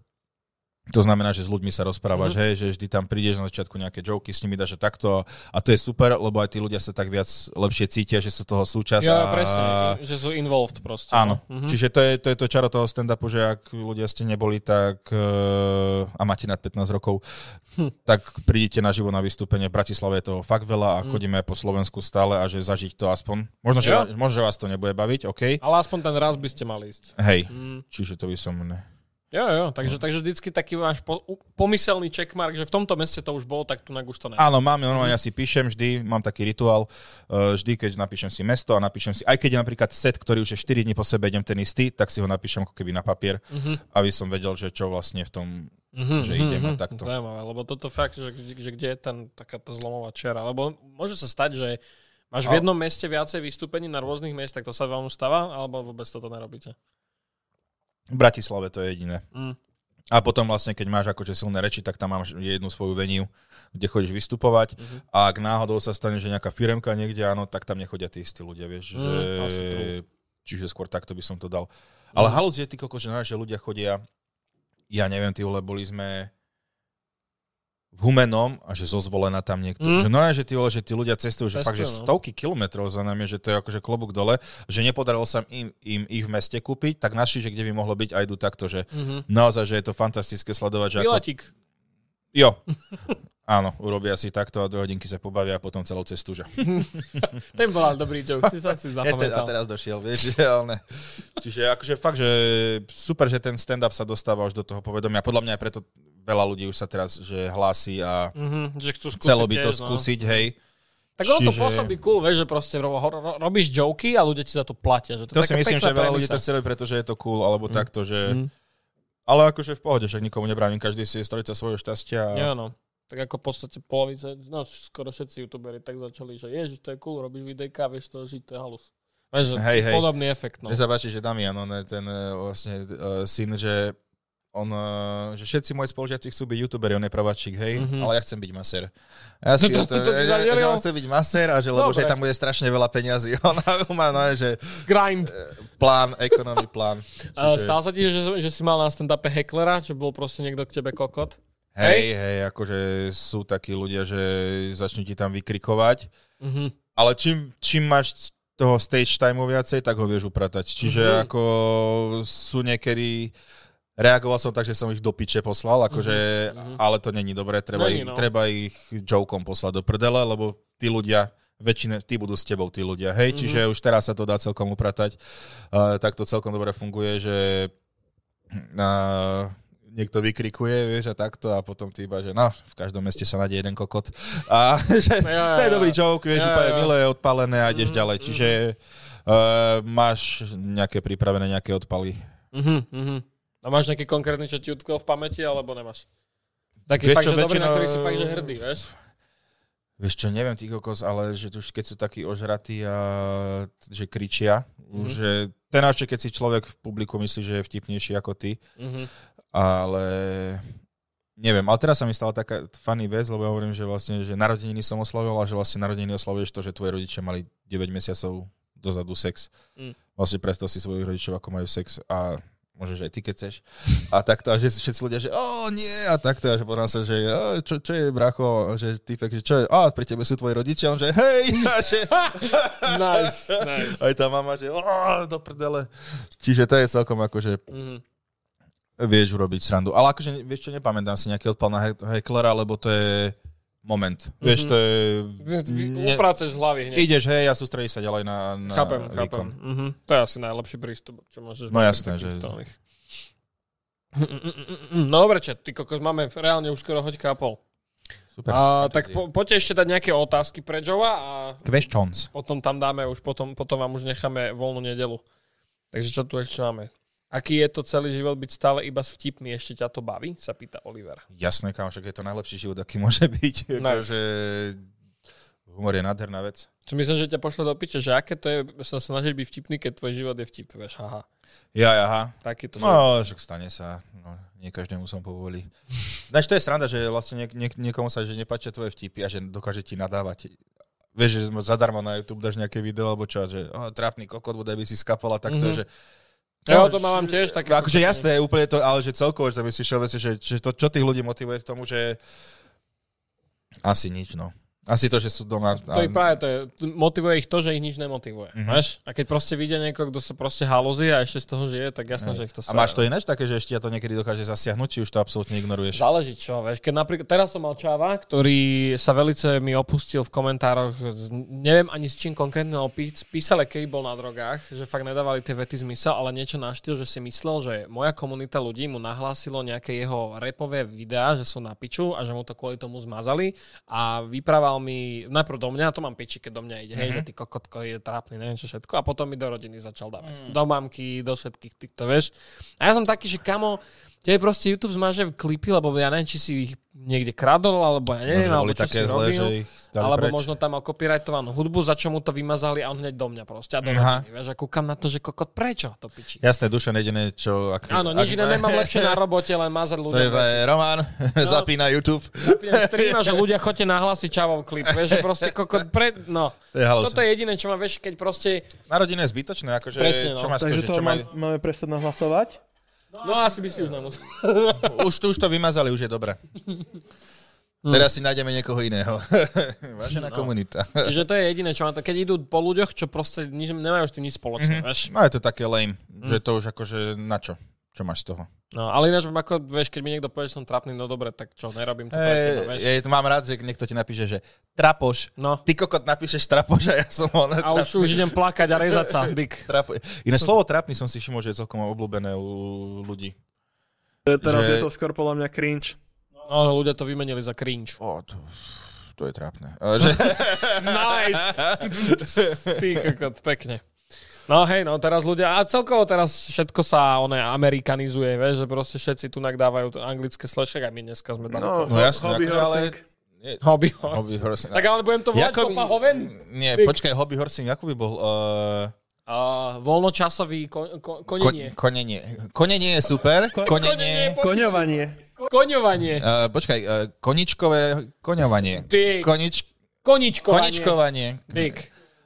S2: to znamená, že s ľuďmi sa rozprávaš,
S1: Mhm.
S2: mm-hmm. hej, že vždy tam prídeš na začiatku nejaké joky, s nimi dáš a takto a to je super, lebo aj tí ľudia sa tak viac lepšie cítia, že sú toho súčasť.
S1: Ja,
S2: a...
S1: presne, že sú involved proste. no.
S2: Áno,
S1: Mhm.
S2: mm-hmm. čiže to je, to je to čaro toho stand-upu, že ak ľudia ste neboli, tak eh, a máte nad 15 rokov, hm. tak prídete naživo na vystúpenie. V Bratislave je toho fakt veľa a
S1: Mhm.
S2: chodíme aj po Slovensku stále a že zažiť to aspoň. Možno, že,
S1: Jo.
S2: možno, že vás to nebude baviť, OK?
S1: Ale aspoň ten raz by ste mali ísť.
S2: Hej,
S1: Mm.
S2: čiže to by som... Ne...
S1: Jo, jo, takže, takže vždycky taký máš po, u- pomyselný checkmark, že v tomto meste to už bolo, tak tu na už to ne.
S2: Áno, mám, no, ja si píšem vždy, mám taký rituál, eh, vždy, keď napíšem si mesto a napíšem si, aj keď je napríklad set, ktorý už je 4 dní po sebe, idem ten istý, tak si ho napíšem ako keby na papier,
S1: Mhm.
S2: aby som vedel, že čo vlastne v tom...
S1: Mm-hmm,
S2: že ideme takto.
S1: Zaujímavé, lebo toto fakt, že, kde- že kde je ten, taká tá zlomová čiara. Lebo môže sa stať, že máš v
S2: A-
S1: jednom meste viacej vystúpení na rôznych miestach, to sa vám stáva, alebo vôbec toto nerobíte?
S2: V Bratislave to je jediné.
S1: Mm.
S2: A potom vlastne, keď máš akože silné reči, tak tam máš jednu svoju veniu, kde chodíš vystupovať
S1: Mhm.
S2: a ak náhodou sa stane, že nejaká firemka niekde, áno, tak tam nechodia tí istí ľudia, vieš.
S1: Mm, asi Mhm.
S2: že...
S1: true.
S2: Čiže skôr takto by som to dal. Ale halus je ty koko, že, naozaj, že ľudia chodia, ja neviem, ty vole, boli sme v Humenom a že zozvolená tam niekto.
S1: Mm.
S2: Mm. Že naozaj, že ty vole, že tí ľudia cestujú, že
S1: Cestujú,
S2: fakt, že
S1: no.
S2: stovky kilometrov za nami, že to je akože klobúk dole, že nepodarilo sa im, im ich v meste kúpiť, tak našli, že kde by mohlo byť, aj idú takto, že
S1: Mm-hmm.
S2: naozaj, že je to fantastické sledovať, že ako
S1: Pilatík.
S2: Jo. Áno, urobia si takto a dve hodinky sa pobavia a potom celou cestu, že...
S1: Ten bol ale dobrý joke, si sa si
S2: Ja te- a
S1: zapamätal.
S2: teraz došiel, vieš, že ale... Čiže akože fakt, že super, že ten stand-up sa dostáva už do toho povedomia. Podľa mňa aj preto veľa ľudí už sa teraz, že hlási a
S1: Mhm, že chcú skúsiť
S2: chcelo by to
S1: tiež, no.
S2: skúsiť, hej.
S1: Tak ono to
S2: Čiže-
S1: pôsobí cool, vieš, že proste ro- ro- robíš joky a ľudia ti za to platia. Že to,
S2: To
S1: je
S2: si
S1: taká
S2: myslím,
S1: pekná
S2: že veľa ľudí
S1: premisa.
S2: to chce robiť, pretože je to cool, alebo
S1: Mm.
S2: takto, že...
S1: Mm.
S2: Ale akože v pohode, však nikomu nebránim, každý si je strojica svojho šťastia. a-
S1: Jo, no. Tak ako v podstate polovice, no skoro všetci youtuberi tak začali, že ježiš, to je cool, robíš videjka, vieš to, žiť, to je halus. Vieš, že
S2: Hej, hej.
S1: podobný efekt, no.
S2: Mne sa páči, že Damian, on je ten eh, vlastne eh, syn, že on, eh, že všetci moji spolužiaci chcú byť youtuberi, on je pravačík,
S1: Mhm.
S2: hej, mm-hmm. ale ja chcem byť masér. A Ja si
S1: To-
S2: to,
S1: to- to
S2: to,
S1: si
S2: ja, ja,
S1: zadelil?
S2: ja chcem byť masér a že lebo,
S1: Dobre.
S2: že tam bude strašne veľa peňazí. On má, no, že
S1: Grind.
S2: plán, ekonomí plán.
S1: Uh,
S2: Čiže-
S1: stál sa ti, že, že si mal na stand-upe hecklera, že bol proste niekto k tebe kokot?
S2: Hej, hej, akože sú takí ľudia, že začnú ti tam vykrikovať,
S1: Mhm.
S2: ale čím, čím máš toho stage timeu viacej, tak ho vieš upratať. Čiže
S1: Mhm.
S2: mm-hmm. ako sú niekedy... Reagoval som tak, že som ich do piče poslal, akože,
S1: Mhm.
S2: mm-hmm. ale to není dobré, treba,
S1: Není,
S2: není,
S1: no.
S2: no. treba ich jokom poslať do prdele, lebo tí ľudia, väčšina, tí budú s tebou, tí ľudia, hej,
S1: Mhm.
S2: mm-hmm. čiže už teraz sa to dá celkom upratať, uh, tak to celkom dobre funguje, že uh, niekto vykrikuje, vieš, a takto, a potom ty iba, že no, v každom meste sa nájde jeden kokot. A že,
S1: Jo, jo,
S2: to je
S1: jo.
S2: dobrý joke, vieš,
S1: Jo,
S2: úplne
S1: jo.
S2: milé, odpalené a ideš
S1: Mm,
S2: ďalej.
S1: mm.
S2: Čiže uh, máš nejaké pripravené nejaké odpaly.
S1: Mhm, mhm. A máš nejaký konkrétny, čo ti utkol v pamäti, alebo nemáš? Taký
S2: Vieš
S1: fakt,
S2: čo,
S1: že dobrý, na
S2: väčšinou-
S1: ktorý si fakt, že hrdý, vieš?
S2: Vieš čo, neviem, ty kokos, ale že už keď sú takí ožratí a t- že kričia,
S1: Mhm.
S2: mm-hmm. že ten až, keď si človek v publiku myslí, že je vtipnejší ako ty,
S1: Mhm.
S2: ale neviem, ale teraz sa mi stala taká funny vec, lebo ja hovorím, že vlastne, že narodeniny som oslavil a že vlastne narodeniny oslavuješ to, že tvoje rodičia mali 9 mesiacov dozadu sex.
S1: Mm.
S2: Mm. A vlastne predstav si svojich rodičov, ako majú sex a môžeš aj ty, keď chceš. A takto, a že si všetci ľudia, že o nie, a takto, a že potom sa, že "Á, čo, čo je bracho, že typek, že čo je, a pri tebe sú tvoji rodičia, on že hej, a že
S1: Nice, nice.
S2: aj tá mama, že o, do prdele. Čiže to je celkom akože
S1: Mhm.
S2: vieš urobiť srandu. Ale akože, vieš čo, nepamätám si nejaký odpal na he- heklera, lebo to je moment. Vieš,
S1: Mhm.
S2: to je... Ne,
S1: Upráceš z hlavy hneď.
S2: ideš, hej, a sústredíš sa ďalej na, na
S1: Chápem, chápem.
S2: výkon.
S1: Mhm. To je asi najlepší prístup, čo môžeš mať
S2: No
S1: pri
S2: jasné,
S1: takýchto
S2: že-
S1: oných. No dobre, čo, ty kokos, máme reálne už skoro hoďka a pol.
S2: Super.
S1: A, tak po, poďte ešte dať nejaké otázky pre Joe'a a
S2: Questions.
S1: potom tam dáme už, potom, potom vám už necháme voľnú nedelu. Takže čo tu ešte máme? Aký je to celý život byť stále iba s vtipmi, ešte ťa to baví? Sa pýta Oliver.
S2: Jasné, kam, však je to najlepší život, aký môže byť.
S1: Nice.
S2: Nice. humor je nádherná vec.
S1: Čo myslím, že ťa pošlo do piče, že aké to je sa snažiť byť vtipný, keď tvoj život je vtip, vieš, haha.
S2: Ja, aha.
S1: Takýto život.
S2: No, však stane sa. No, nie každému som povolí. Znaš, to je sranda, že vlastne niek- niek- niekomu sa že nepáčia tvoje vtipy a že dokáže ti nadávať. Vieš, že zadarmo na YouTube dáš nejaké video alebo čo, a že oh, trápny kokot, bude by si skapala, tak to
S1: Mhm.
S2: je, že
S1: Ja to mám tiež také.
S2: no, Akože jasné, úplne to, ale že celkovo, že by si šiel veci, že, že to, čo tých ľudí motivuje k tomu, že asi nič, no. Asi to, že sú doma.
S1: To je práve to je, motivuje ich to, že ich nič nemotivuje.
S2: Mhm.
S1: Mm-hmm. Vieš? A keď proste vidia niekoho, kto sa proste halozí a ešte z toho žije, tak jasné, že ich to
S2: Mhm. a máš to ináč také, že ešte ja to niekedy dokáže zasiahnuť, či už to absolútne ignoruješ?
S1: Záleží čo, vieš, keď napríklad, teraz som mal Čáva, ktorý sa velice mi opustil v komentároch, z- neviem ani s čím konkrétne, ale pís- písal, keď bol na drogách, že fakt nedávali tie vety zmysel, ale niečo naštil, že si myslel, že moja komunita ľudí mu nahlásilo nejaké jeho repové videá, že sú na piču a že mu to kvôli tomu zmazali a vyprával mi, najprv do mňa, to mám piči, keď do mňa ide, hej, že ty kokotko je trápny, neviem čo všetko, a potom mi do rodiny začal dávať, do mamky, do všetkých týchto, vieš. A ja som taký, že kamo, Tebe proste YouTube zmaže v klipy, lebo ja neviem, či si ich niekde kradol, alebo ja neviem,
S2: Možno
S1: alebo
S2: boli
S1: čo si
S2: také zlé,
S1: robil.
S2: že ich dali
S1: alebo
S2: preč.
S1: možno tam mal copyrightovanú hudbu, za čo mu to vymazali a on hneď do mňa proste. A do
S2: Aha.
S1: rodiny, vieš, a kúkam na to, že kokot, prečo to piči?
S2: Jasné, duša jediné, čo... Ak,
S1: Áno, nič iné nemám No. lepšie na robote, len mazať
S2: To je
S1: ľudia. veci.
S2: eh, Roman, zapína YouTube.
S1: Ten stream a že ľudia chodte nahlasiť čavov klip, vieš, že proste kokot, pre... no.
S2: To je halus.
S1: Toto je jediné, čo ma vieš, keď proste,
S2: Na rodine je zbytočné, akože...
S1: Presne, no.
S2: Čo má
S4: Takže
S2: že
S4: to
S2: čo má...
S4: mám, máme prestať nahlasovať.
S1: no asi by si už nemusel.
S2: Už, to- už to vymazali, už je dobre.
S1: Hm.
S2: Teraz si nájdeme niekoho iného.
S1: No.
S2: Vážená komunita.
S1: Čiže to je jediné, čo ma to, keď idú po ľuďoch, čo proste nič, nemajú s tým nič spoločné, vieš.
S2: No je to také lame,
S1: Hm.
S2: že to už akože na čo? Čo máš z toho?
S1: No, ale ináč, ako, vieš, keď mi niekto povie, že som trapný, no dobre, tak čo, nerobím to pre teba, vieš.
S2: Hey, je, mám rád, že niekto ti napíše, že trapoš.
S1: No.
S2: Ty kokot napíšeš trapoš a ja som ho
S1: A už, už idem plakať a rezať sa, dyk.
S2: Trapo... Iné slovo trapný som si všimol, že je celkom obľúbené u ľudí.
S5: E, Teraz
S2: Že-
S5: je to skôr podľa mňa cringe.
S1: No, ľudia to vymenili za cringe.
S2: O, to, to je trápne. A Že,
S1: Nice! Ty kokot, pekne. No hej, no teraz ľudia, a celkovo teraz všetko sa one amerikanizuje, vieš, že proste všetci tu dávajú to anglické slešek a my dneska sme tam. No.
S5: No,
S2: no jasne,
S5: hobby
S2: akože, ale...
S5: horsing.
S2: Nie,
S1: Hobby,
S2: hobby horsing.
S1: Tak ale budem to volať
S2: Jakoby-
S1: Popa Hoven?
S2: Nie,
S1: Ty-
S2: počkaj, hobby horsing, ako by bol... Uh,
S1: A, voľnočasový ko, ko,
S2: ko,
S1: konenie.
S2: konenie. Konenie je super. Konenie.
S1: po-
S5: Koňovanie.
S1: Koňovanie.
S2: Uh, počkaj, uh, koničkové koňovanie.
S1: Ty,
S2: Konič,
S1: koničkovanie.
S2: koničkovanie.
S1: Dyk.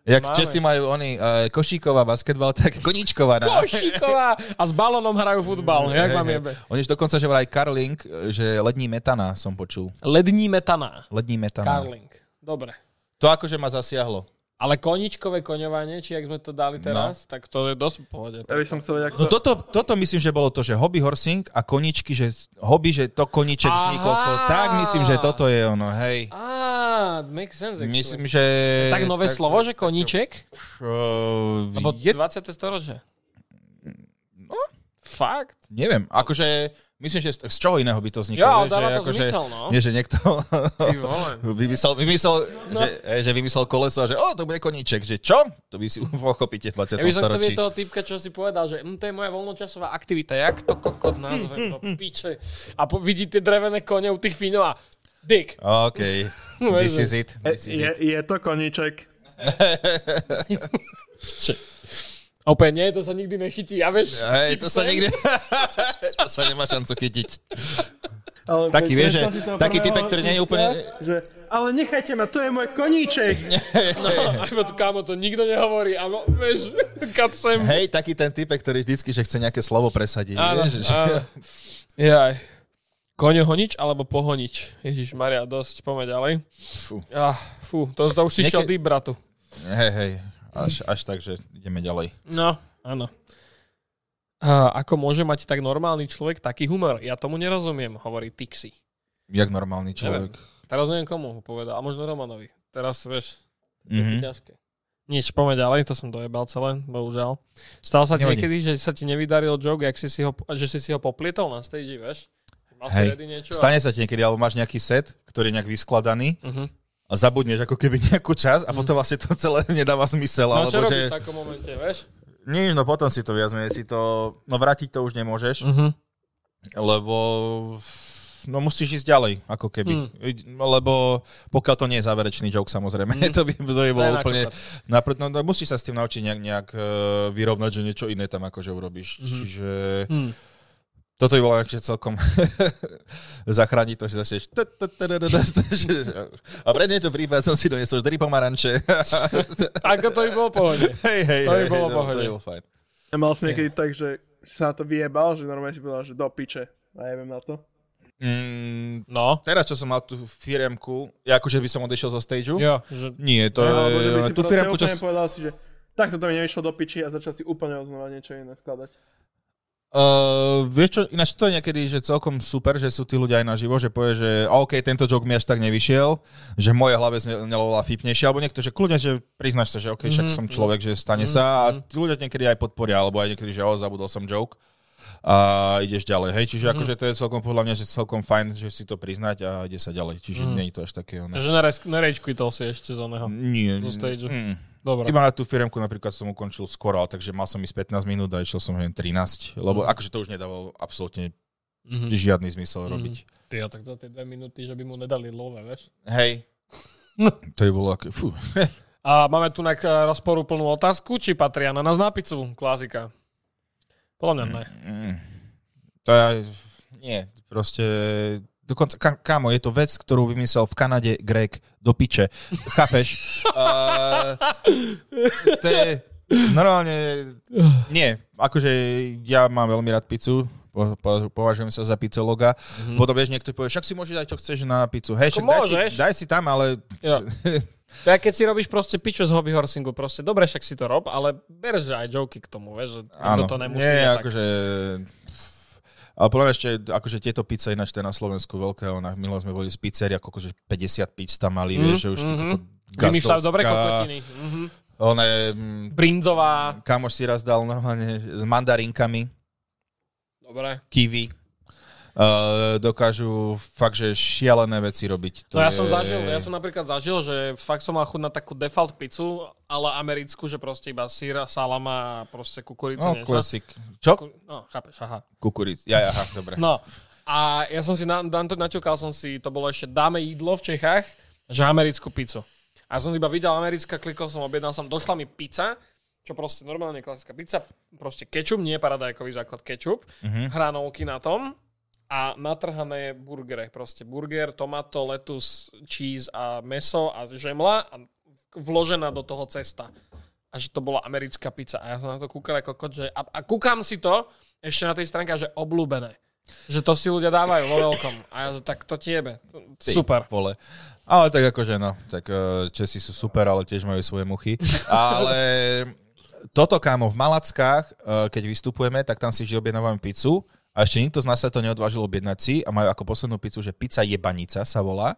S2: Jak
S1: Máme.
S2: Česi majú oni uh, košíková basketbal, tak koničková. na-
S1: Košíková a s balónom hrajú futbal. Jak
S2: Hej,
S1: vám
S2: hej.
S1: jebe?
S2: Oni už dokonca, že vraj Karling, že lední metana som počul.
S1: Lední metaná.
S2: Lední metana.
S1: Carling. Dobre.
S2: To akože ma zasiahlo.
S1: Ale koničkové koňovanie, či jak sme to dali teraz, tak to je dosť v pohode.
S5: Ja by som chcel vedieť, ako
S2: No
S5: to...
S2: toto, toto myslím, že bolo to, že hobby horsing a koničky, že hobby, že to koniček
S1: Aha.
S2: vzniklo. So, tak myslím, že toto je ono, hej.
S1: Á, make sense. actually.
S2: Myslím, že...
S1: tak nové slovo, že koniček?
S2: Uh,
S1: Lebo
S2: je, No.
S1: 20. storočie. Fakt?
S2: neviem, akože myslím, že z, z čoho iného by to vzniklo.
S1: Jo,
S2: vieš,
S1: dáva
S2: že akože
S1: to zmysel, no.
S2: Nie, že niekto
S1: Ty vole. No.
S2: vymyslel, vymyslel, že, eh, že vymyslel koleso a že o, to bude koníček, že čo? To by si pochopíte v 20.
S1: Ja by som chcel
S2: storočí.
S1: vidieť toho typka, čo si povedal, že hm, to je moja voľnočasová aktivita, jak to kokot nazvem, do piče. A po, vidí tie drevené kone u tých Fínov a dick.
S2: OK, this
S1: Vieš,
S2: is it.
S5: E,
S2: This is
S5: Je,
S2: it.
S5: je to koníček.
S1: Opäť nie, to sa nikdy nechytí. A vieš, skip No,
S2: Hej, to sa
S1: sem.
S2: nikde... to sa nemá šancu chytiť.
S4: Ale
S2: Taký,
S4: pre-
S2: vieš, že-
S4: predstav si toho
S2: taký
S4: prvého
S2: typek, ktorý nie je úplne-
S4: týpka, Že, ale nechajte ma, to je môj koníček.
S1: A iba tu, kámo, to nikto nehovorí. A mo- vieš, kad sem.
S2: Hej, taký ten typek, ktorý vždycky, že chce nejaké slovo presadiť.
S1: Áno,
S2: vieš, že-
S1: áno. Jaj. Koňohonič alebo pohonič? Ježiš Maria, dosť, poďme ďalej.
S2: Fú.
S1: Ah, fú, to, to už si
S2: Niekedy-
S1: šiel deep, bratu.
S2: Hej, hej. Až, až tak, že ideme ďalej.
S1: No, áno. A ako môže mať tak normálny človek taký humor? Ja tomu nerozumiem, hovorí Tixi.
S2: Jak normálny človek.
S1: Teraz neviem komu ho povedal, a možno Romanovi. Teraz, vieš,
S2: Mhm.
S1: mm-hmm. ťažké. Nič, poďme ďalej, to som dojebal celé, bohužiaľ. Stalo sa ti
S2: Nevadí.
S1: niekedy, že sa ti nevydaril joke, jak si si ho, že si si ho poplietol na stage, vieš? Mal si
S2: Hej.
S1: ready niečo?
S2: Stane sa ti niekedy, alebo máš nejaký set, ktorý je nejak vyskladaný
S1: A... Uh-huh.
S2: a zabudneš ako keby nejakú čas a potom vlastne to celé nedáva zmysel.
S1: Mhm. No čo
S2: alebo
S1: robíš
S2: že...
S1: v takom momente, vieš?
S2: Nie, no potom si to viac menej si to... No vrátiť to už nemôžeš,
S1: Uh-huh.
S2: lebo... No musíš ísť ďalej, ako keby.
S1: Mm.
S2: Lebo pokiaľ to nie je záverečný joke, samozrejme,
S1: Hmm.
S2: to by, to by bolo úplne... Napr- no, no, musíš sa s tým naučiť nejak, nejak eh, vyrovnať, že niečo iné tam akože urobíš.
S1: Mhm.
S2: Čiže
S1: Hm.
S2: toto by bolo akože celkom zachrániť to, že začneš t- t- t- t- t- t- že- a pre tento prípad som si donesol 4 pomaranče.
S1: Ako to by bolo pohode.
S2: hej, hej,
S1: To by
S2: hej,
S1: bolo
S2: to-
S1: pohode.
S2: To je bolo fajn.
S4: Ja mal som niekedy tak, že sa na to vyjebal, že normálne si povedal, že do piče. A jebem na to.
S2: Mm,
S1: No.
S2: Teraz, čo som mal tú firemku, ja akože by som odešiel zo stageu?
S1: Jo, že...
S2: Nie, to
S4: Ja, alebo že by
S2: je...
S4: si
S2: Tú
S4: proste
S2: firemku, čo...
S4: úplne povedal si, že takto to mi nevyšlo do piči a začal si úplne znova niečo iné skladať.
S2: Uh, vieš čo, ináč to je niekedy, že celkom super, že sú tí ľudia aj naživo, že povie, že a OK, tento joke mi až tak nevyšiel, že v mojej hlave znelovala vtipnejšie, alebo niekto, že kľudne, že priznáš sa, že OK, však
S1: Mhm.
S2: som človek, že stane sa a
S1: Mhm.
S2: tí ľudia niekedy aj podporia, alebo aj niekedy, že o, zabudol som joke a ideš ďalej, hej,
S4: Mhm.
S2: čiže akože to je celkom podľa mňa, že celkom fajn, že si to priznať a ide sa ďalej, čiže
S1: Mhm.
S2: nie je to až také ono.
S1: Takže nerejč- nerejčkvitol si ešte z oného.
S2: Nie,
S1: Zo stageu.
S2: mm.
S1: Dobre.
S2: Mhm. Iba na tú firmku napríklad som ukončil skoro, takže mal som ísť 15 minút a išiel som neviem 13, lebo akože to už nedávalo absolútne
S1: Mhm.
S2: žiadny zmysel
S1: Mhm.
S2: robiť.
S1: Ty, ja, tak to tie dve minúty, že by mu nedali love, vieš?
S2: Hej. To je bolo aké, fú.
S1: A máme tu na k- rozporúplnú otázku, či patria na nás na pizzu, klasika. Podľa mňa ne.
S2: Mm. To je, nie, proste, dokonca, ka, kámo, je to vec, ktorú vymyslel v Kanade Greg do piče. Chápeš? uh, to je, normálne, nie, akože ja mám veľmi rád pizzu, po, po, považujem sa za pizzologa. Mm-hmm. Potom vieš, niekto povie, však si môžeš dať, čo chceš na pizzu. Hej,
S1: Mhm. Ako
S2: však daj si,
S1: môžeš.
S2: daj si tam, ale
S1: Jo. To je, keď si robíš proste piču z hobby horsingu, proste dobre, však si to rob, ale ber, že aj joky k tomu, vieš, že nikto to nemusí.
S2: Nie,
S1: a tak.
S2: akože... Ale podľa mňa ešte, akože tieto pizza ináč to je na Slovensku veľké, ona, milo sme boli z pizzeria, koľko, že 50 pizz tam mali,
S1: Mm,
S2: mm, vieš, že už
S1: mhm.
S2: mm-hmm.
S1: Vymýšľajú dobre kokotiny. Mhm.
S2: Ona je, mm,
S1: Brinzová.
S2: kamoš si raz dal normálne s mandarinkami,
S1: Dobre.
S2: kiwi. Uh, dokážu fakt, že šialené veci robiť.
S1: No ja
S2: je-
S1: som zažil, ja som napríklad zažil, že fakt som mal chuť na takú default pizzu, ale americkú, že proste iba síra, salama a proste kukurica.
S2: No,
S1: niečo.
S2: klasik. Čo?
S1: Ku- No, chápeš, aha.
S2: Kukuric. Ja, ja, aha, dobre.
S1: No.
S2: No.
S1: A ja som si, na, na to, naťukal som si, to bolo ešte dáme jídlo v Čechách, že americkú pizzu. A som iba videl americká, klikol som, objednal som, došla mi pizza, čo proste normálne klasická pizza, proste kečup, nie paradajkový základ kečup,
S2: Mhm.
S1: hranolky na tom a natrhané burgere, proste burger, tomato, letus, cheese a meso a žemla a vložená do toho cesta. A že to bola americká pizza. A ja som na to kúkal ako kokot, že a, a kúkam si to ešte na tej stránke, že obľúbené. Že to si ľudia dávajú vo veľkom. A ja, že tak to tiebe. Super.
S2: Vole. Ale tak akože no, tak eh, Česi sú super, ale tiež majú svoje muchy. Ale toto kámo v Malackách, eh, keď vystupujeme, tak tam si vždy objednávame pizzu a ešte nikto z nás sa to neodvážil objednať si a majú ako poslednú pizzu, že pizza jebanica sa volá.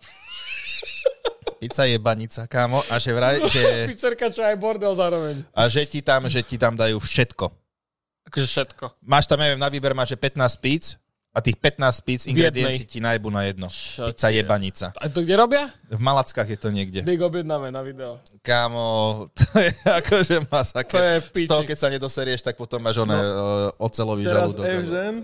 S2: Pizza jebanica, kámo. A že vraj, že,
S1: Pizzerka, čo aj bordel zároveň.
S2: a že ti tam, že ti tam dajú všetko.
S1: Akože všetko.
S2: Máš tam, neviem, na výber máš že 15 pizz a tých 15 pizz
S1: V jednej.
S2: ingrediencií ti najbu na jedno.
S1: Čo
S2: Pizza
S1: ti je?
S2: jebanica.
S1: A to kde robia?
S2: V Malackách je to niekde.
S1: Big objednáme na video.
S2: Kámo, to je akože
S1: To je
S2: masaker.
S1: piči.
S2: Z toho, keď sa nedoserieš, tak potom máš one no. ocelový
S4: Teraz
S2: žalúdok.
S4: Evžen, uh,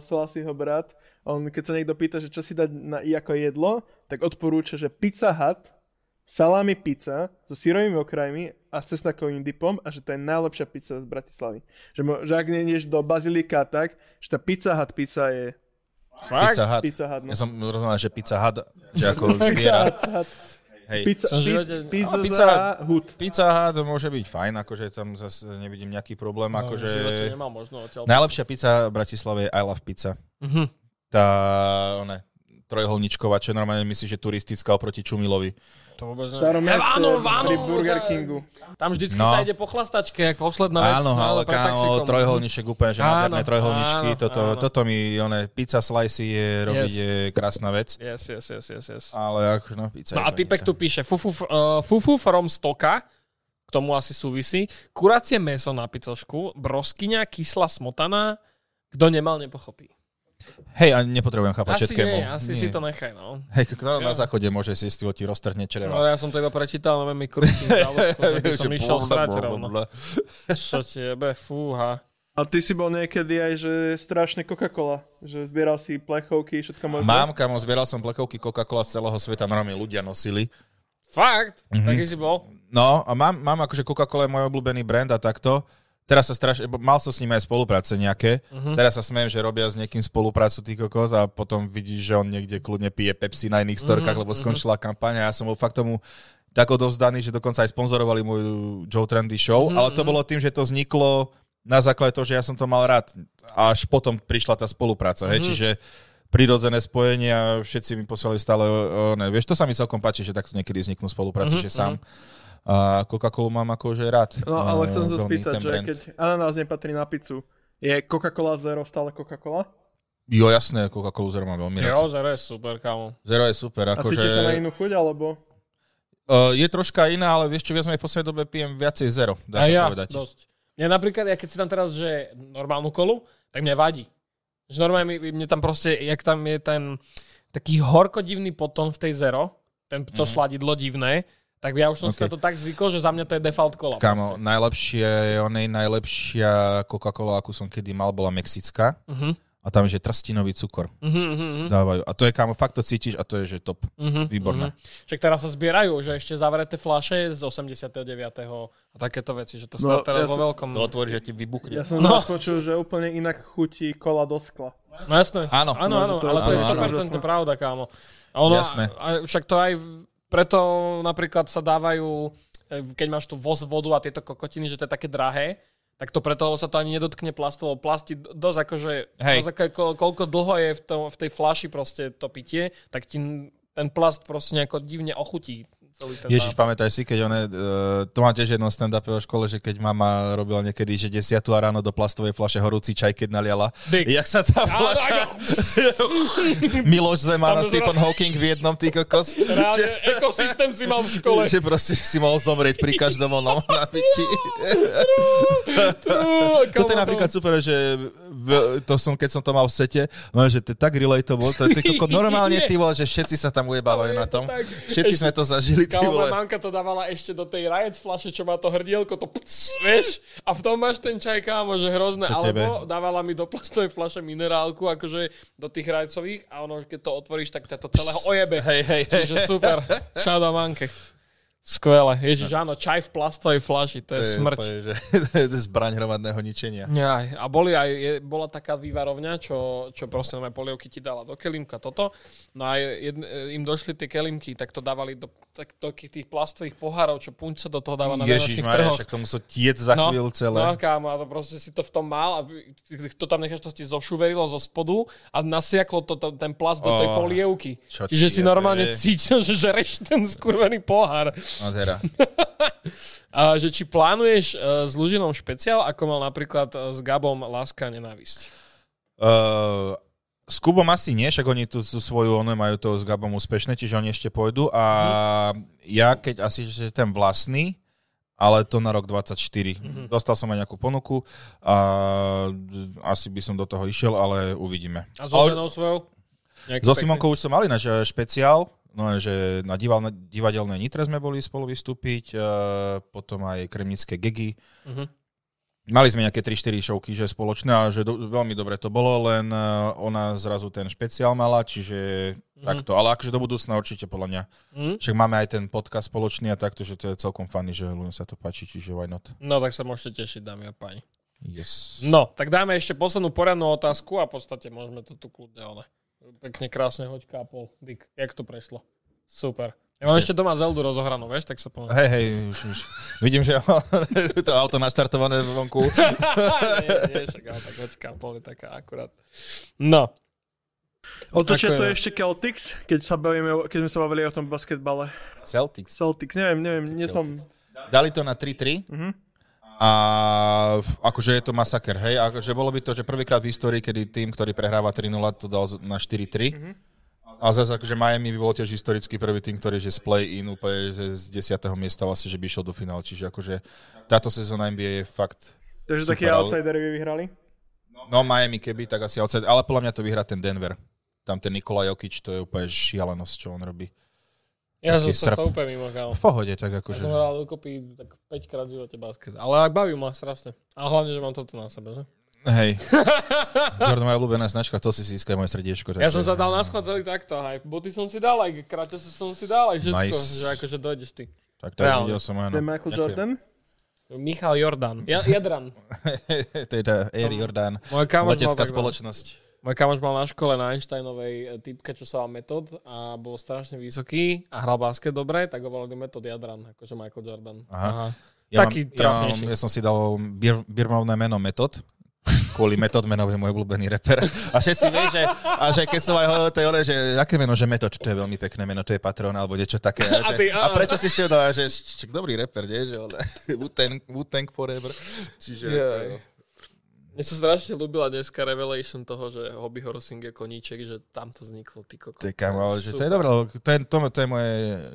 S4: Slasiho brat, on keď sa niekto pýta, že čo si dať na i ako jedlo, tak odporúča, že pizza hut, salami pizza so sírovými okrajmi a cesnakovým dipom a že to je najlepšia pizza z Bratislavy. Že, mo, že ak nejdeš do Bazilika a tak, že tá pizza hut pizza je
S1: Fakt?
S2: Pizza Hut.
S4: Pizza Hut, no.
S2: Ja som rozumel, že Pizza Hut, že ako
S4: Pizza
S2: zviera.
S4: Hut, Hut.
S2: Hej.
S4: Pizza,
S1: Som v živote- No,
S4: pi- pizza,
S2: A
S4: pizza
S2: pizza
S4: Hut.
S2: Pizza Hut môže byť fajn, akože tam zase nevidím nejaký problém, akože...
S1: No, V živote nemal možno odtiaľ.
S2: Najlepšia pizza v Bratislave je I Love Pizza.
S1: Mhm.
S2: Tá, one, trojholničková, čo normálne myslíš, že turistická oproti Čumilovi.
S1: To vôbec
S4: V
S1: ne.
S4: starom meste,
S1: Áno, áno,
S4: pri Burger
S1: tá-
S4: Kingu.
S1: Tam vždycky
S2: No.
S1: sa ide po chlastačke, ako posledná vec.
S2: Áno, ale
S1: pred
S2: kámo,
S1: no, taxikom.
S2: trojholníček úplne, že
S1: Áno,
S2: nádherné trojholničky,
S1: áno,
S2: toto,
S1: áno.
S2: toto mi, one, pizza slicey je, robiť
S1: Yes.
S2: je krásna vec.
S1: Yes, yes, yes, yes, yes.
S2: Ale ako, no, pizza
S1: No
S2: je
S1: a
S2: fajn,
S1: typek
S2: pizza.
S1: tu píše, fufu, f- uh, fufu from stoka, k tomu asi súvisí, kuracie meso na picošku, broskyňa, kyslá smotaná, kto nemal, nepochopí.
S2: Hej, a nepotrebujem chápať
S1: Asi
S2: všetkému.
S1: nie, asi
S2: Nie.
S1: si to nechaj, no.
S2: Hej, kto na záchode môže si stilo ti roztrhne čreva.
S1: No ja som to iba prečítal, ale mi krúti v žalúdku, tak by som
S2: Že
S1: išiel
S2: blá,
S1: srať
S2: blá, blá,
S1: rovno.
S2: blá.
S1: Čo tebe, fúha.
S4: A ty si bol niekedy aj, že strašne Coca-Cola, že zbieral si plechovky, všetko možné.
S2: Mám, kamo, zbieral som plekovky Coca-Cola z celého sveta, normálne ľudia nosili.
S1: Fakt?
S2: Mhm.
S1: Taký si bol?
S2: No, a mám, mám akože Coca-Cola je môj obľúbený brand a takto. Teraz sa strašne, bo mal som s ním aj spolupráce nejaké. Uh-huh. Teraz sa smejem, že robia s niekým spoluprácu ty kokos a potom vidíš, že on niekde kľudne pije Pepsi na iných storkách, uh-huh. lebo skončila kampaň a ja som bol fakt tomu tak odovzdaný, že dokonca aj sponzorovali môj Joe Trendy show,
S4: Mhm,
S2: uh-huh. ale to bolo tým, že to vzniklo na základe toho, že ja som to mal rád. Až potom prišla tá spolupráca,
S4: Mhm.
S2: uh-huh. hej, čiže prirodzené spojenie a všetci mi posielali stále, o, ne, vieš, to sa mi celkom páči, že takto niekedy vzniknú spolupráce, uh-huh. že sám a Coca-Colu mám akože rád.
S4: Mhm, No, ale chcem sa
S2: Veľmi
S4: spýtať,
S2: ten
S4: že
S2: brand.
S4: keď ananás nepatrí na pizzu, je Coca-Cola Zero stále Coca-Cola?
S2: Jo, jasné, Coca-Colu Zero mám veľmi rád.
S1: Jo, zero je super, kámo.
S2: Zero je super,
S4: A
S2: akože...
S4: cítiš sa na inú chuť, alebo...
S2: Uh, je troška iná, ale vieš čo, viac menej v poslednej dobe pijem viacej Zero, dá
S1: A
S2: sa
S1: ja,
S2: povedať.
S4: No,
S1: dosť. Ja napríklad, ja keď si tam teraz, že normálnu kolu, tak mňa vadí. Že normálne mi, mne tam proste, jak tam je ten taký horkodivný potom v tej zero, ten, to
S2: Mhm.
S1: mm-hmm. sladidlo divné, tak ja už som okay. si
S2: Okay.
S1: na to tak zvykol, že za mňa to je default kola.
S2: Kamo,
S1: proste.
S2: najlepšie, onej najlepšia Coca-Cola, akú som kedy mal, bola mexická.
S1: Mhm,
S2: A tam je, že trstinový cukor
S1: mhm, mhm, mhm,
S2: dávajú. A to je, kamo, fakt to cítiš a to je, že top.
S1: mhm,
S2: výborné.
S1: mhm. Však teraz sa zbierajú, že ešte zavreté flaše z 89. a takéto veci, že to
S4: No,
S1: no,
S4: ja
S1: teraz vo
S4: som-
S1: veľkom.
S2: To otvoríš, že ti vybuchne.
S4: Ja som no.
S1: No.
S4: počul, že úplne inak chutí kola do skla.
S1: No jasné.
S2: Áno.
S1: Áno,
S4: Môže
S1: áno,
S4: to-
S1: ale to je
S2: áno, áno.
S1: 100% pravda, kámo. A ono,
S2: Jasné.
S1: A, a však to aj v- preto napríklad sa dávajú, e, keď máš tu voz vodu a tieto kokotiny, že to je také drahé, tak to preto sa to ani nedotkne plastu, lebo plasty d- dosť akože,
S2: Hej.
S1: dosť ako, ko- koľko dlho je v, tom, v tej flaši proste to pitie, tak ti n- ten plast proste nejako divne ochutí celý ten nápoj.
S2: Ježiš, pamätáš si, keď one, uh, to mám tiež jedno stand v škole, že keď mama robila niekedy, že 10 a ráno do plastovej flaše horúci čaj, keď naliala.
S1: Dyk.
S2: Jak sa tá
S1: Áno,
S2: flaša...
S1: ako-
S2: Miloš Zeman a
S1: Tam
S2: Stephen Hawking v jednom, ty kokos.
S1: Reálne, ekosystém si mal v škole.
S2: Že proste si mohol zomrieť pri každom onom na piči.
S1: Uuu,
S2: Toto je
S1: kámo,
S2: napríklad super, že v, to som, keď som to mal v sete, no, že to je tak relatable, to je ty kokos, normálne ty vole, že všetci sa tam ujebávajú
S1: Ale je
S2: na
S1: to
S2: tom.
S1: tak.
S2: Všetci sme to zažili, ty
S1: Kámo, moja
S2: vole.
S1: mamka to dávala ešte do tej rajec flaše, čo má to hrdielko, to pc, vieš, a v tom máš ten čaj, kámo, že hrozné.
S2: To tebe.
S1: Alebo dávala mi do plastovej flaše minerálku, akože do tých rajcových a ono, keď to otvoríš, tak ťa to celého ojebe.
S2: Hej, hej, hej.
S1: Čiže super. Šáda manke. Skvelé. Ježiš, áno, čaj v plastovej flaši, to je smrť.
S2: To je, že, to je zbraň hromadného ničenia.
S1: Aj, a boli aj, je, bola taká vývarovňa, čo, čo proste nové polievky ti dala do kelimka toto. No a jedn, e, im došli tie kelimky, tak to dávali do tak, takých tých plastových pohárov, čo punč sa do toho dáva na
S2: Ježiš
S1: vianočných
S2: Maria,
S1: trhoch.
S2: však to musel tiec za
S1: No,
S2: chvíľu celé.
S1: No kámo, a to proste si to v tom mal a ty- to tam necháš, to ti zošuverilo zo spodu a nasiaklo to, to ten plast do tej
S2: Oh,
S1: polievky.
S2: čo
S1: Čiže
S2: ti
S1: si
S2: jebe.
S1: normálne cítil, že žereš ten skurvený pohár.
S2: No teda.
S1: A že či plánuješ e, s Lužinom špeciál, ako mal napríklad e, s Gabom Láska a nenávisť.
S2: Uh, s Kubom asi nie, však oni tu sú svoju, oni majú to s Gabom úspešné, čiže oni ešte pôjdu a ja keď asi že ten vlastný, ale to na rok 24. Dostal som aj nejakú ponuku a asi by som do toho išiel, ale uvidíme.
S1: A so
S2: Ale-
S1: ženou svojou? Nejaký
S2: So
S1: pekný-
S2: Simonkou už som mal ináč e, špeciál, no že na dival, divadelnej Nitre sme boli spolu vystúpiť, e, potom aj kremnické gegy.
S1: Mhm.
S2: Mali sme nejaké 3-4 šovky, že spoločné a že do, veľmi dobre to bolo, len e, ona zrazu ten špeciál mala, čiže mm-hmm. takto. Ale akože do budúcna určite podľa mňa.
S1: Mhm.
S2: Však máme aj ten podcast spoločný a takto, že to je celkom funny, že ľuďom sa to páči, čiže why not.
S1: No tak sa môžete tešiť, dámy a páni.
S2: Yes.
S1: Mhm. No, tak dáme ešte poslednú poradnú otázku a v podstate môžeme to tu kľudne ale. Pekne, krásne, hoď kápol. Dick, jak to prešlo. Super. Ja mám ešte doma Zeldu rozohranú, vieš, tak sa poviem.
S2: Hej, hej, už, už. Vidím, že to auto naštartované vonku.
S1: nie, nie, však, ale tak hoď kápol je taká akurát. No, Ako
S5: Otočia No to
S1: je?
S5: ešte Celtics, keď, sa bavíme, o- keď sme sa bavili o tom basketbale.
S2: Celtics.
S5: Celtics, neviem, neviem, nie som...
S2: Dali to na 3-3.
S1: Mhm.
S2: A f- akože je to masaker, hej. Akože bolo by to, že prvýkrát v histórii, kedy tým, ktorý prehráva 3-0, to dal z- na 4-3.
S1: Mhm.
S2: A zase akože Miami by bol tiež historicky prvý tým, ktorý že z play-in úplne že z 10. miesta vlastne, že by išiel do finále. Čiže akože táto sezóna NBA je fakt...
S4: Takže takí
S2: Super, ale-
S4: outsideri by vyhrali.
S2: No Miami keby, tak asi outside. Ale podľa mňa to vyhrá ten Denver. Tam ten Nikola Jokic, to je úplne šialenosť, čo on robí.
S1: ja som
S2: Taký
S1: sa to
S2: srp.
S1: úplne mimo, kámo.
S2: V pohode, tak
S1: Ja
S2: akože...
S1: som hral dokopy tak 5 krát v živote basket. Ale baví ma strašne. A hlavne, že mám toto na sebe, že?
S2: Hej. Jordan, moja obľúbená značka, to si získaj moje srdiečko.
S1: Ja som sa dal na schod celý takto, aj boty som si dal, aj kráťa som si dal, aj všetko,
S2: Nice.
S1: že akože dojdeš ty.
S2: Tak to
S1: Reálne.
S2: videl som, áno.
S4: To je Michael
S2: Ďakujem.
S4: Jordan.
S1: Michal Jordan. Ja, Jadran.
S2: to je tá Air Jordan.
S1: Môj kamoš, mal,
S2: Letecká
S1: tak, mal-
S2: spoločnosť.
S1: môj kamoš mal na škole na Einsteinovej e, typka, čo sa volá Metod a bol strašne vysoký a hral basket dobre, tak ho volali Metod Jadran, akože Michael Jordan.
S2: Aha.
S1: Taký
S2: ja, mám,
S1: trapnejší.
S2: ja som si dal bir, birmovné meno Metod, kvôli Metod Menov je môj obľúbený reper. A všetci vie, že, a že keď som aj hovoril, to je ono, že aké meno, že Metod, to je veľmi pekné meno, to je Patron alebo niečo také. A,
S1: A
S2: že,
S1: ty,
S2: a
S1: áno.
S2: prečo si si ho dal, A že čak, dobrý reper, nie? Že ale, Wu-Tang, Wu-Tang forever. Čiže...
S1: Jaj. Mne sa strašne ľúbila dneska revelation toho, že hobby horsing je koníček, že tam to vzniklo, ty kokot.
S2: To je, kam, ale že to je
S1: super.
S2: dobré, lebo to je, to, to je moje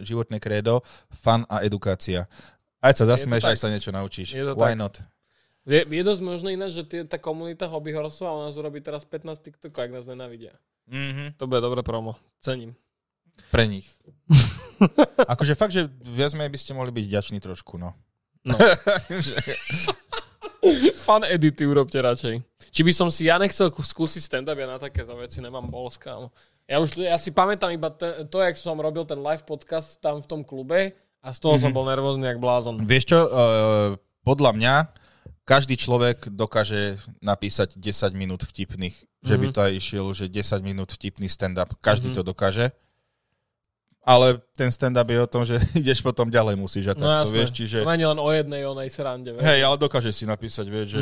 S2: životné kredo, fan a edukácia. Aj sa zasmeš,
S1: tak.
S2: aj sa niečo naučíš.
S1: Je to
S2: Why
S1: tak.
S2: not?
S1: Je, je dosť možné ináč, že tie, tá komunita hobby horsov a u nás urobí teraz 15 TikTokov, ak nás nenavidia.
S2: Mm-hmm.
S1: To bude dobré promo. Cením.
S2: Pre nich. akože fakt, že viac menej by ste mohli byť vďační trošku, no.
S1: Fan edity urobte radšej. Či by som si ja nechcel ku- skúsiť stand-up, ja na také za veci nemám bol kámo. Ja už ja si pamätám iba te, to, jak som robil ten live podcast tam v tom klube a z toho mm-hmm. som bol nervózny jak blázon.
S2: Vieš čo, uh, podľa mňa každý človek dokáže napísať 10 minút vtipných. Že by
S1: Mhm.
S2: to aj išiel, že 10 minút vtipný stand-up. Každý to dokáže. Ale ten stand-up je o tom, že ideš potom ďalej musíš a tak
S1: No
S2: no, to
S1: jasné.
S2: vieš, čiže...
S1: To nie je len o jednej onej srande. Vieš?
S2: Hej, ale dokáže si napísať, vieš, že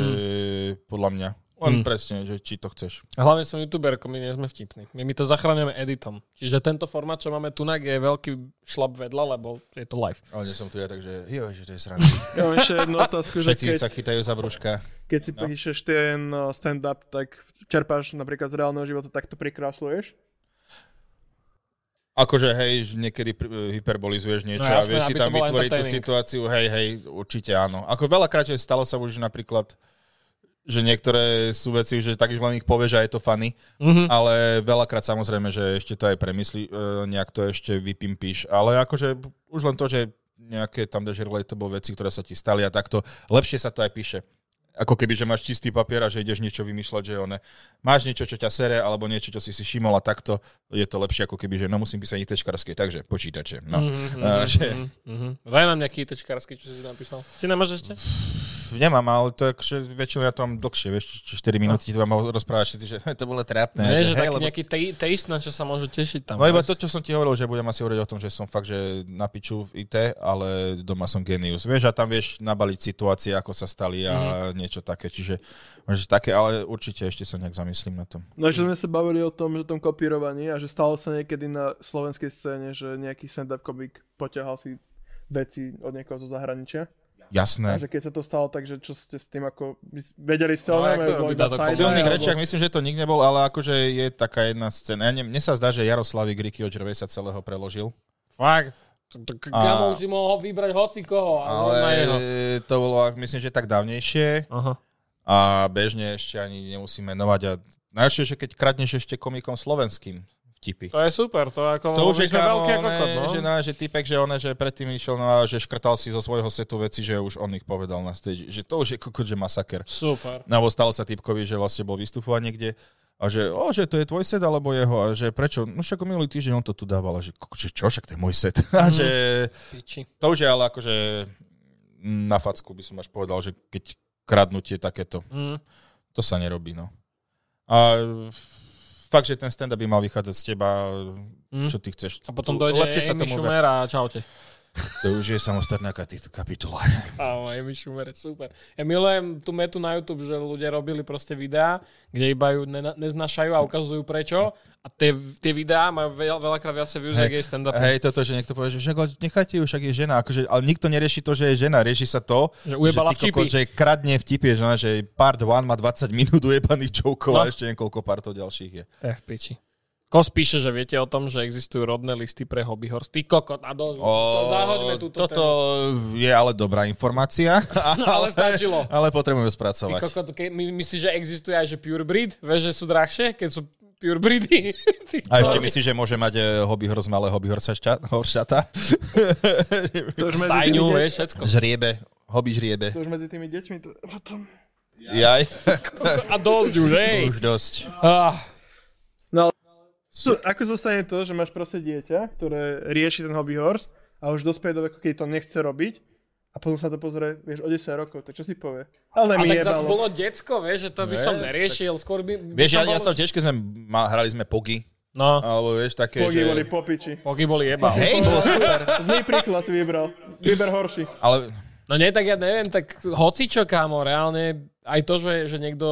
S1: Mhm.
S2: podľa mňa.
S1: Mm.
S2: Len presne, že či to chceš.
S1: A Hlavne som youtuberko, my nie sme vtipní. My, my to zachraňujeme editom. Čiže tento format, čo máme tunak, je veľký šlap vedľa, lebo je to live.
S2: Ale nie som tu ja, takže jo, že to je sranda.
S5: Ja mám ešte jednu otázku, že
S2: Všetci
S5: keď,
S2: sa no. chytajú za brúška.
S5: keď si píšeš ten uh, stand-up, tak čerpáš napríklad z reálneho života, tak to prikrásluješ?
S2: Akože, hej, že niekedy pri- eh, hyperbolizuješ niečo
S1: No
S2: a
S1: jasné,
S2: vieš si
S1: aby
S2: tam
S1: to bolo
S2: vytvoriť tú
S1: entertaining.
S2: situáciu, hej, hej, určite áno. Ako veľakrát, že stalo sa už napríklad, že niektoré sú veci, že tak len ich povieš a je to funny,
S1: Mhm.
S2: ale veľakrát samozrejme, že ešte to aj premyslí, e, nejak to ešte vypimpíš, ale akože už len to, že nejaké tam dáš relatable veci, ktoré sa ti stali a takto, lepšie sa to aj píše. Ako keby, že máš čistý papier a že ideš niečo vymýšľať, že one. Máš niečo, čo ťa sere, alebo niečo, čo si si všimol a takto je to lepšie, ako keby, že no musím písať ITčkarské, takže počítače. No.
S1: Mhm,
S2: A, že,
S1: mhm, mhm. Daj nám nejaký itečkársky, čo si napísal. Ty nemáš ešte?
S2: nemám, ale to je, že väčšinou ja to mám dlhšie, vieš, 4 minúty ti to mám rozprávať všetci, že to bolo trápne.
S1: Nie, že taký
S2: hej, lebo
S1: nejaký tej- taste, na čo sa môžu tešiť tam.
S2: No iba to, čo som ti hovoril, že budem asi hovoriť o tom, že som fakt, že na piču v IT, ale doma som genius. Vieš, a tam vieš nabaliť situácie, ako sa stali a
S1: Mhm.
S2: niečo také. Čiže možno také, ale určite ešte sa nejak zamyslím na tom.
S5: No že sme sa bavili o tom, že o tom kopírovaní a že stalo sa niekedy na slovenskej scéne, že nejaký stand-up komik poťahal si veci od niekoho zo zahraničia. A
S2: Jasné.
S5: že keď sa to stalo, takže čo ste s tým ako... vy- Vedeli ste
S1: No,
S5: o
S1: jak to robí táto
S2: V
S1: Aj
S2: silných
S1: daj,
S2: rečiach myslím, že to nikdy nebol, ale akože je taká jedna scéna. Ja ne, mne sa zdá, že Jaroslavi Griky od Gervaisa celého preložil.
S1: Fakt. To- to-
S2: A-
S1: Kámo, už si mohol vybrať hoci koho. Ale... na
S2: Ale
S1: jeho.
S2: to bolo, myslím, že tak dávnejšie.
S1: Aha.
S2: A bežne ešte ani nemusím menovať. A najlepšie, že keď kradneš ešte komikom slovenským vtipy.
S1: To je super, to je ako...
S2: To už
S1: my
S2: je
S1: sme
S2: kámo,
S1: veľký ako
S2: one,
S1: kokot, no.
S2: že, ne, že typek, že one, že predtým išiel, no, a že škrtal si zo svojho setu veci, že už on ich povedal na stage. Že to už je kokot, že masaker.
S1: Super.
S2: No, Lebo stalo sa typkovi, že vlastne bol vystupovať niekde a že, o, že to je tvoj set alebo jeho a že prečo, no však minulý týždeň on to tu dával a že, "Koko, že čo, však to je môj set.
S1: Mhm.
S2: A že
S1: Piči.
S2: to už je ale akože na facku by som až povedal, že keď
S1: Mhm.
S2: kradnutie takéto,
S1: Mm.
S2: to sa nerobí, no. A fakt, že ten stand-up by mal vychádzať z teba,
S1: Mm.
S2: čo ty chceš.
S1: A potom
S2: Tu-
S1: dojde
S2: lepšie sa
S1: Amy
S2: tomu
S1: Schumer a čaute.
S2: To už je samostatná kati- kapitola.
S1: Áno, Amy Schumer, super. Ja milujem tú metu na YouTube, že ľudia robili proste videá, kde iba ju ne- neznašajú a ukazujú prečo. A tie, tie videá majú veľ, veľakrát viacej views, ako jej stand-up.
S2: Hej, toto, že niekto povie, že však, ale nechajte ju, však je žena. Akože, ale nikto nerieši to, že je žena, rieši sa to,
S1: Že ujebala
S2: že, ty
S1: vtipy.
S2: kokot, že kradne vtipie, že, no, že part 1 má 20 minút ujebaných jokov
S1: No.
S2: a ešte niekoľko partov ďalších je.
S1: To je v piči. Kos píše, že viete o tom, že existujú rodné listy pre hobby horse. Ty kokot, a dosť. to No, zahoďme túto
S2: toto
S1: tému. No,
S2: je ale dobrá informácia,
S1: Ale stačilo.
S2: ale
S1: Ty
S2: potrebujem spracovať.
S1: kokot, ke, my, myslíš, že existuje aj že pure breed? Vieš, že sú drahšie, keď sú pure breedy? Ty
S2: A ešte
S1: kokot.
S2: myslíš, že môže mať eh, hobby hroz malé hobby horsača- horšata?
S5: To už medzi tými,
S1: Stajňu,
S5: de-
S1: vieš, všetko.
S2: žriebe, hobby žriebe.
S5: to už medzi tými deťmi to potom...
S2: Jaj, Hm.
S1: A dosť už, hej.
S2: už dosť.
S1: Ah,
S5: Sú, No, ako zostane to, že máš proste dieťa, ktoré rieši ten hobby horse a už dospeje do veku, keď to nechce robiť a potom sa to pozrie, vieš, o 10 rokov, tak čo si povie? Ale
S1: a
S5: mi
S1: tak zase
S5: jebalo.
S1: bolo decko, vieš, že to by
S2: Ne,
S1: som neriešil. Skôr by... by
S2: Vieš, ja, ja
S1: bol-
S2: som tiež, keď sme ma, hrali sme pogy,
S1: No,
S2: alebo vieš, také, že...
S5: Pogy boli popiči.
S1: poky boli jebal.
S2: Hej, bolo super.
S5: Zlý príklad si vybral. Vyber horší.
S2: Ale
S1: No nie, tak ja neviem, tak hocičo, kámo, reálne aj to, že, že niekto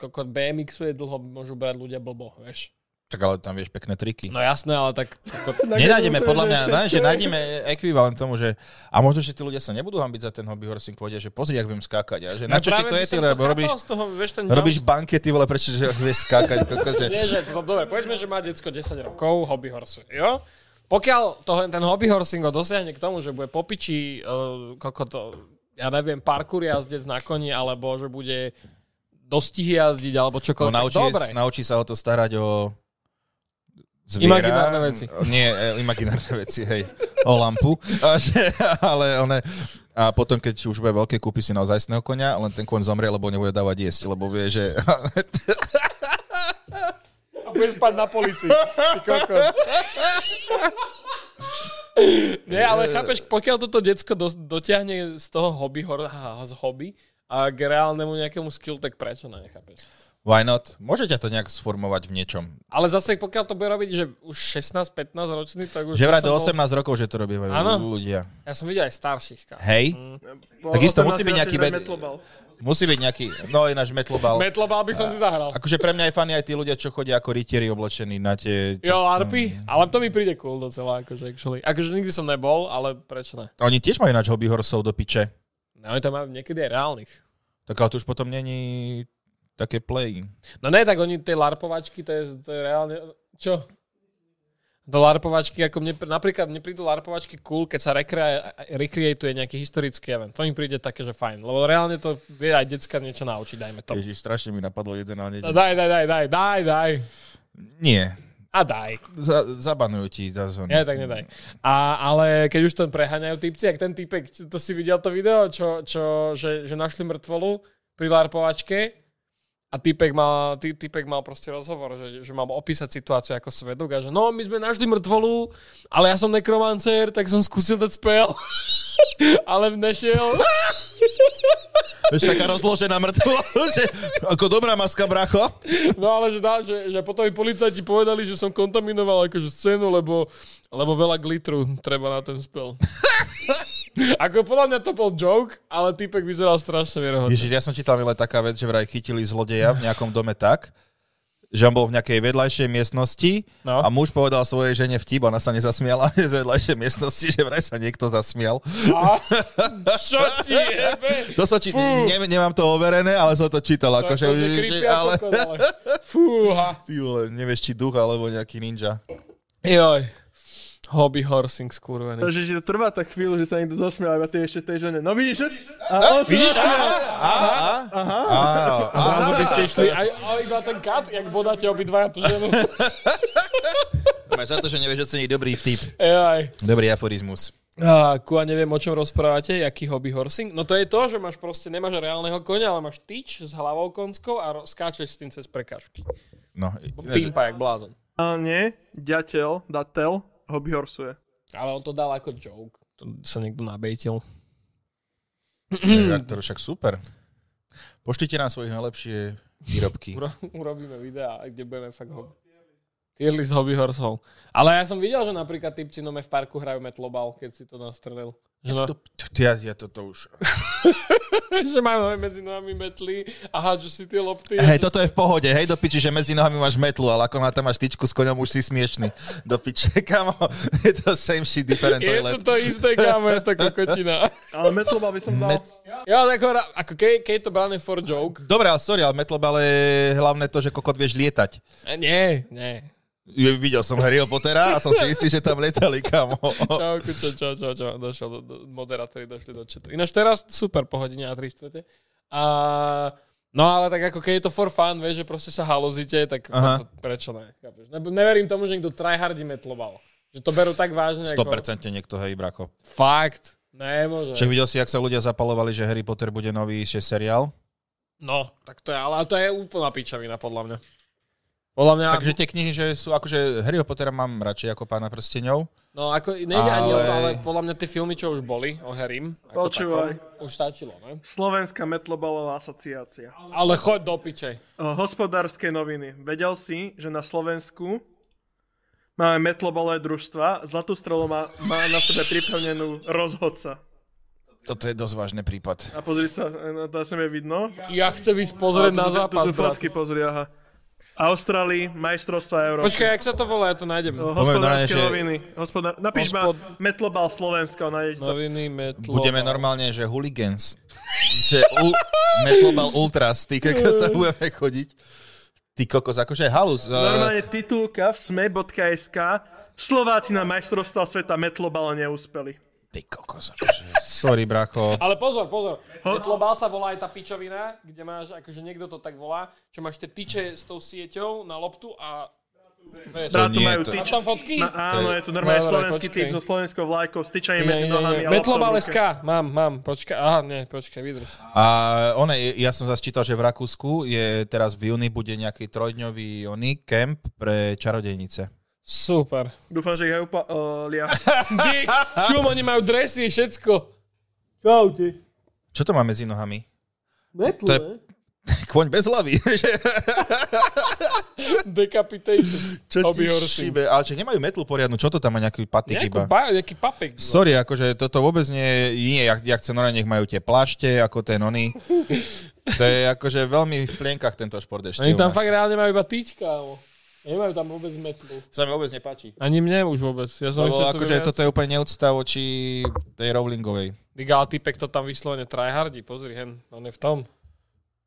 S1: kokot BMXuje dlho, môžu brať ľudia blbo, vieš.
S2: Tak ale tam vieš pekné triky.
S1: No jasné, ale tak... Kokot,
S2: Nenájdeme, podľa mňa, ne, že nájdeme ekvivalent tomu, že a možno, že tí ľudia sa nebudú hambiť za ten hobby horsing, povedia, že pozri, ak viem skákať. A že, na čo ti
S1: práve by
S2: to je, ty,
S1: som
S2: lebo
S1: chápal
S2: robíš,
S1: Z toho, vieš, ten
S2: robíš
S1: jump-
S2: bankety, vole, prečo že vieš skákať. Koko, že...
S1: Nie, že, no, dobre, povedzme, že má decko 10 rokov, hobby horse, jo? Pokiaľ to, ten hobby horsing ho dosiahne k tomu, že bude popiči, uh, koko to, ja neviem, parkour jazdec na koni, alebo že bude dostihy jazdiť, alebo
S2: No,
S1: čokoľvek.
S2: naučí,
S1: dobre.
S2: naučí sa o to starať o zviera.
S1: Imaginárne veci.
S2: Nie, e, imaginárne veci, hej. O lampu. A že, ale one, a potom, keď už bude veľké, kúpi si naozajstného konia, len ten koň zomrie, lebo nebude dávať jesť, lebo vie, že
S1: A budeš spať na polici. Ty kokos. Nie, ale chápeš, pokiaľ toto decko do, dotiahne z toho hobby, hor, ha, z hobby a k reálnemu nejakému skill, tak prečo ne, nechápeš?
S2: why not? Môže ťa to nejak sformovať v niečom.
S1: Ale zase, pokiaľ to bude robiť, že už 16-15 ročný, tak už...
S2: Že vraj
S1: ja som
S2: do
S1: bol-
S2: 18 rokov, že to robívajú
S1: Áno. Mm.
S2: ľudia.
S1: Ja som videl aj starších. Kámo.
S2: Hej? Takisto musí byť nejaký ved-
S5: metlobal.
S2: Musí byť nejaký, no je náš metlobal.
S1: Metlobal by som si zahral.
S2: Akože pre mňa je fany aj tí ľudia, čo chodia ako rytieri oblečení na tie... čo-
S1: Jo, Arpy, ale to mi príde cool docela, akože, actually. Akože nikdy som nebol, ale prečo ne?
S2: Oni tiež majú ináč hobby horsov do piče.
S1: No, oni tam majú niekedy aj reálnych.
S2: Tak ale to už potom není také play.
S1: No ne, tak oni tie larpovačky, to je, to je reálne... Čo? Do larpovačky, ako mne, napríklad mne prídu larpovačky cool, keď sa rekre, recreatuje nejaký historický event. To mi príde také, že fajn. Lebo reálne to vie aj decka niečo naučiť, dajme to.
S2: Ježiš, strašne mi napadlo jeden
S1: No,
S2: na nedelu.
S1: daj, daj, daj, daj, daj, daj.
S2: Nie,
S1: A daj.
S2: za, zabanujú ti tá zóna.
S1: Ja tak nedaj. A, ale keď už to preháňajú typci, ak ten typek, čo- to si videl to video, čo, čo, že, že našli mŕtvolu pri larpovačke a typek mal, ty, typek mal proste rozhovor, že, že mal opísať situáciu ako svedok a že no, my sme našli mŕtvolu, ale ja som nekromancer, tak som skúsil dať spel. ale nešiel.
S2: Vieš, taká rozložená mŕtvola, že ako dobrá maska, bracho.
S1: No ale že, dá, že, že potom i policajti povedali, že som kontaminoval akože scénu, lebo, lebo veľa glitru treba na ten spel. Ako podľa mňa to bol joke, ale typek vyzeral strašne vierohodne.
S2: Ježiš, ja som čítal veľa taká vec, že vraj chytili zlodeja v nejakom dome tak, že on bol v nejakej vedľajšej miestnosti
S1: No.
S2: a muž povedal svojej žene vtip, ona sa nezasmiala že z vedľajšej miestnosti, že vraj sa niekto zasmial.
S1: A, čo ti jebe?
S2: To sa či...
S1: Fú.
S2: Ne, nemám to overené, ale som to čítal.
S1: To je
S2: Ako, že,
S1: proste
S2: Akože že,
S1: Akože creepy
S2: ale...
S1: ako kokos, ale... Fúha.
S2: Ty vole, nevieš, či duch alebo nejaký ninja.
S1: Joj. Hobby horsing skurvený.
S5: Takže že to trvá tá chvíľu, že sa niekto zasmial, a ty ešte tej žene. No vidíš? A on sa
S1: Vidíš?
S5: zasmial.
S2: Á, á,
S1: Zrazu by ste išli, aj, aj iba ten kat, jak bodáte obidvaja tú ženu.
S2: Máš za to, že nevieš oceniť dobrý vtip.
S1: Joj.
S2: Dobrý aforizmus.
S1: A, Kua, neviem, o čom rozprávate, jaký hobby horsing. No to je to, že máš proste, nemáš reálneho konia, ale máš tyč s hlavou konskou a ro- skáčeš s tým cez prekážky.
S2: No, ináč-
S1: Pimpa jak blázon.
S5: A nie, ďateľ, datel, hobby horsuje.
S1: Ale on to dal ako joke. To sa niekto nabejtil.
S2: to je však super. Pošlite nám svojich najlepšie výrobky.
S1: Uro- urobíme videá, kde budeme fakt ho... Tier list hobby horsehov. Ale ja som videl, že napríklad typci nome v parku hrajú metlobal, keď si to nastrelil. Že, no,
S2: To, to, ja, ja toto už...
S1: že majú nové medzi nohami metly a hádžu si tie lopty.
S2: Hej, toto je v pohode, hej, do piči, že medzi nohami máš metlu, ale ako na tam máš tyčku s koňom, už si smiešný. Do piče, kamo, je to same shit, different
S1: je to
S2: toilet.
S1: to isté, kámo, je to kokotina.
S5: Ale metlobal by som dal...
S2: Met-
S1: Ja, ako, ra- ako keď, keď je to brané for joke.
S2: Dobre, ale sorry, ale metlobal je hlavné to, že kokot vieš lietať.
S1: E, Nie, nie.
S2: Je- Videl som Harryho Pottera a som si istý, že tam letali, kamo.
S1: Čau, kučo, čau, čau, čau. Došiel do, do, moderátori došli do četu. Ináč teraz super po hodine a 3 štvrte. A, no ale tak ako keď je to for fun, vieš, že proste sa halozíte, tak
S2: Aha.
S1: ako, prečo ne? chápeš? Ne, neverím tomu, že niekto tryhardí metloval. Že to berú tak vážne
S2: 100%
S1: ako...
S2: niekto, hej, brako.
S1: Fakt. Nemôže.
S2: Však videl si, jak sa ľudia zapalovali, že Harry Potter bude nový že seriál?
S1: No, tak to je, ale to je úplná pičavina, podľa mňa. Podľa mňa,
S2: Takže tie knihy, že sú akože Harryho Pottera mám radšej ako pána prsteňov.
S1: no ako, nejde ale... ani o to,
S2: Ale-
S1: ale podľa mňa tie filmy, čo už boli o Harrym, ako
S5: Počúvaj.
S1: takom, už stačilo, ne?
S5: Slovenská metlobalová asociácia.
S1: Ale choď do piče.
S5: O, hospodárske noviny. Vedel si, že na Slovensku máme metlobalové družstva, Zlatú strelu má, má na sebe pripevnenú rozhodca.
S2: Toto je dosť vážny prípad.
S5: A pozri sa, na to sem je vidno.
S1: Ja chcem ísť pozrieť
S5: Ale
S1: na
S5: tu sú-
S1: zápas,
S5: Tu sú
S1: brat.
S5: facky, pozri, aha. Austrálii, majstrovstva Európy.
S1: Počkaj, jak sa to volá, ja to nájdem.
S2: Poviem
S5: O,
S2: normálne,
S5: Hospodárske
S2: že-
S5: noviny. Hospodár... Napíš
S1: Hospod- No.
S5: ma Metlobal Slovensko, nájdeš to.
S1: Noviny, metlo.
S2: Budeme normálne, že hooligans. že u- metlobal ultras, ty kokos sa budeme chodiť. Ty kokos, akože halus. Uh,
S5: Normálne titulka v sme.sk Slováci na majstrovstvá sveta metlobal neúspeli.
S2: ty kokos, akože. Sorry, bracho.
S1: Ale pozor, pozor. Metlobal sa volá aj tá pičovina, kde máš, akože niekto to tak volá, čo máš tie tyče s tou sieťou na loptu a... Vieš,
S5: Drátu
S2: nie,
S5: majú
S2: to-
S1: máš
S5: tyč.
S1: tam fotky? No,
S5: Ma, áno, je tu normálne
S1: Dobre,
S5: slovenský
S1: počkej.
S5: typ so slovenskou vlajkou, s tyčami
S1: Nie,
S5: medzi
S1: nie, nie.
S5: nohami. a
S1: Metlobal
S5: loptou v ruke.
S1: SK, mám, mám, počkaj, aha, nie, počkaj, vydrž.
S2: A one, ja som zase čítal, že v Rakúsku je teraz v júni bude nejaký trojdňový oný kemp pre čarodejnice.
S1: Super.
S5: Dúfam, že ich aj upa- uh, lia.
S1: Dík, čum, oni majú dresy, všetko. Čau ti.
S2: Čo to má medzi nohami?
S1: Metlo,
S2: To je- Kvoň bez hlavy. že?
S1: Decapitation.
S2: čo
S1: Obi
S2: ti
S1: Orsi.
S2: šíbe? Ale čo, nemajú metlu poriadnu, čo to tam má nejaký patik
S1: Nejakú
S2: iba?
S1: ba- nejaký papek. no.
S2: Sorry, akože toto vôbec nie je, nie, ja, ja chcem normálne, nech majú tie plášte, ako ten oný. To je akože veľmi v plienkach tento šport ešte
S1: Oni
S2: u
S1: tam
S2: nás.
S1: fakt reálne majú iba tyčka, kámo. Nemajú tam vôbec metlu.
S2: Sa mi vôbec nepáči.
S1: Ani mne už vôbec. Ja som
S2: Lebo
S1: myslel, že
S2: akože toto je úplne neúcta voči tej Rowlingovej.
S1: Diga, ale typek to tam vyslovene tryhardí, pozri hen, on je v tom.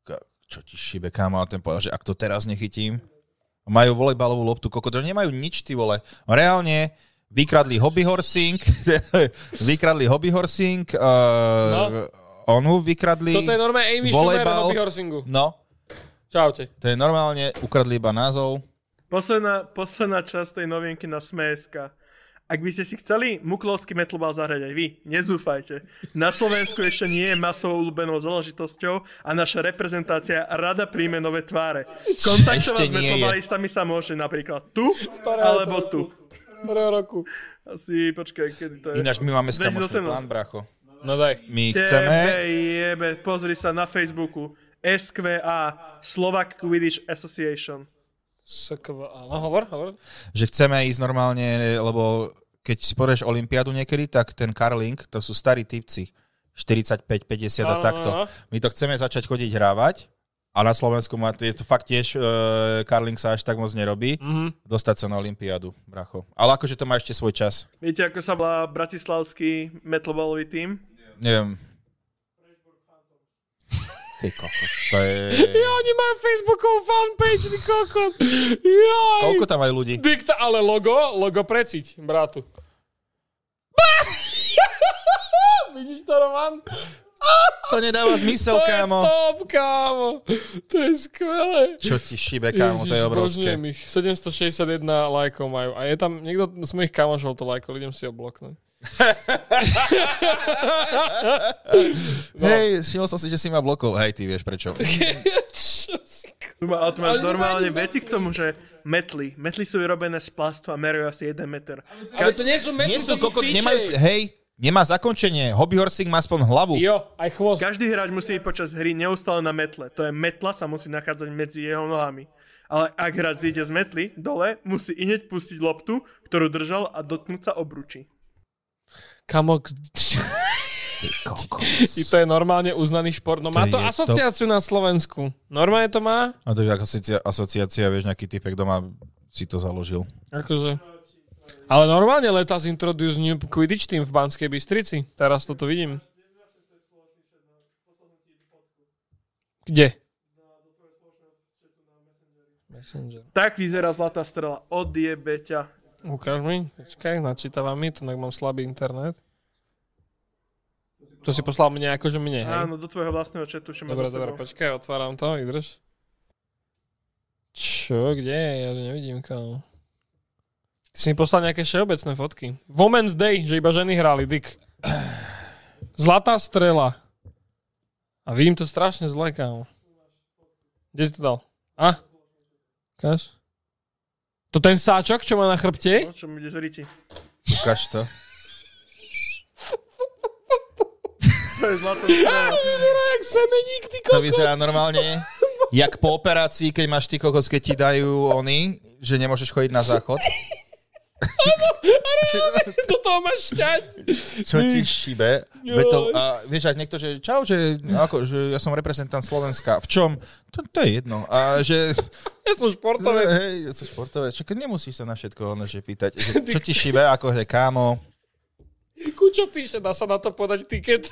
S2: Ka- Čo ti šíbe, kámo, a ten povedal, že ak to teraz nechytím, majú volejbalovú loptu, koko, to nemajú nič, ty vole. Reálne, vykradli hobby horsing, vykradli hobby horsing, uh, onu vykradli,
S1: No. Toto je no- normálne Amy Schumer
S2: Volejbal.
S1: Hobby Horsingu.
S2: no,
S1: Čaute.
S2: to je normálne, ukradli iba názov,
S5: Posledná, posledná časť tej novienky na Sme.sk. Ak by ste si chceli muklovský metlobal zahrať aj vy, nezúfajte. Na Slovensku ešte nie je masovou obľúbenou záležitosťou a naša reprezentácia rada príjme nové tváre. Kontaktovať
S2: Ešte
S5: s
S2: nie je.
S5: metlobalistami sa môže napríklad tu,
S1: ktorého
S5: alebo
S1: to
S5: tu.
S1: roku? Prvého roku.
S5: Asi, počkaj, kedy to je?
S2: ináč my máme s kamošom
S5: 2018.
S2: plán, bracho.
S1: No daj.
S2: My
S5: Tebe
S2: chceme,
S5: Jebe, pozri sa na Facebooku. SQA, Slovak Quidditch Association.
S1: Sokova. No hovor, hovor.
S2: že chceme ísť normálne, lebo keď si porieš Olympiádu niekedy, tak ten Karling, to sú starí typci, 45, 50 a
S1: Áno,
S2: Teda takto.
S1: áno.
S2: My to chceme začať chodiť hrávať, a na Slovensku má, je to fakt tiež, e, Karling sa až tak moc nerobí,
S1: Mhm.
S2: dostať sa na Olympiádu, bracho. Ale akože to má ešte svoj čas.
S5: Viete, ako sa volá bratislavský metlobalový tím?
S2: Neviem. Ty kokos, to je...
S1: Ja, oni majú Facebookovú fanpage, ty kokot. Jaj.
S2: Koľko tam aj ľudí?
S1: Dikta, ale logo, logo preciť, bratu. Vidíš to, Roman?
S2: To nedáva zmysel,
S1: To je
S2: kámo.
S1: top, kámo. To je skvelé.
S2: Čo ti šíbe, kámo, to je
S1: Ježiš,
S2: obrovské.
S1: zbožňujem ich. 761 lajkov majú. A je tam niekto z mojich kamošov to lajkol, idem si ho bloknúť.
S2: Hej, všimol som si, že si ma blokol. Hej, ty vieš prečo.
S1: Čo si k-
S5: Tu má- Ale tu máš
S1: Ale nemá
S5: normálne
S1: ani
S5: veci k tomu, že metly. Metly sú vyrobené z plastu a merujú asi 1 meter.
S1: Ale to nie sú metry,
S2: Nie sú
S1: to sú
S2: kokot,
S1: piče.
S2: nemajú, hej, nemá zakončenie. Hobby horsing má aspoň hlavu.
S1: Jo, aj chvost.
S5: Každý hráč musí byť počas hry neustále na metle. To je metla sa musí nachádzať medzi jeho nohami. Ale ak hráč zíde z metly dole, musí ineď pustiť loptu, ktorú držal a dotknúť sa obručí.
S1: Kamo, k-
S2: Ty
S1: i
S2: kokos.
S1: to je normálne uznaný šport. No má to
S2: To je
S1: asociáciu na Slovensku. Normálne to má?
S2: A to je ako asocia- asociácia, vieš, nejaký typek doma si to založil.
S1: Akože. Ale normálne letá z Introduce New Quidditch Team v Banskej Bystrici. Teraz toto vidím. Kde? Messenger.
S5: Tak vyzerá zlatá strela. Odjebe ťa.
S1: Ukáž mi, počkaj, načítavam mi, to nejak mám slabý internet. To si poslal mne akože mne, hej?
S5: Áno, do tvojho vlastného chatu, čo máš
S1: Dobre,
S5: za
S1: dobre,
S5: sebou.
S1: počkaj, otváram to, vydrž. Čo, kde je? Ja to nevidím, kámo. Ty si mi poslal nejaké všeobecné fotky. Women's Day, že iba ženy hrali, Dick. Zlatá strela. A vidím to strašne zle, kámo. Kde si to dal? A? Ukáž? To ten sáčok, čo má na chrbte?
S5: No, čo mi ide z riti.
S2: Ukáž to.
S5: To je zlatá strela.
S1: Vyzerá jak semeník, ty
S2: To vyzerá normálne, jak po operácii, keď máš ty kokos, keď ti dajú oni, že nemôžeš chodiť na záchod.
S1: Do toho máš šťať.
S2: Čo ti šíbe?
S1: Joj.
S2: Veď to- a vieš, ak niekto, že čau, že, ako, že ja som reprezentant Slovenska. V čom? To, to je jedno. A že,
S1: Ja som športovec.
S2: hej, ja som športovec. Čo, keď nemusíš sa na všetko ono, že pýtať. Že, čo ti šíbe? Ako, že kámo,
S1: Kučo píše, dá sa na to podať tiket.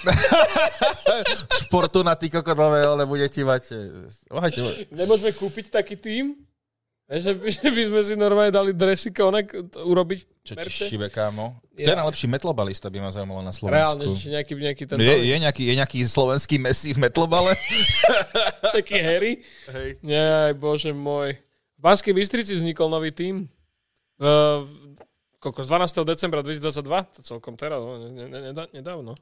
S2: športu na ty kokodové, ale bude ti mať... že- Ohajte,
S1: Nemôžeme kúpiť taký tým? Vieš, Že by, že by sme si normálne dali dresy konek t- urobiť
S2: čo ti
S1: merče?
S2: šíbe, kámo?
S1: Ja.
S2: Kto je najlepší metlobalista, by ma zaujímalo na Slovensku?
S1: Reálne, že nejaký, nejaký ten
S2: Je, je, nejaký, je nejaký slovenský Messi v metlobale?
S1: taký Harry.
S2: Hej.
S1: Jaj, bože môj. V Banskej Bystrici vznikol nový tým. Uh, koľko, z 12. decembra 2022? To celkom teraz, no, ne, ne, ne, nedávno.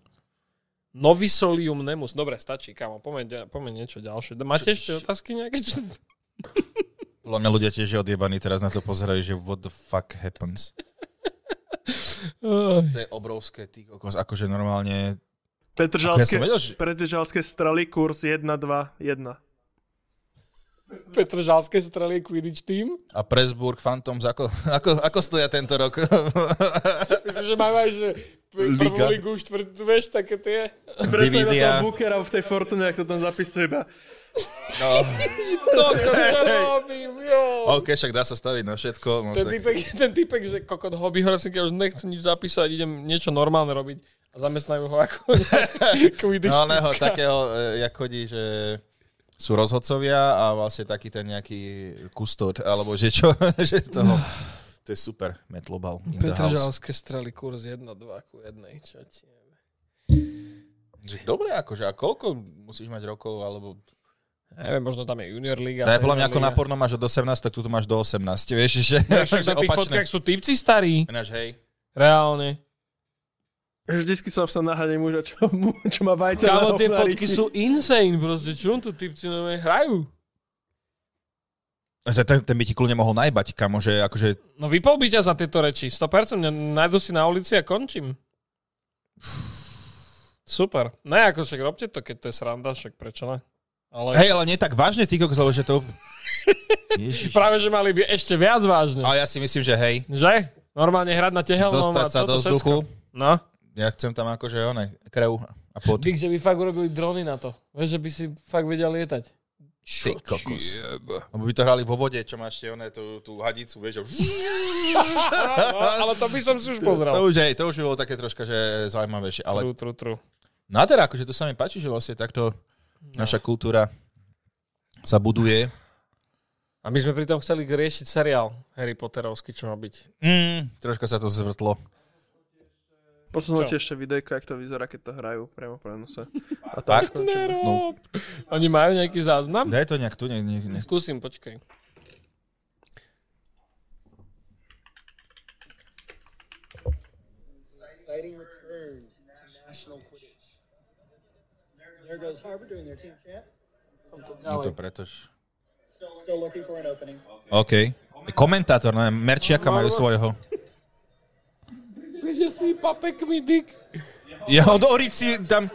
S1: Novisolium nemus. Dobre, stačí, kámo, pomeň, pomeň niečo ďalšie. Máte ešte otázky nejaké?
S2: Podľa mňa ľudia tiež je odjebaní teraz na to pozerajú, že what the fuck happens.
S1: Oj.
S2: To je obrovské, ty kokos, akože normálne... Ja
S5: Petržalské,
S2: som vedel, že...
S5: Petržalské strely, kurz 1, 2, 1.
S1: Petržalské strelie Quidditch tým.
S2: A Presburg, Phantoms, ako, ako, ako stoja tento rok?
S1: Myslím, že máme aj že p- prvú
S2: Liga.
S1: ligu, štvrt, vieš, také tie.
S5: Predstav na
S2: Divízia.
S5: toho Bookera v tej Fortune, ak to tam zapisuje iba.
S2: No,
S1: To, to robím, jo.
S2: OK, však dá sa staviť na všetko. No,
S1: Ten
S2: tak,
S1: typek, ten typek, že kokot hobby horsinky, ja už nechcem nič zapísať, idem niečo normálne robiť. A zamestnajú ho ako
S2: no
S1: Quidditch.
S2: oného, No, takého, eh, jak chodí, že sú rozhodcovia a vlastne taký ten nejaký kustód, alebo že čo, že toho... To je super, metlobal in the house.
S1: Petržalské strely kurz 1, 2 ku 1. Čo ti je?
S2: Že Dobre, akože, a koľko musíš mať rokov, alebo
S1: Neviem, možno tam je junior liga.
S2: Ja, ja No, podľa mňa ako
S1: senior
S2: na
S1: liga.
S2: porno máš od 18, tak tu to máš do 18, vieš, že,
S1: Ja, však
S2: že
S1: na tých fotkách sú typci starí.
S2: Ináč, hej.
S1: Reálne.
S5: Vždycky som sa naháňať muža, čo, mu, čo má vajce
S1: Kámo,
S5: na
S1: tie
S5: obnáriči.
S1: fotky sú insane proste. Čo on tu typci nové hrajú?
S2: Ten, ten- ten by ti kľudne mohol najbať, kamo, že akože,
S1: No vypol by ťa za tieto reči. 100% mňa nájdu si na ulici a končím. Super. Ne, ako však robte to, keď to je sranda, však prečo ne? Ale hey.
S2: hej, ale nie tak vážne, ty kokos, lebo že to... Ježiš.
S1: práve, že mali by ešte viac vážne.
S2: A ja si myslím, že hej,
S1: Že? Normálne hrať na tehelnom
S2: dostať
S1: a
S2: sa
S1: toto
S2: do
S1: všetko.
S2: vzduchu,
S1: No.
S2: ja chcem tam akože, one, krev a pod.
S1: Dík, že by fakt urobili drony na to. Vieš, že by si fakt vedel lietať.
S2: Ty kokos. Lebo by to hrali vo vode, čo máš tie, one, tú, tú hadicu, vieš, že...
S1: no, ale to by som si už
S2: To
S1: pozrel.
S2: už, hej, to už by bolo také troška, že zaujímavejšie, ale...
S1: Tru, tru, tru.
S2: No a teda, akože to sa mi páči, že vlastne takto naša kultúra sa buduje.
S1: A my sme pritom chceli riešiť seriál Harry Potterovský, čo má byť.
S2: Mm, troška sa to zvrtlo.
S5: Poslal som
S1: Čo?
S5: ti ešte videjko, jak to vyzerá, keď to hrajú priamo po sa. A to
S2: Fakt?
S5: už končíme.
S1: Nerob. Oni majú nejaký záznam?
S2: Daj to nejak tu, ne, ne, ne.
S1: Skúsim, počkej.
S6: exciting return to national Quidditch. There goes Harvard doing their team chant.
S2: No to pretož.
S6: Still looking for an opening.
S2: OK. Komentátor, neviem, Merčiaka majú svojho.
S1: Vieš, ja s tými papekmi, Dick.
S2: Ja od Orici tam...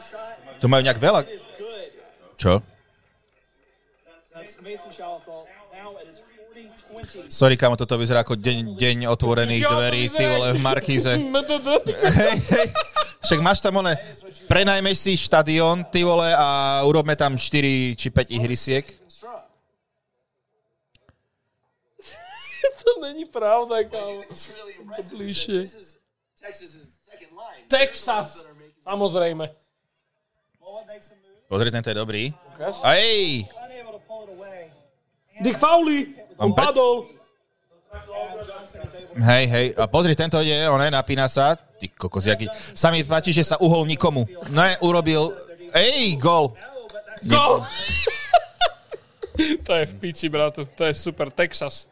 S2: To majú nejak veľa.
S6: Good.
S2: Čo?
S6: That's Mason Shaw fault. Now it is 40-20.
S2: Sorry, kamo, toto vyzerá ako deň, deň otvorených
S1: Jo, to No
S2: dverí, ty
S1: vyzerá-
S2: vole, v Markíze.
S1: MDD, ty
S2: Hej, hej. Však máš tam one, prenajmeš si štadión, ty vole, a urobme tam 4 či 5 ihrisiek.
S1: to není pravda, kámo.
S6: It's really impressive. that
S1: Bližšie.
S6: This is Texas's second line.
S1: Texas. Samozrejme.
S6: Mullet makes a move.
S2: Pozri, tento je dobrý. Ej,
S6: Unable to pull it away.
S1: Dick Fowley, on
S2: On pre-
S1: padol.
S6: Now Johnson is able to
S2: hej, hej, a pozri, tento je, one, napína sa. Ty kokos, jaký. Sa mi páči, že sa uhol nikomu. Ne, urobil, ej, gol.
S1: Gol! to je v piči, bratu. To je super. Texas.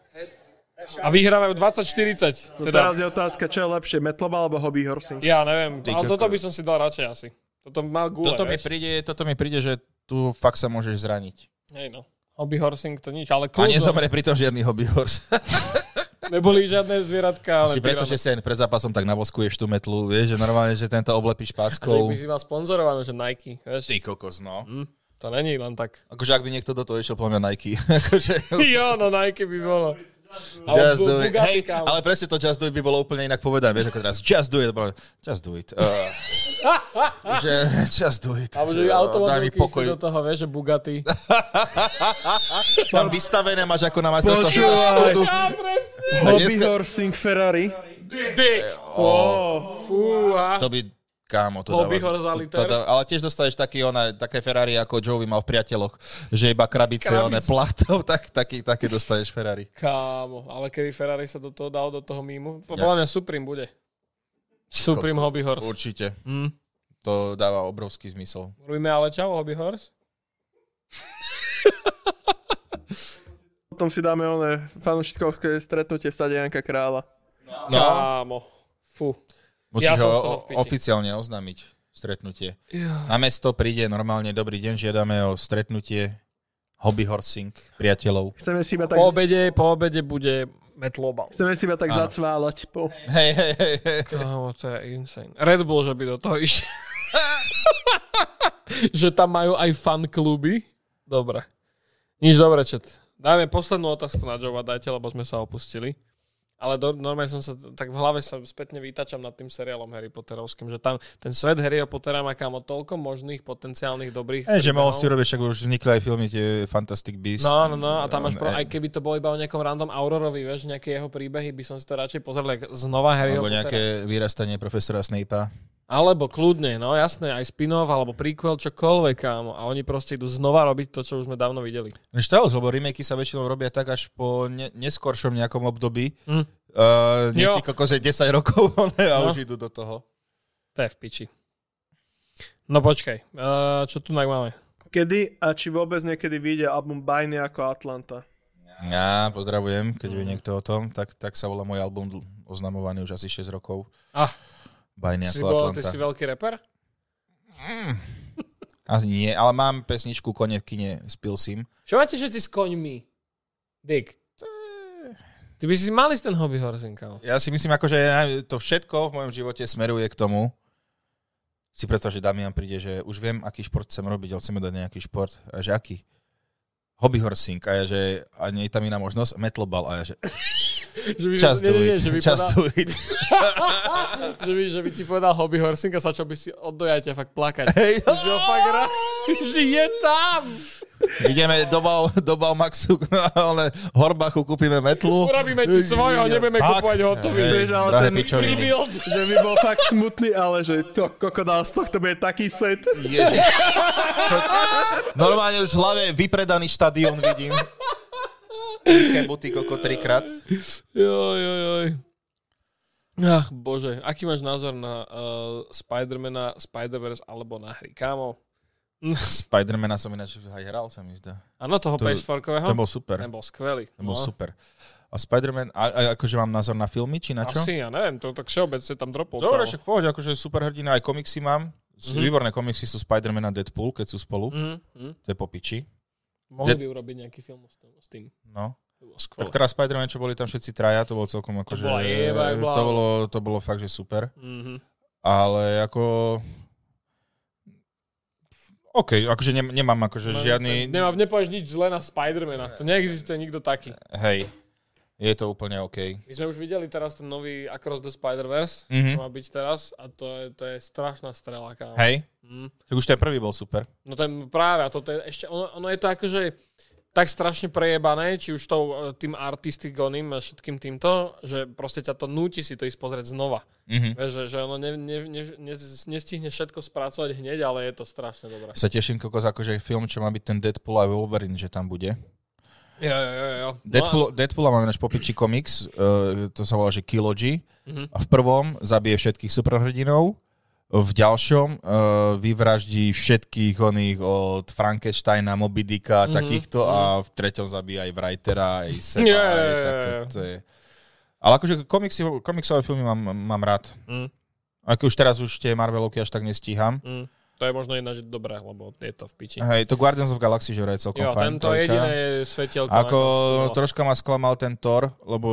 S1: A vyhrávajú 20-40. Teda,
S5: Teraz je otázka, čo je lepšie, metlobal alebo hobby horsing.
S1: ja neviem,
S2: Ty
S1: ale
S2: kokos.
S1: toto by som si dal radšej asi. Toto má gule,
S2: Toto mi
S1: vieš.
S2: príde, toto mi príde, že tu fakt sa môžeš zraniť.
S1: Hej no. Hobby horsing to nič, ale
S2: A
S1: kľudno.
S2: nezomre pritom žiadny hobby horse.
S1: Neboli žiadne zvieratka, ale...
S2: Si predstav, že si aj pred zápasom tak navoskuješ tú metlu, vieš, že normálne, že tento oblepíš
S1: Že
S2: páskou.
S1: by si Mm. mal sponzorované, že Nike, vieš.
S2: Ty kokos, no.
S1: To není len tak.
S2: Akože ak by niekto do toho išiel, podľa mňa Nike. akože,
S1: Jo, no Nike by bolo.
S2: just
S1: Bu-
S2: do it.
S1: Bugatti,
S2: Hej,
S1: kámo.
S2: ale presne to just do it by bolo úplne inak povedané. Vieš, ako teraz just do it. bolo, Just do it. Uh, že, just do it.
S1: Alebo že
S2: Že, uh, daj mi
S1: automobilky
S2: pokoj.
S1: išli do toho, vieš, že Bugatti.
S2: Tam vystavené máš ako na majstrovstvo
S5: Počúvaj.
S2: sveta Škodu.
S1: Ja, presne.
S2: A
S5: Hobby
S2: dneska-
S5: horsing Ferrari.
S1: Dick.
S5: Oh.
S1: Fúha.
S2: To by Kámo, to
S1: Hobby
S2: dáva,
S1: horse za
S2: to, to
S1: liter.
S2: dá, ale tiež dostaneš taký, ona, také Ferrari, ako Joey mal v priateľoch, že iba krabice, krabice. one platov, tak, taký, také dostaneš Ferrari.
S1: Kámo, ale keby Ferrari sa do toho dal, do toho mímu, to podľa mňa Supreme bude. Supreme Hobby Horse.
S2: Určite.
S1: Mm.
S2: To dáva obrovský zmysel.
S1: Robíme ale čau, Hobby Horse?
S5: Potom si dáme one fanúšitkovské stretnutie v stade Janka Krála.
S2: No,
S1: Kámo. Fú.
S2: musíš
S1: Ja som z toho v
S2: ho
S1: piči.
S2: oficiálne oznámiť stretnutie. Na mesto príde normálne, dobrý deň, žiadame o stretnutie hobby horsing priateľov.
S5: Chceme si iba tak,
S1: Po obede, po obede bude Metlobal.
S5: chceme si iba tak
S2: Áno.
S5: zacválať. Po...
S2: Hej, hej, hej. hej.
S1: Kámo, to je insane. Red Bull, že by do toho išiel. že tam majú aj fan kluby. Dobre. Nič dobre, čet. Dáme poslednú otázku na Joe dajte, lebo sme sa opustili. Ale do, normálne som sa, tak v hlave sa spätne vytačam nad tým seriálom Harry Potterovským, že tam ten svet Harryho Pottera má kámo toľko možných potenciálnych dobrých
S2: Hej, že mohol
S1: príbehov.
S2: si robiť, však už vznikli aj filmy tie Fantastic Beasts.
S1: No, no, no, a tam máš, pro,
S2: Eh,
S1: aj keby to bolo iba o nejakom random Aurorovi, vieš, nejaké jeho príbehy, by som si to radšej pozrel, jak znova Harryho
S2: Alebo
S1: Pottera.
S2: nejaké vyrastanie profesora Snape'a.
S1: Alebo kľudne, no jasné, aj spin-off, alebo prequel, čokoľvek, kámo. A oni proste idú znova robiť to, čo už sme dávno videli.
S2: Štaus, lebo remakey sa väčšinou robia tak až po ne- neskoršom nejakom období.
S1: Hm.
S2: Mm. Uh,
S1: Jo.
S2: niekdy kokože 10 rokov ale, a
S1: No.
S2: už idú do toho.
S1: To je v piči. No počkaj, uh, čo tu tak máme?
S5: Kedy a či vôbec niekedy vyjde album Bajny ako Atlanta?
S2: Ja pozdravujem, keď
S1: Mm.
S2: vie niekto o tom, tak, tak sa volá môj album dl- oznamovaný už asi 6 rokov.
S1: Ah.
S2: Bajný
S1: Si
S2: ako
S1: bol, ty
S2: Atlanta.
S1: si veľký reper?
S2: Asi nie, ale mám pesničku Kone v kine s Pilsim.
S1: Čo máte všetci s koňmi? Dick. Ty by si mali ten hobby horsing, kámo.
S2: Ja si myslím, akože ja- to všetko v mojom živote smeruje k tomu, si predstav, že Damian príde, že už viem, aký šport chcem robiť, ale chceme dať nejaký šport. A že aký? Hobby horsing. A ja, že a nie je tam iná možnosť, metlobal. A ja, že
S1: Že by,
S2: just
S1: nie,
S2: do
S1: nie, nie,
S2: it,
S1: že by,
S2: just
S1: povedal,
S2: do it.
S1: že, by, že by ti povedal hobby horsing a začal by si od dojatia fakt plakať.
S2: Hej.
S1: Že ho fakt rád, že je tam!
S2: Ideme do, Bal, do Balmaxu, no, ale Horbachu kúpime metlu.
S1: Urobíme ti svojho, nebudeme
S2: Tak.
S1: kupovať hotový.
S2: Hej,
S5: Vieš, ale
S2: drahé
S5: ten
S2: pičoviny.
S1: Rebuild.
S5: Že mi bol fakt smutný, ale že to kokodál z tohto bude taký set.
S2: Ježiš. Čo? Normálne už v hlave vypredaný štadión vidím. Kebuty koko trikrát.
S1: Joj, joj, joj. Ach, bože. Aký máš názor na uh, Spidermana, Spider-Verse alebo na hry? Kámo.
S2: Spidermana som ináč aj hral, sa mi zdá.
S1: Áno, toho
S2: To-
S1: PS4-kového?
S2: Ten bol super.
S1: Ten bol skvelý. No,
S2: Ten bol super. A Spider-Man, a, a akože mám názor na filmy, či na čo?
S1: Asi, ja neviem, to tak všeobecne tam dropol.
S2: Dobre,
S1: celo.
S2: však pohode, akože super hrdina, aj komiksy mám. Mm-hmm. Výborné komiksy sú Spider-Man a Deadpool, keď sú spolu. Mm.
S1: Mhm, mhm.
S2: To je popiči.
S1: Mohli
S2: De-
S1: by urobiť nejaký film s tým. S tým.
S2: No.
S1: To bolo
S2: Tak
S1: skvelé.
S2: teraz Spider-Man, čo boli tam všetci traja, to bolo celkom akože...
S1: bola jeba, jak blázen.
S2: to, bolo, to bolo fakt, že super.
S1: Mhm.
S2: Ale ako... OK, akože nem, nemám akože
S1: No,
S2: žiadny...
S1: Nemá, nepovieš nič zle na Spidermana. To neexistuje nikto taký.
S2: Hej, je to úplne OK.
S1: My sme už videli teraz ten nový Across the Spider-Verse, to
S2: Mhm.
S1: má byť teraz, a to je, to je strašná strela, kámo.
S2: Hej?
S1: Mm.
S2: Tak už ten prvý bol super.
S1: No ten práve, a toto je ešte, ono, ono je to akože tak strašne prejebané, či už tou, e, tým artistic oným a všetkým týmto, že proste ťa to núti si to ísť pozrieť znova.
S2: Mhm.
S1: Vieš, že, že ono ne, ne, ne, ne, nestihne všetko spracovať hneď, ale je to strašne dobré.
S2: Sa teším, kokos, akože film, čo má byť ten Deadpool a Wolverine, že tam bude.
S1: Jo, jo, jo, jo.
S2: No
S1: No
S2: Deadpool, Deadpoola máme náš popiči komiks, uh, to sa volá, že Kiloji.
S1: Mhm.
S2: A v prvom zabije všetkých superhrdinov, v ďalšom uh, vyvraždí všetkých oných od Frankensteina, Moby Dicka a
S1: Mhm,
S2: takýchto a v treťom zabije aj Writera, aj Seba.
S1: Yeah,
S2: aj,
S1: yeah,
S2: tak to,
S1: yeah.
S2: to je. Ale akože komiksy, komiksové filmy mám, mám rád.
S1: Mm.
S2: Ako už teraz už tie Marvelovky až tak nestíham.
S1: Mm, to je možno jedna, že dobré, lebo je to v piči.
S2: Hej, to Guardians of Galaxy, že vraj je celkom
S1: Mhm. Jo,
S2: fajn.
S1: tento
S2: trojka.
S1: jediné svetielko. na
S2: Ako
S1: konci tunela.
S2: troška ma sklamal ten Thor, lebo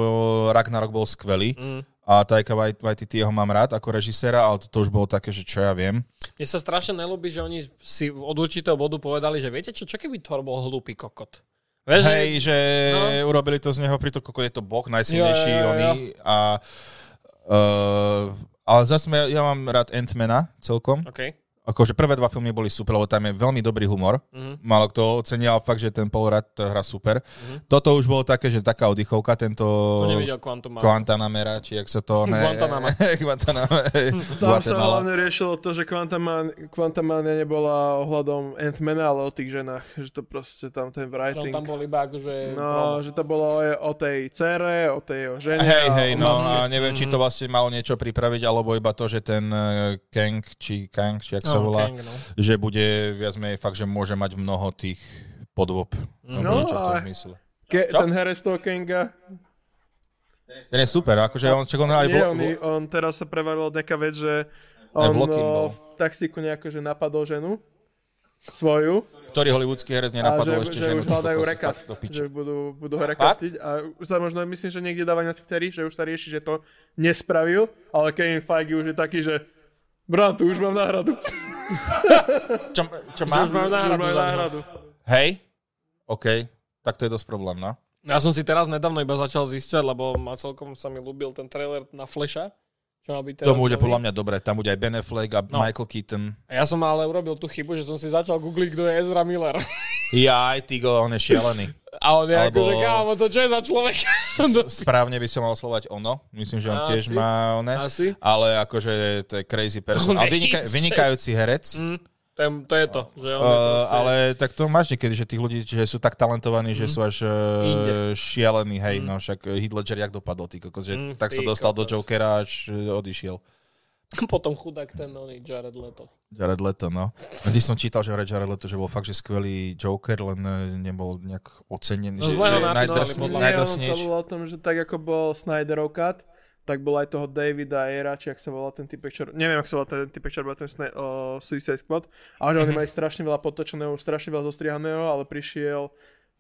S2: Ragnarok bol skvelý
S1: Mm.
S2: a Taika Wait- Waititi jeho mám rád ako režiséra, ale to už bolo také, že čo ja viem.
S1: Mne sa strašne nelúbi, že oni si od určitého bodu povedali, že viete čo, čo keby Thor bol hlúpy kokot? Vieš, že-
S2: Hej, že no. urobili to z neho pri to, koľko je to bok, najsilnejší
S1: Jo, jo, jo,
S2: oný a uh, ale zase ja, ja mám rád Ant-Mana celkom.
S1: OK.
S2: Akože prvé dva filmy boli super, lebo tam je veľmi dobrý humor.
S1: Mhm.
S2: Málo kto ocenia, ale fakt, že ten Paul Rudd hrá super. Toto už bolo také, že taká oddychovka, tento...
S1: Mhm. To nevidel Quantum Mania.
S2: Guantanamera, či jak sa to... Ne...
S1: Guantanama.
S2: Guantanama.
S5: Tam sa hlavne riešilo to, že Quantaman- Quantamania nebola ohľadom Ant-Mana, ale o tých ženách. Že to proste tam ten
S1: Tam,
S5: writing.
S1: tam bol iba akože...
S5: No, že to bolo aj o tej cere, o tej o žene.
S2: Hej,
S5: a
S2: hej,
S5: o
S2: no
S5: matke.
S2: a neviem, či to
S5: Mm.
S2: vlastne malo niečo pripraviť, alebo iba to, že ten eh, Kang, či Kang, či jak sa volá,
S1: Kang, no.
S2: že bude viac menej fakt, že môže mať mnoho tých podôb.
S5: No,
S2: No, niečo v tom
S5: ale-
S2: zmysle.
S5: Ke,
S2: Čo?
S5: ten herec toho Kenga,
S2: Ten je super, akože on, čak on aj...
S5: nie, on, on teraz sa prevaril nejaká vec, že on
S2: Lokin
S5: o,
S2: bol.
S5: v taxíku nejako, že napadol ženu svoju
S2: Ktorý hollywoodský herec
S5: a
S2: nenapadol
S5: že,
S2: ešte
S5: že
S2: ženu.
S5: už hľadajú
S2: kokos,
S5: rekast,
S2: fakt do piče.
S5: že budú, budú ho rekastiť a už sa možno myslím, že niekde dáva na Twitteri, že už sa rieši, že to nespravil, ale Kevin Feige už je taký, že Brat, už mám náhradu.
S2: Čo, čo má?
S1: Už majú
S5: Už
S1: náhradu. za
S5: mám
S1: mňa.
S5: náhradu.
S2: Hej? OK, tak to je dosť problém, no?
S1: Ja som si teraz nedávno iba začal zisťovať, lebo ma celkom sa mi ľúbil ten trailer na Flasha. Čo má byť teraz
S2: To bude
S1: nový.
S2: podľa mňa dobre, tam bude aj Ben Affleck a
S1: No.
S2: Michael Keaton.
S1: A ja som ale urobil tú chybu, že som si začal googliť, kto je Ezra Miller.
S2: Ja aj ty, go, on je šialený.
S1: A on je
S2: Alebo-
S1: akože, kámo, to čo je za človek?
S2: S- Správne by som mal oslovať ono. Myslím, že on
S1: No. Asi.
S2: tiež má one.
S1: Asi.
S2: Ale akože to je crazy person.
S1: On
S2: A
S1: je
S2: vynika-
S1: insane.
S2: vynikajúci herec.
S1: Mm, to, je, to je to. Že on je
S2: Uh,
S1: proste-
S2: ale tak to máš niekedy, že tých ľudí že sú tak talentovaní, že sú až
S1: Mm. Inde.
S2: uh, šialení, hej, no však Heath Ledger jak dopadol, ty kokos, že
S1: Mm,
S2: tak sa
S1: ty
S2: dostal do
S1: kokos.
S2: Jokera až uh, odišiel.
S1: Potom chudák ten oný Jared Leto.
S2: Jared Leto, no. Vždy som čítal, že vraj Jared Leto, že bol fakt, že skvelý Joker, len eh, nebol nejak ocenený.
S1: No
S2: že,
S1: zle ho
S2: že
S1: napísali,
S2: najdrsne-
S1: podľa mňa.
S2: najdrsnejší.
S5: to bolo o tom, že tak ako bol Snyderov cut, tak bol aj toho Davida Ayera, či ak sa volá ten typek, čo... Neviem, ak sa volá ten typek, čo robil ten Sna- o, Suicide Squad.
S2: Mhm.
S5: A že oni mali strašne veľa potočeného, strašne veľa zostrihaného, ale prišiel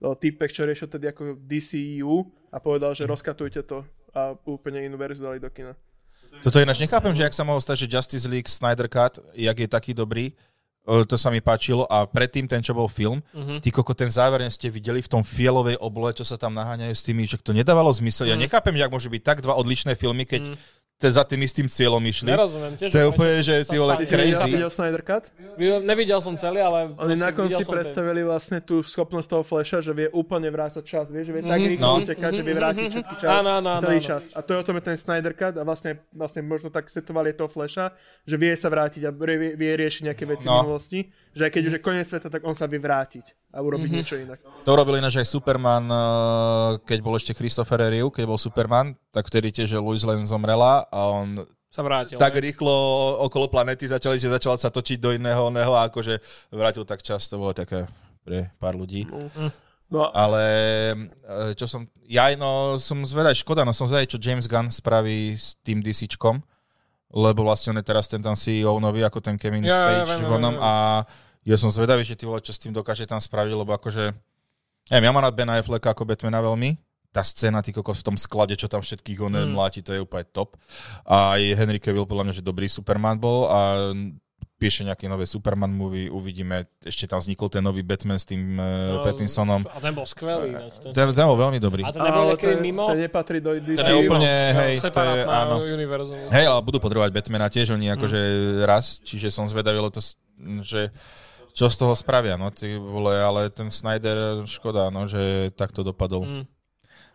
S5: o, typek, čo riešil tedy ako DCU a povedal,
S2: Mhm.
S5: že rozkatujte to a úplne inú verziu dali do kina.
S2: Toto ináč nechápem, že jak sa mohol stať, že Justice League Snyder Cut, jak je taký dobrý, e, to sa mi páčilo a predtým ten, čo bol film,
S1: Mhm.
S2: ty koko ten záver ne ste videli v tom fielovej oblohe, čo sa tam naháňajú s tými, že to nedávalo zmysel.
S1: Mhm.
S2: Ja nechápem, jak môžu byť tak dva odlišné filmy, keď te- za tým istým cieľom išli.
S1: Nerozumiem tiež.
S2: To je
S1: že
S2: úplne, že
S1: sa
S2: ty vole
S1: stane.
S5: Ty si videl-
S2: Crazy.
S5: videl Snyder cut?
S1: Videl- Nevidel som celý, ale... proste
S5: Oni na
S1: Vlastne videl
S5: konci
S1: som ten-
S5: predstavili vlastne tú schopnosť toho Flasha, že vie úplne vrácať čas, vie, že vie tak
S1: Mhm.
S5: rýchlo
S2: No.
S5: utekať, že vie vrátiť všetky čas,
S1: Áno, áno, áno,
S5: celý
S1: áno.
S5: čas. A to je o tom je ten Snyder Cut a vlastne, vlastne možno tak setovali toho Flasha, že vie sa vrátiť a vie, vie riešiť nejaké veci
S2: No.
S5: no. minulosti, že aj keď
S1: Mhm.
S5: už je koniec sveta, tak on sa vie vrátiť a urobiť niečo inak.
S2: To robil ináč aj Superman, e, keď bol ešte Christopher Reeve, keď bol Superman, tak vtedy tiež že Lois Lane zomrela a on
S1: Sa vrátil.
S2: tak
S1: ne?
S2: rýchlo okolo planety začali, že začala sa točiť do iného, oného a akože vrátil tak často, bolo také pre pár ľudí.
S5: No a
S2: Ale e, čo som, ja no, som zvedaj, škoda, no som zvedaj, čo James Gunn spraví s tým DCčkom, lebo vlastne on je teraz ten tam CEO nový, ako ten Kevin
S1: Ja, ja,
S2: ja,
S1: viem,
S2: Page ja,
S1: viem,
S2: vonom
S1: viem.
S2: a ja som zvedavý, že ty vole, čo s tým dokáže tam spraviť, lebo akože, neviem, ja mám rád Ben Afflecka ako Batmana veľmi, tá scéna, ty kokos, v tom sklade, čo tam všetkých on mláti, to je úplne top. A aj Henry Cavill, podľa mňa, že dobrý Superman bol a píše nejaké nové Superman movie, uvidíme, ešte tam vznikol ten nový Batman s tým
S1: No,
S2: uh, Pattinsonom.
S1: A ten bol skvelý. ináč, ten-
S2: Ten, ten bol veľmi dobrý.
S1: A ten nebol
S4: Ale
S1: niekedy
S4: to je-
S1: mimo?
S4: To nepatrí do DC.
S2: Ten je
S1: no,
S2: úplne, hej, to je,
S1: Separátna
S2: áno.
S1: univerzum.
S2: Hej, ale budú potrebovať Batmana tiež oni akože raz, čiže som zvedavý, ale to, s- že čo z toho spravia, no ty vole, ale ten Snyder, škoda, no, že takto dopadol.
S1: Mm.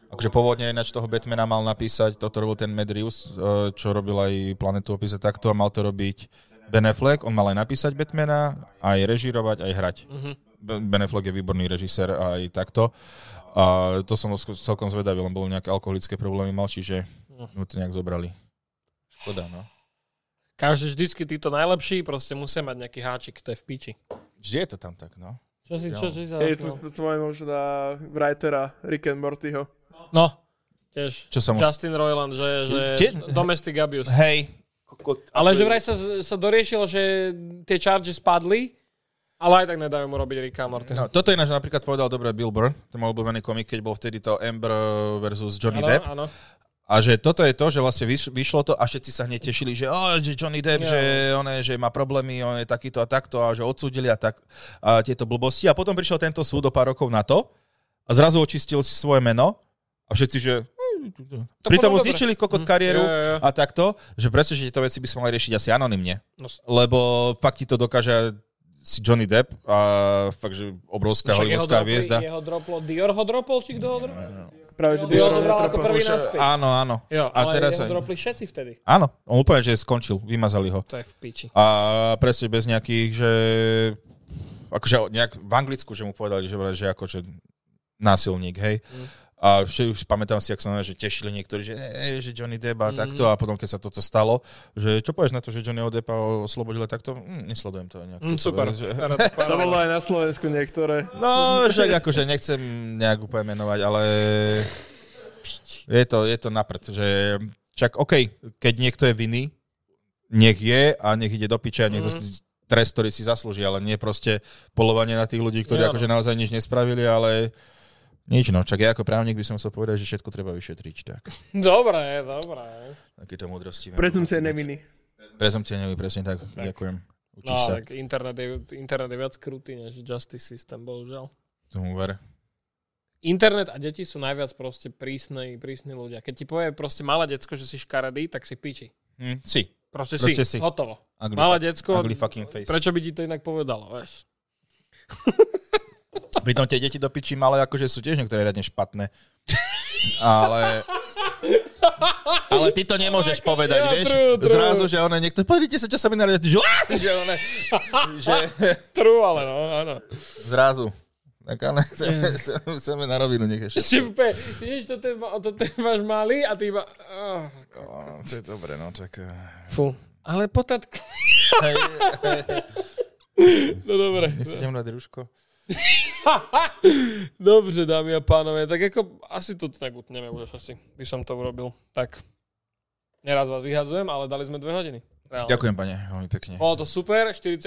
S2: Akože pôvodne ináč toho Batmana mal napísať, toto robil ten Medrius, eh, čo robil aj Planetu opísať takto a mal to robiť Ben Affleck, on mal aj napísať Batmana, aj režirovať, aj hrať. Ben- Ben Affleck je výborný režisér aj takto. A to som sk- celkom zvedavý, len bol nejaké alkoholické problémy mal, čiže mu to nejak zobrali. Škoda, no.
S1: Každý vždycky títo najlepší proste musia mať nejaký háčik, to je v piči.
S2: Vždy je to tam tak, no.
S1: Čo si, čo, čo si
S5: Je to spomenul, že na writera Rick and Mortyho.
S1: No, tiež
S2: Čo sa mu-
S1: Justin Roiland, že, že
S2: Tiež-
S1: domestic abuse.
S2: Hej.
S1: Ale že vraj sa, sa doriešilo, že tie charge spadli, ale aj tak nedajú mu robiť Ricka a Mortyho.
S2: No, toto ináč napríklad povedal dobre Bill Burr, ten môj obľúbený komik, keď bol vtedy to Amber versus Johnny
S1: Áno,
S2: Depp.
S1: áno.
S2: A že toto je to, že vlastne vyš- vyšlo to a všetci sa hneď tešili, že, oh, že Johnny Depp,
S1: Jo.
S2: že, on je, že má problémy, on je takýto a takto a že odsúdili a, tak, a tieto blbosti. A potom prišiel tento súd o pár rokov na to a zrazu očistil si svoje meno a všetci, že...
S1: To
S2: Pritom
S1: bolo
S2: mu
S1: dobre. Mm,
S2: zničili kokot kariéru
S1: Jo, jo, jo.
S2: a takto, že presne, že tieto veci by sme mali riešiť asi anonymne.
S1: No, s-
S2: Lebo fakt ti to dokáže si Johnny Depp a fakt, že obrovská
S1: však jeho
S2: hollywoodská
S1: dropli-
S2: hviezda.
S1: Jeho droplo, Dior ho dropol, či kto ho dropol?
S4: Práve, že
S1: Dior ho
S4: Dior
S1: zobral ako
S4: netrafil.
S1: prvý
S2: Už-
S1: naspäť.
S2: Áno, áno.
S1: Jo,
S2: a
S1: ale
S2: teraz...
S1: jeho
S2: aj-
S1: dropli všetci vtedy.
S2: Áno, on úplne, že skončil, vymazali ho.
S1: To je v piči.
S2: A presne bez nejakých, že... Akože nejak v Anglicku, že mu povedali, že, vraj, že ako, že násilník, hej.
S1: Mm.
S2: A vš- už pamätám si, ak sa na- že tešili niektorí, že, e, že Johnny Depp
S1: Mhm.
S2: a takto a potom, keď sa toto stalo, že čo povieš na to, že Johnny Deppa oslobodili takto? Mm, nesledujem to nejak.
S1: Mm,
S2: To
S1: super.
S2: Že...
S1: Rád,
S5: To bolo aj na Slovensku niektoré.
S2: No, však akože nechcem nejak úplne menovať, ale je to, je to naprd, že čak OK, keď niekto je vinný, nech je a nech ide do piče a
S1: Mhm.
S2: nech dostane trest, ktorý si zaslúži, ale nie proste polovanie na tých ľudí,
S1: Ja,
S2: ktorí
S1: no.
S2: akože naozaj nič nespravili, ale nič, no. Čak ja ako právnik by som chcel povedať, že všetko treba vyšetriť, tak.
S1: Dobre, dobre.
S2: Takéto múdrosti.
S5: Prezumcia neviny.
S2: Prezumcia neviny, presne tak. Ďakujem.
S1: No,
S2: Učíš sa.
S1: tak internet je, internet je viac krutý než justice system, bohužiaľ.
S2: Tomu ver.
S1: Internet a deti sú najviac proste prísne, prísni ľudia. Keď ti povie proste malé decko, že si škaredý, tak si piči.
S2: Hm, si.
S1: Proste,
S2: Proste
S1: si.
S2: si.
S1: Hotovo.
S2: Ugly,
S1: Malé
S2: fuck-
S1: decko,
S2: ugly fucking face.
S1: prečo by ti to inak povedalo, vieš?
S2: Pritom tie deti do piči malé, akože sú tiež niektoré riadne špatné. Ale... Ale ty to nemôžeš povedať,
S1: ja,
S2: vieš?
S1: true, true.
S2: Zrazu, že ona niekto... Pozrite sa, čo sa mi narodí. Že, "Á!" že, ona, že
S1: True, ale no, áno.
S2: zrazu. Tak ale chceme na rovinu niekde všetko.
S1: Ešte úplne, vieš, toto je, ma- toto je váš malý a ty iba... Oh,
S2: Á, To je dobre, no tak... eh,
S1: fú. Ale potatko. no dobre.
S2: Nechcete mnou dať rúško?
S1: Dobre, dámy a pánové, tak ako asi to tak utneme už asi, by som to urobil. Tak, neraz vás vyhadzujem, ale dali sme dve hodiny. Reálne.
S2: Ďakujem, pane, veľmi pekne.
S1: Bolo to super, 41.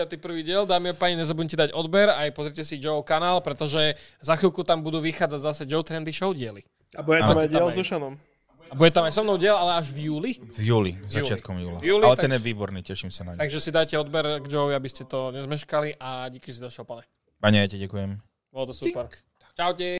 S1: diel. Dámy a páni, nezabudnite dať odber aj pozrite si Joe kanál, pretože za chvíľku tam budú vychádzať zase Joe Trendy Show diely.
S5: A bude tam
S1: Áno.
S5: aj diel
S1: Tam aj.
S5: s Dušanom.
S1: A bude tam aj so mnou diel, ale až v júli.
S2: V júli, začiatkom júla.
S1: V júli,
S2: Ale
S1: tak-
S2: ten je výborný, teším sa na ňu.
S1: Takže si dajte odber k Joe, aby ste to nezmeškali a díky, že si došiel, pane.
S2: Pane, ja ti ďakujem.
S1: Bolo to super. Čaute.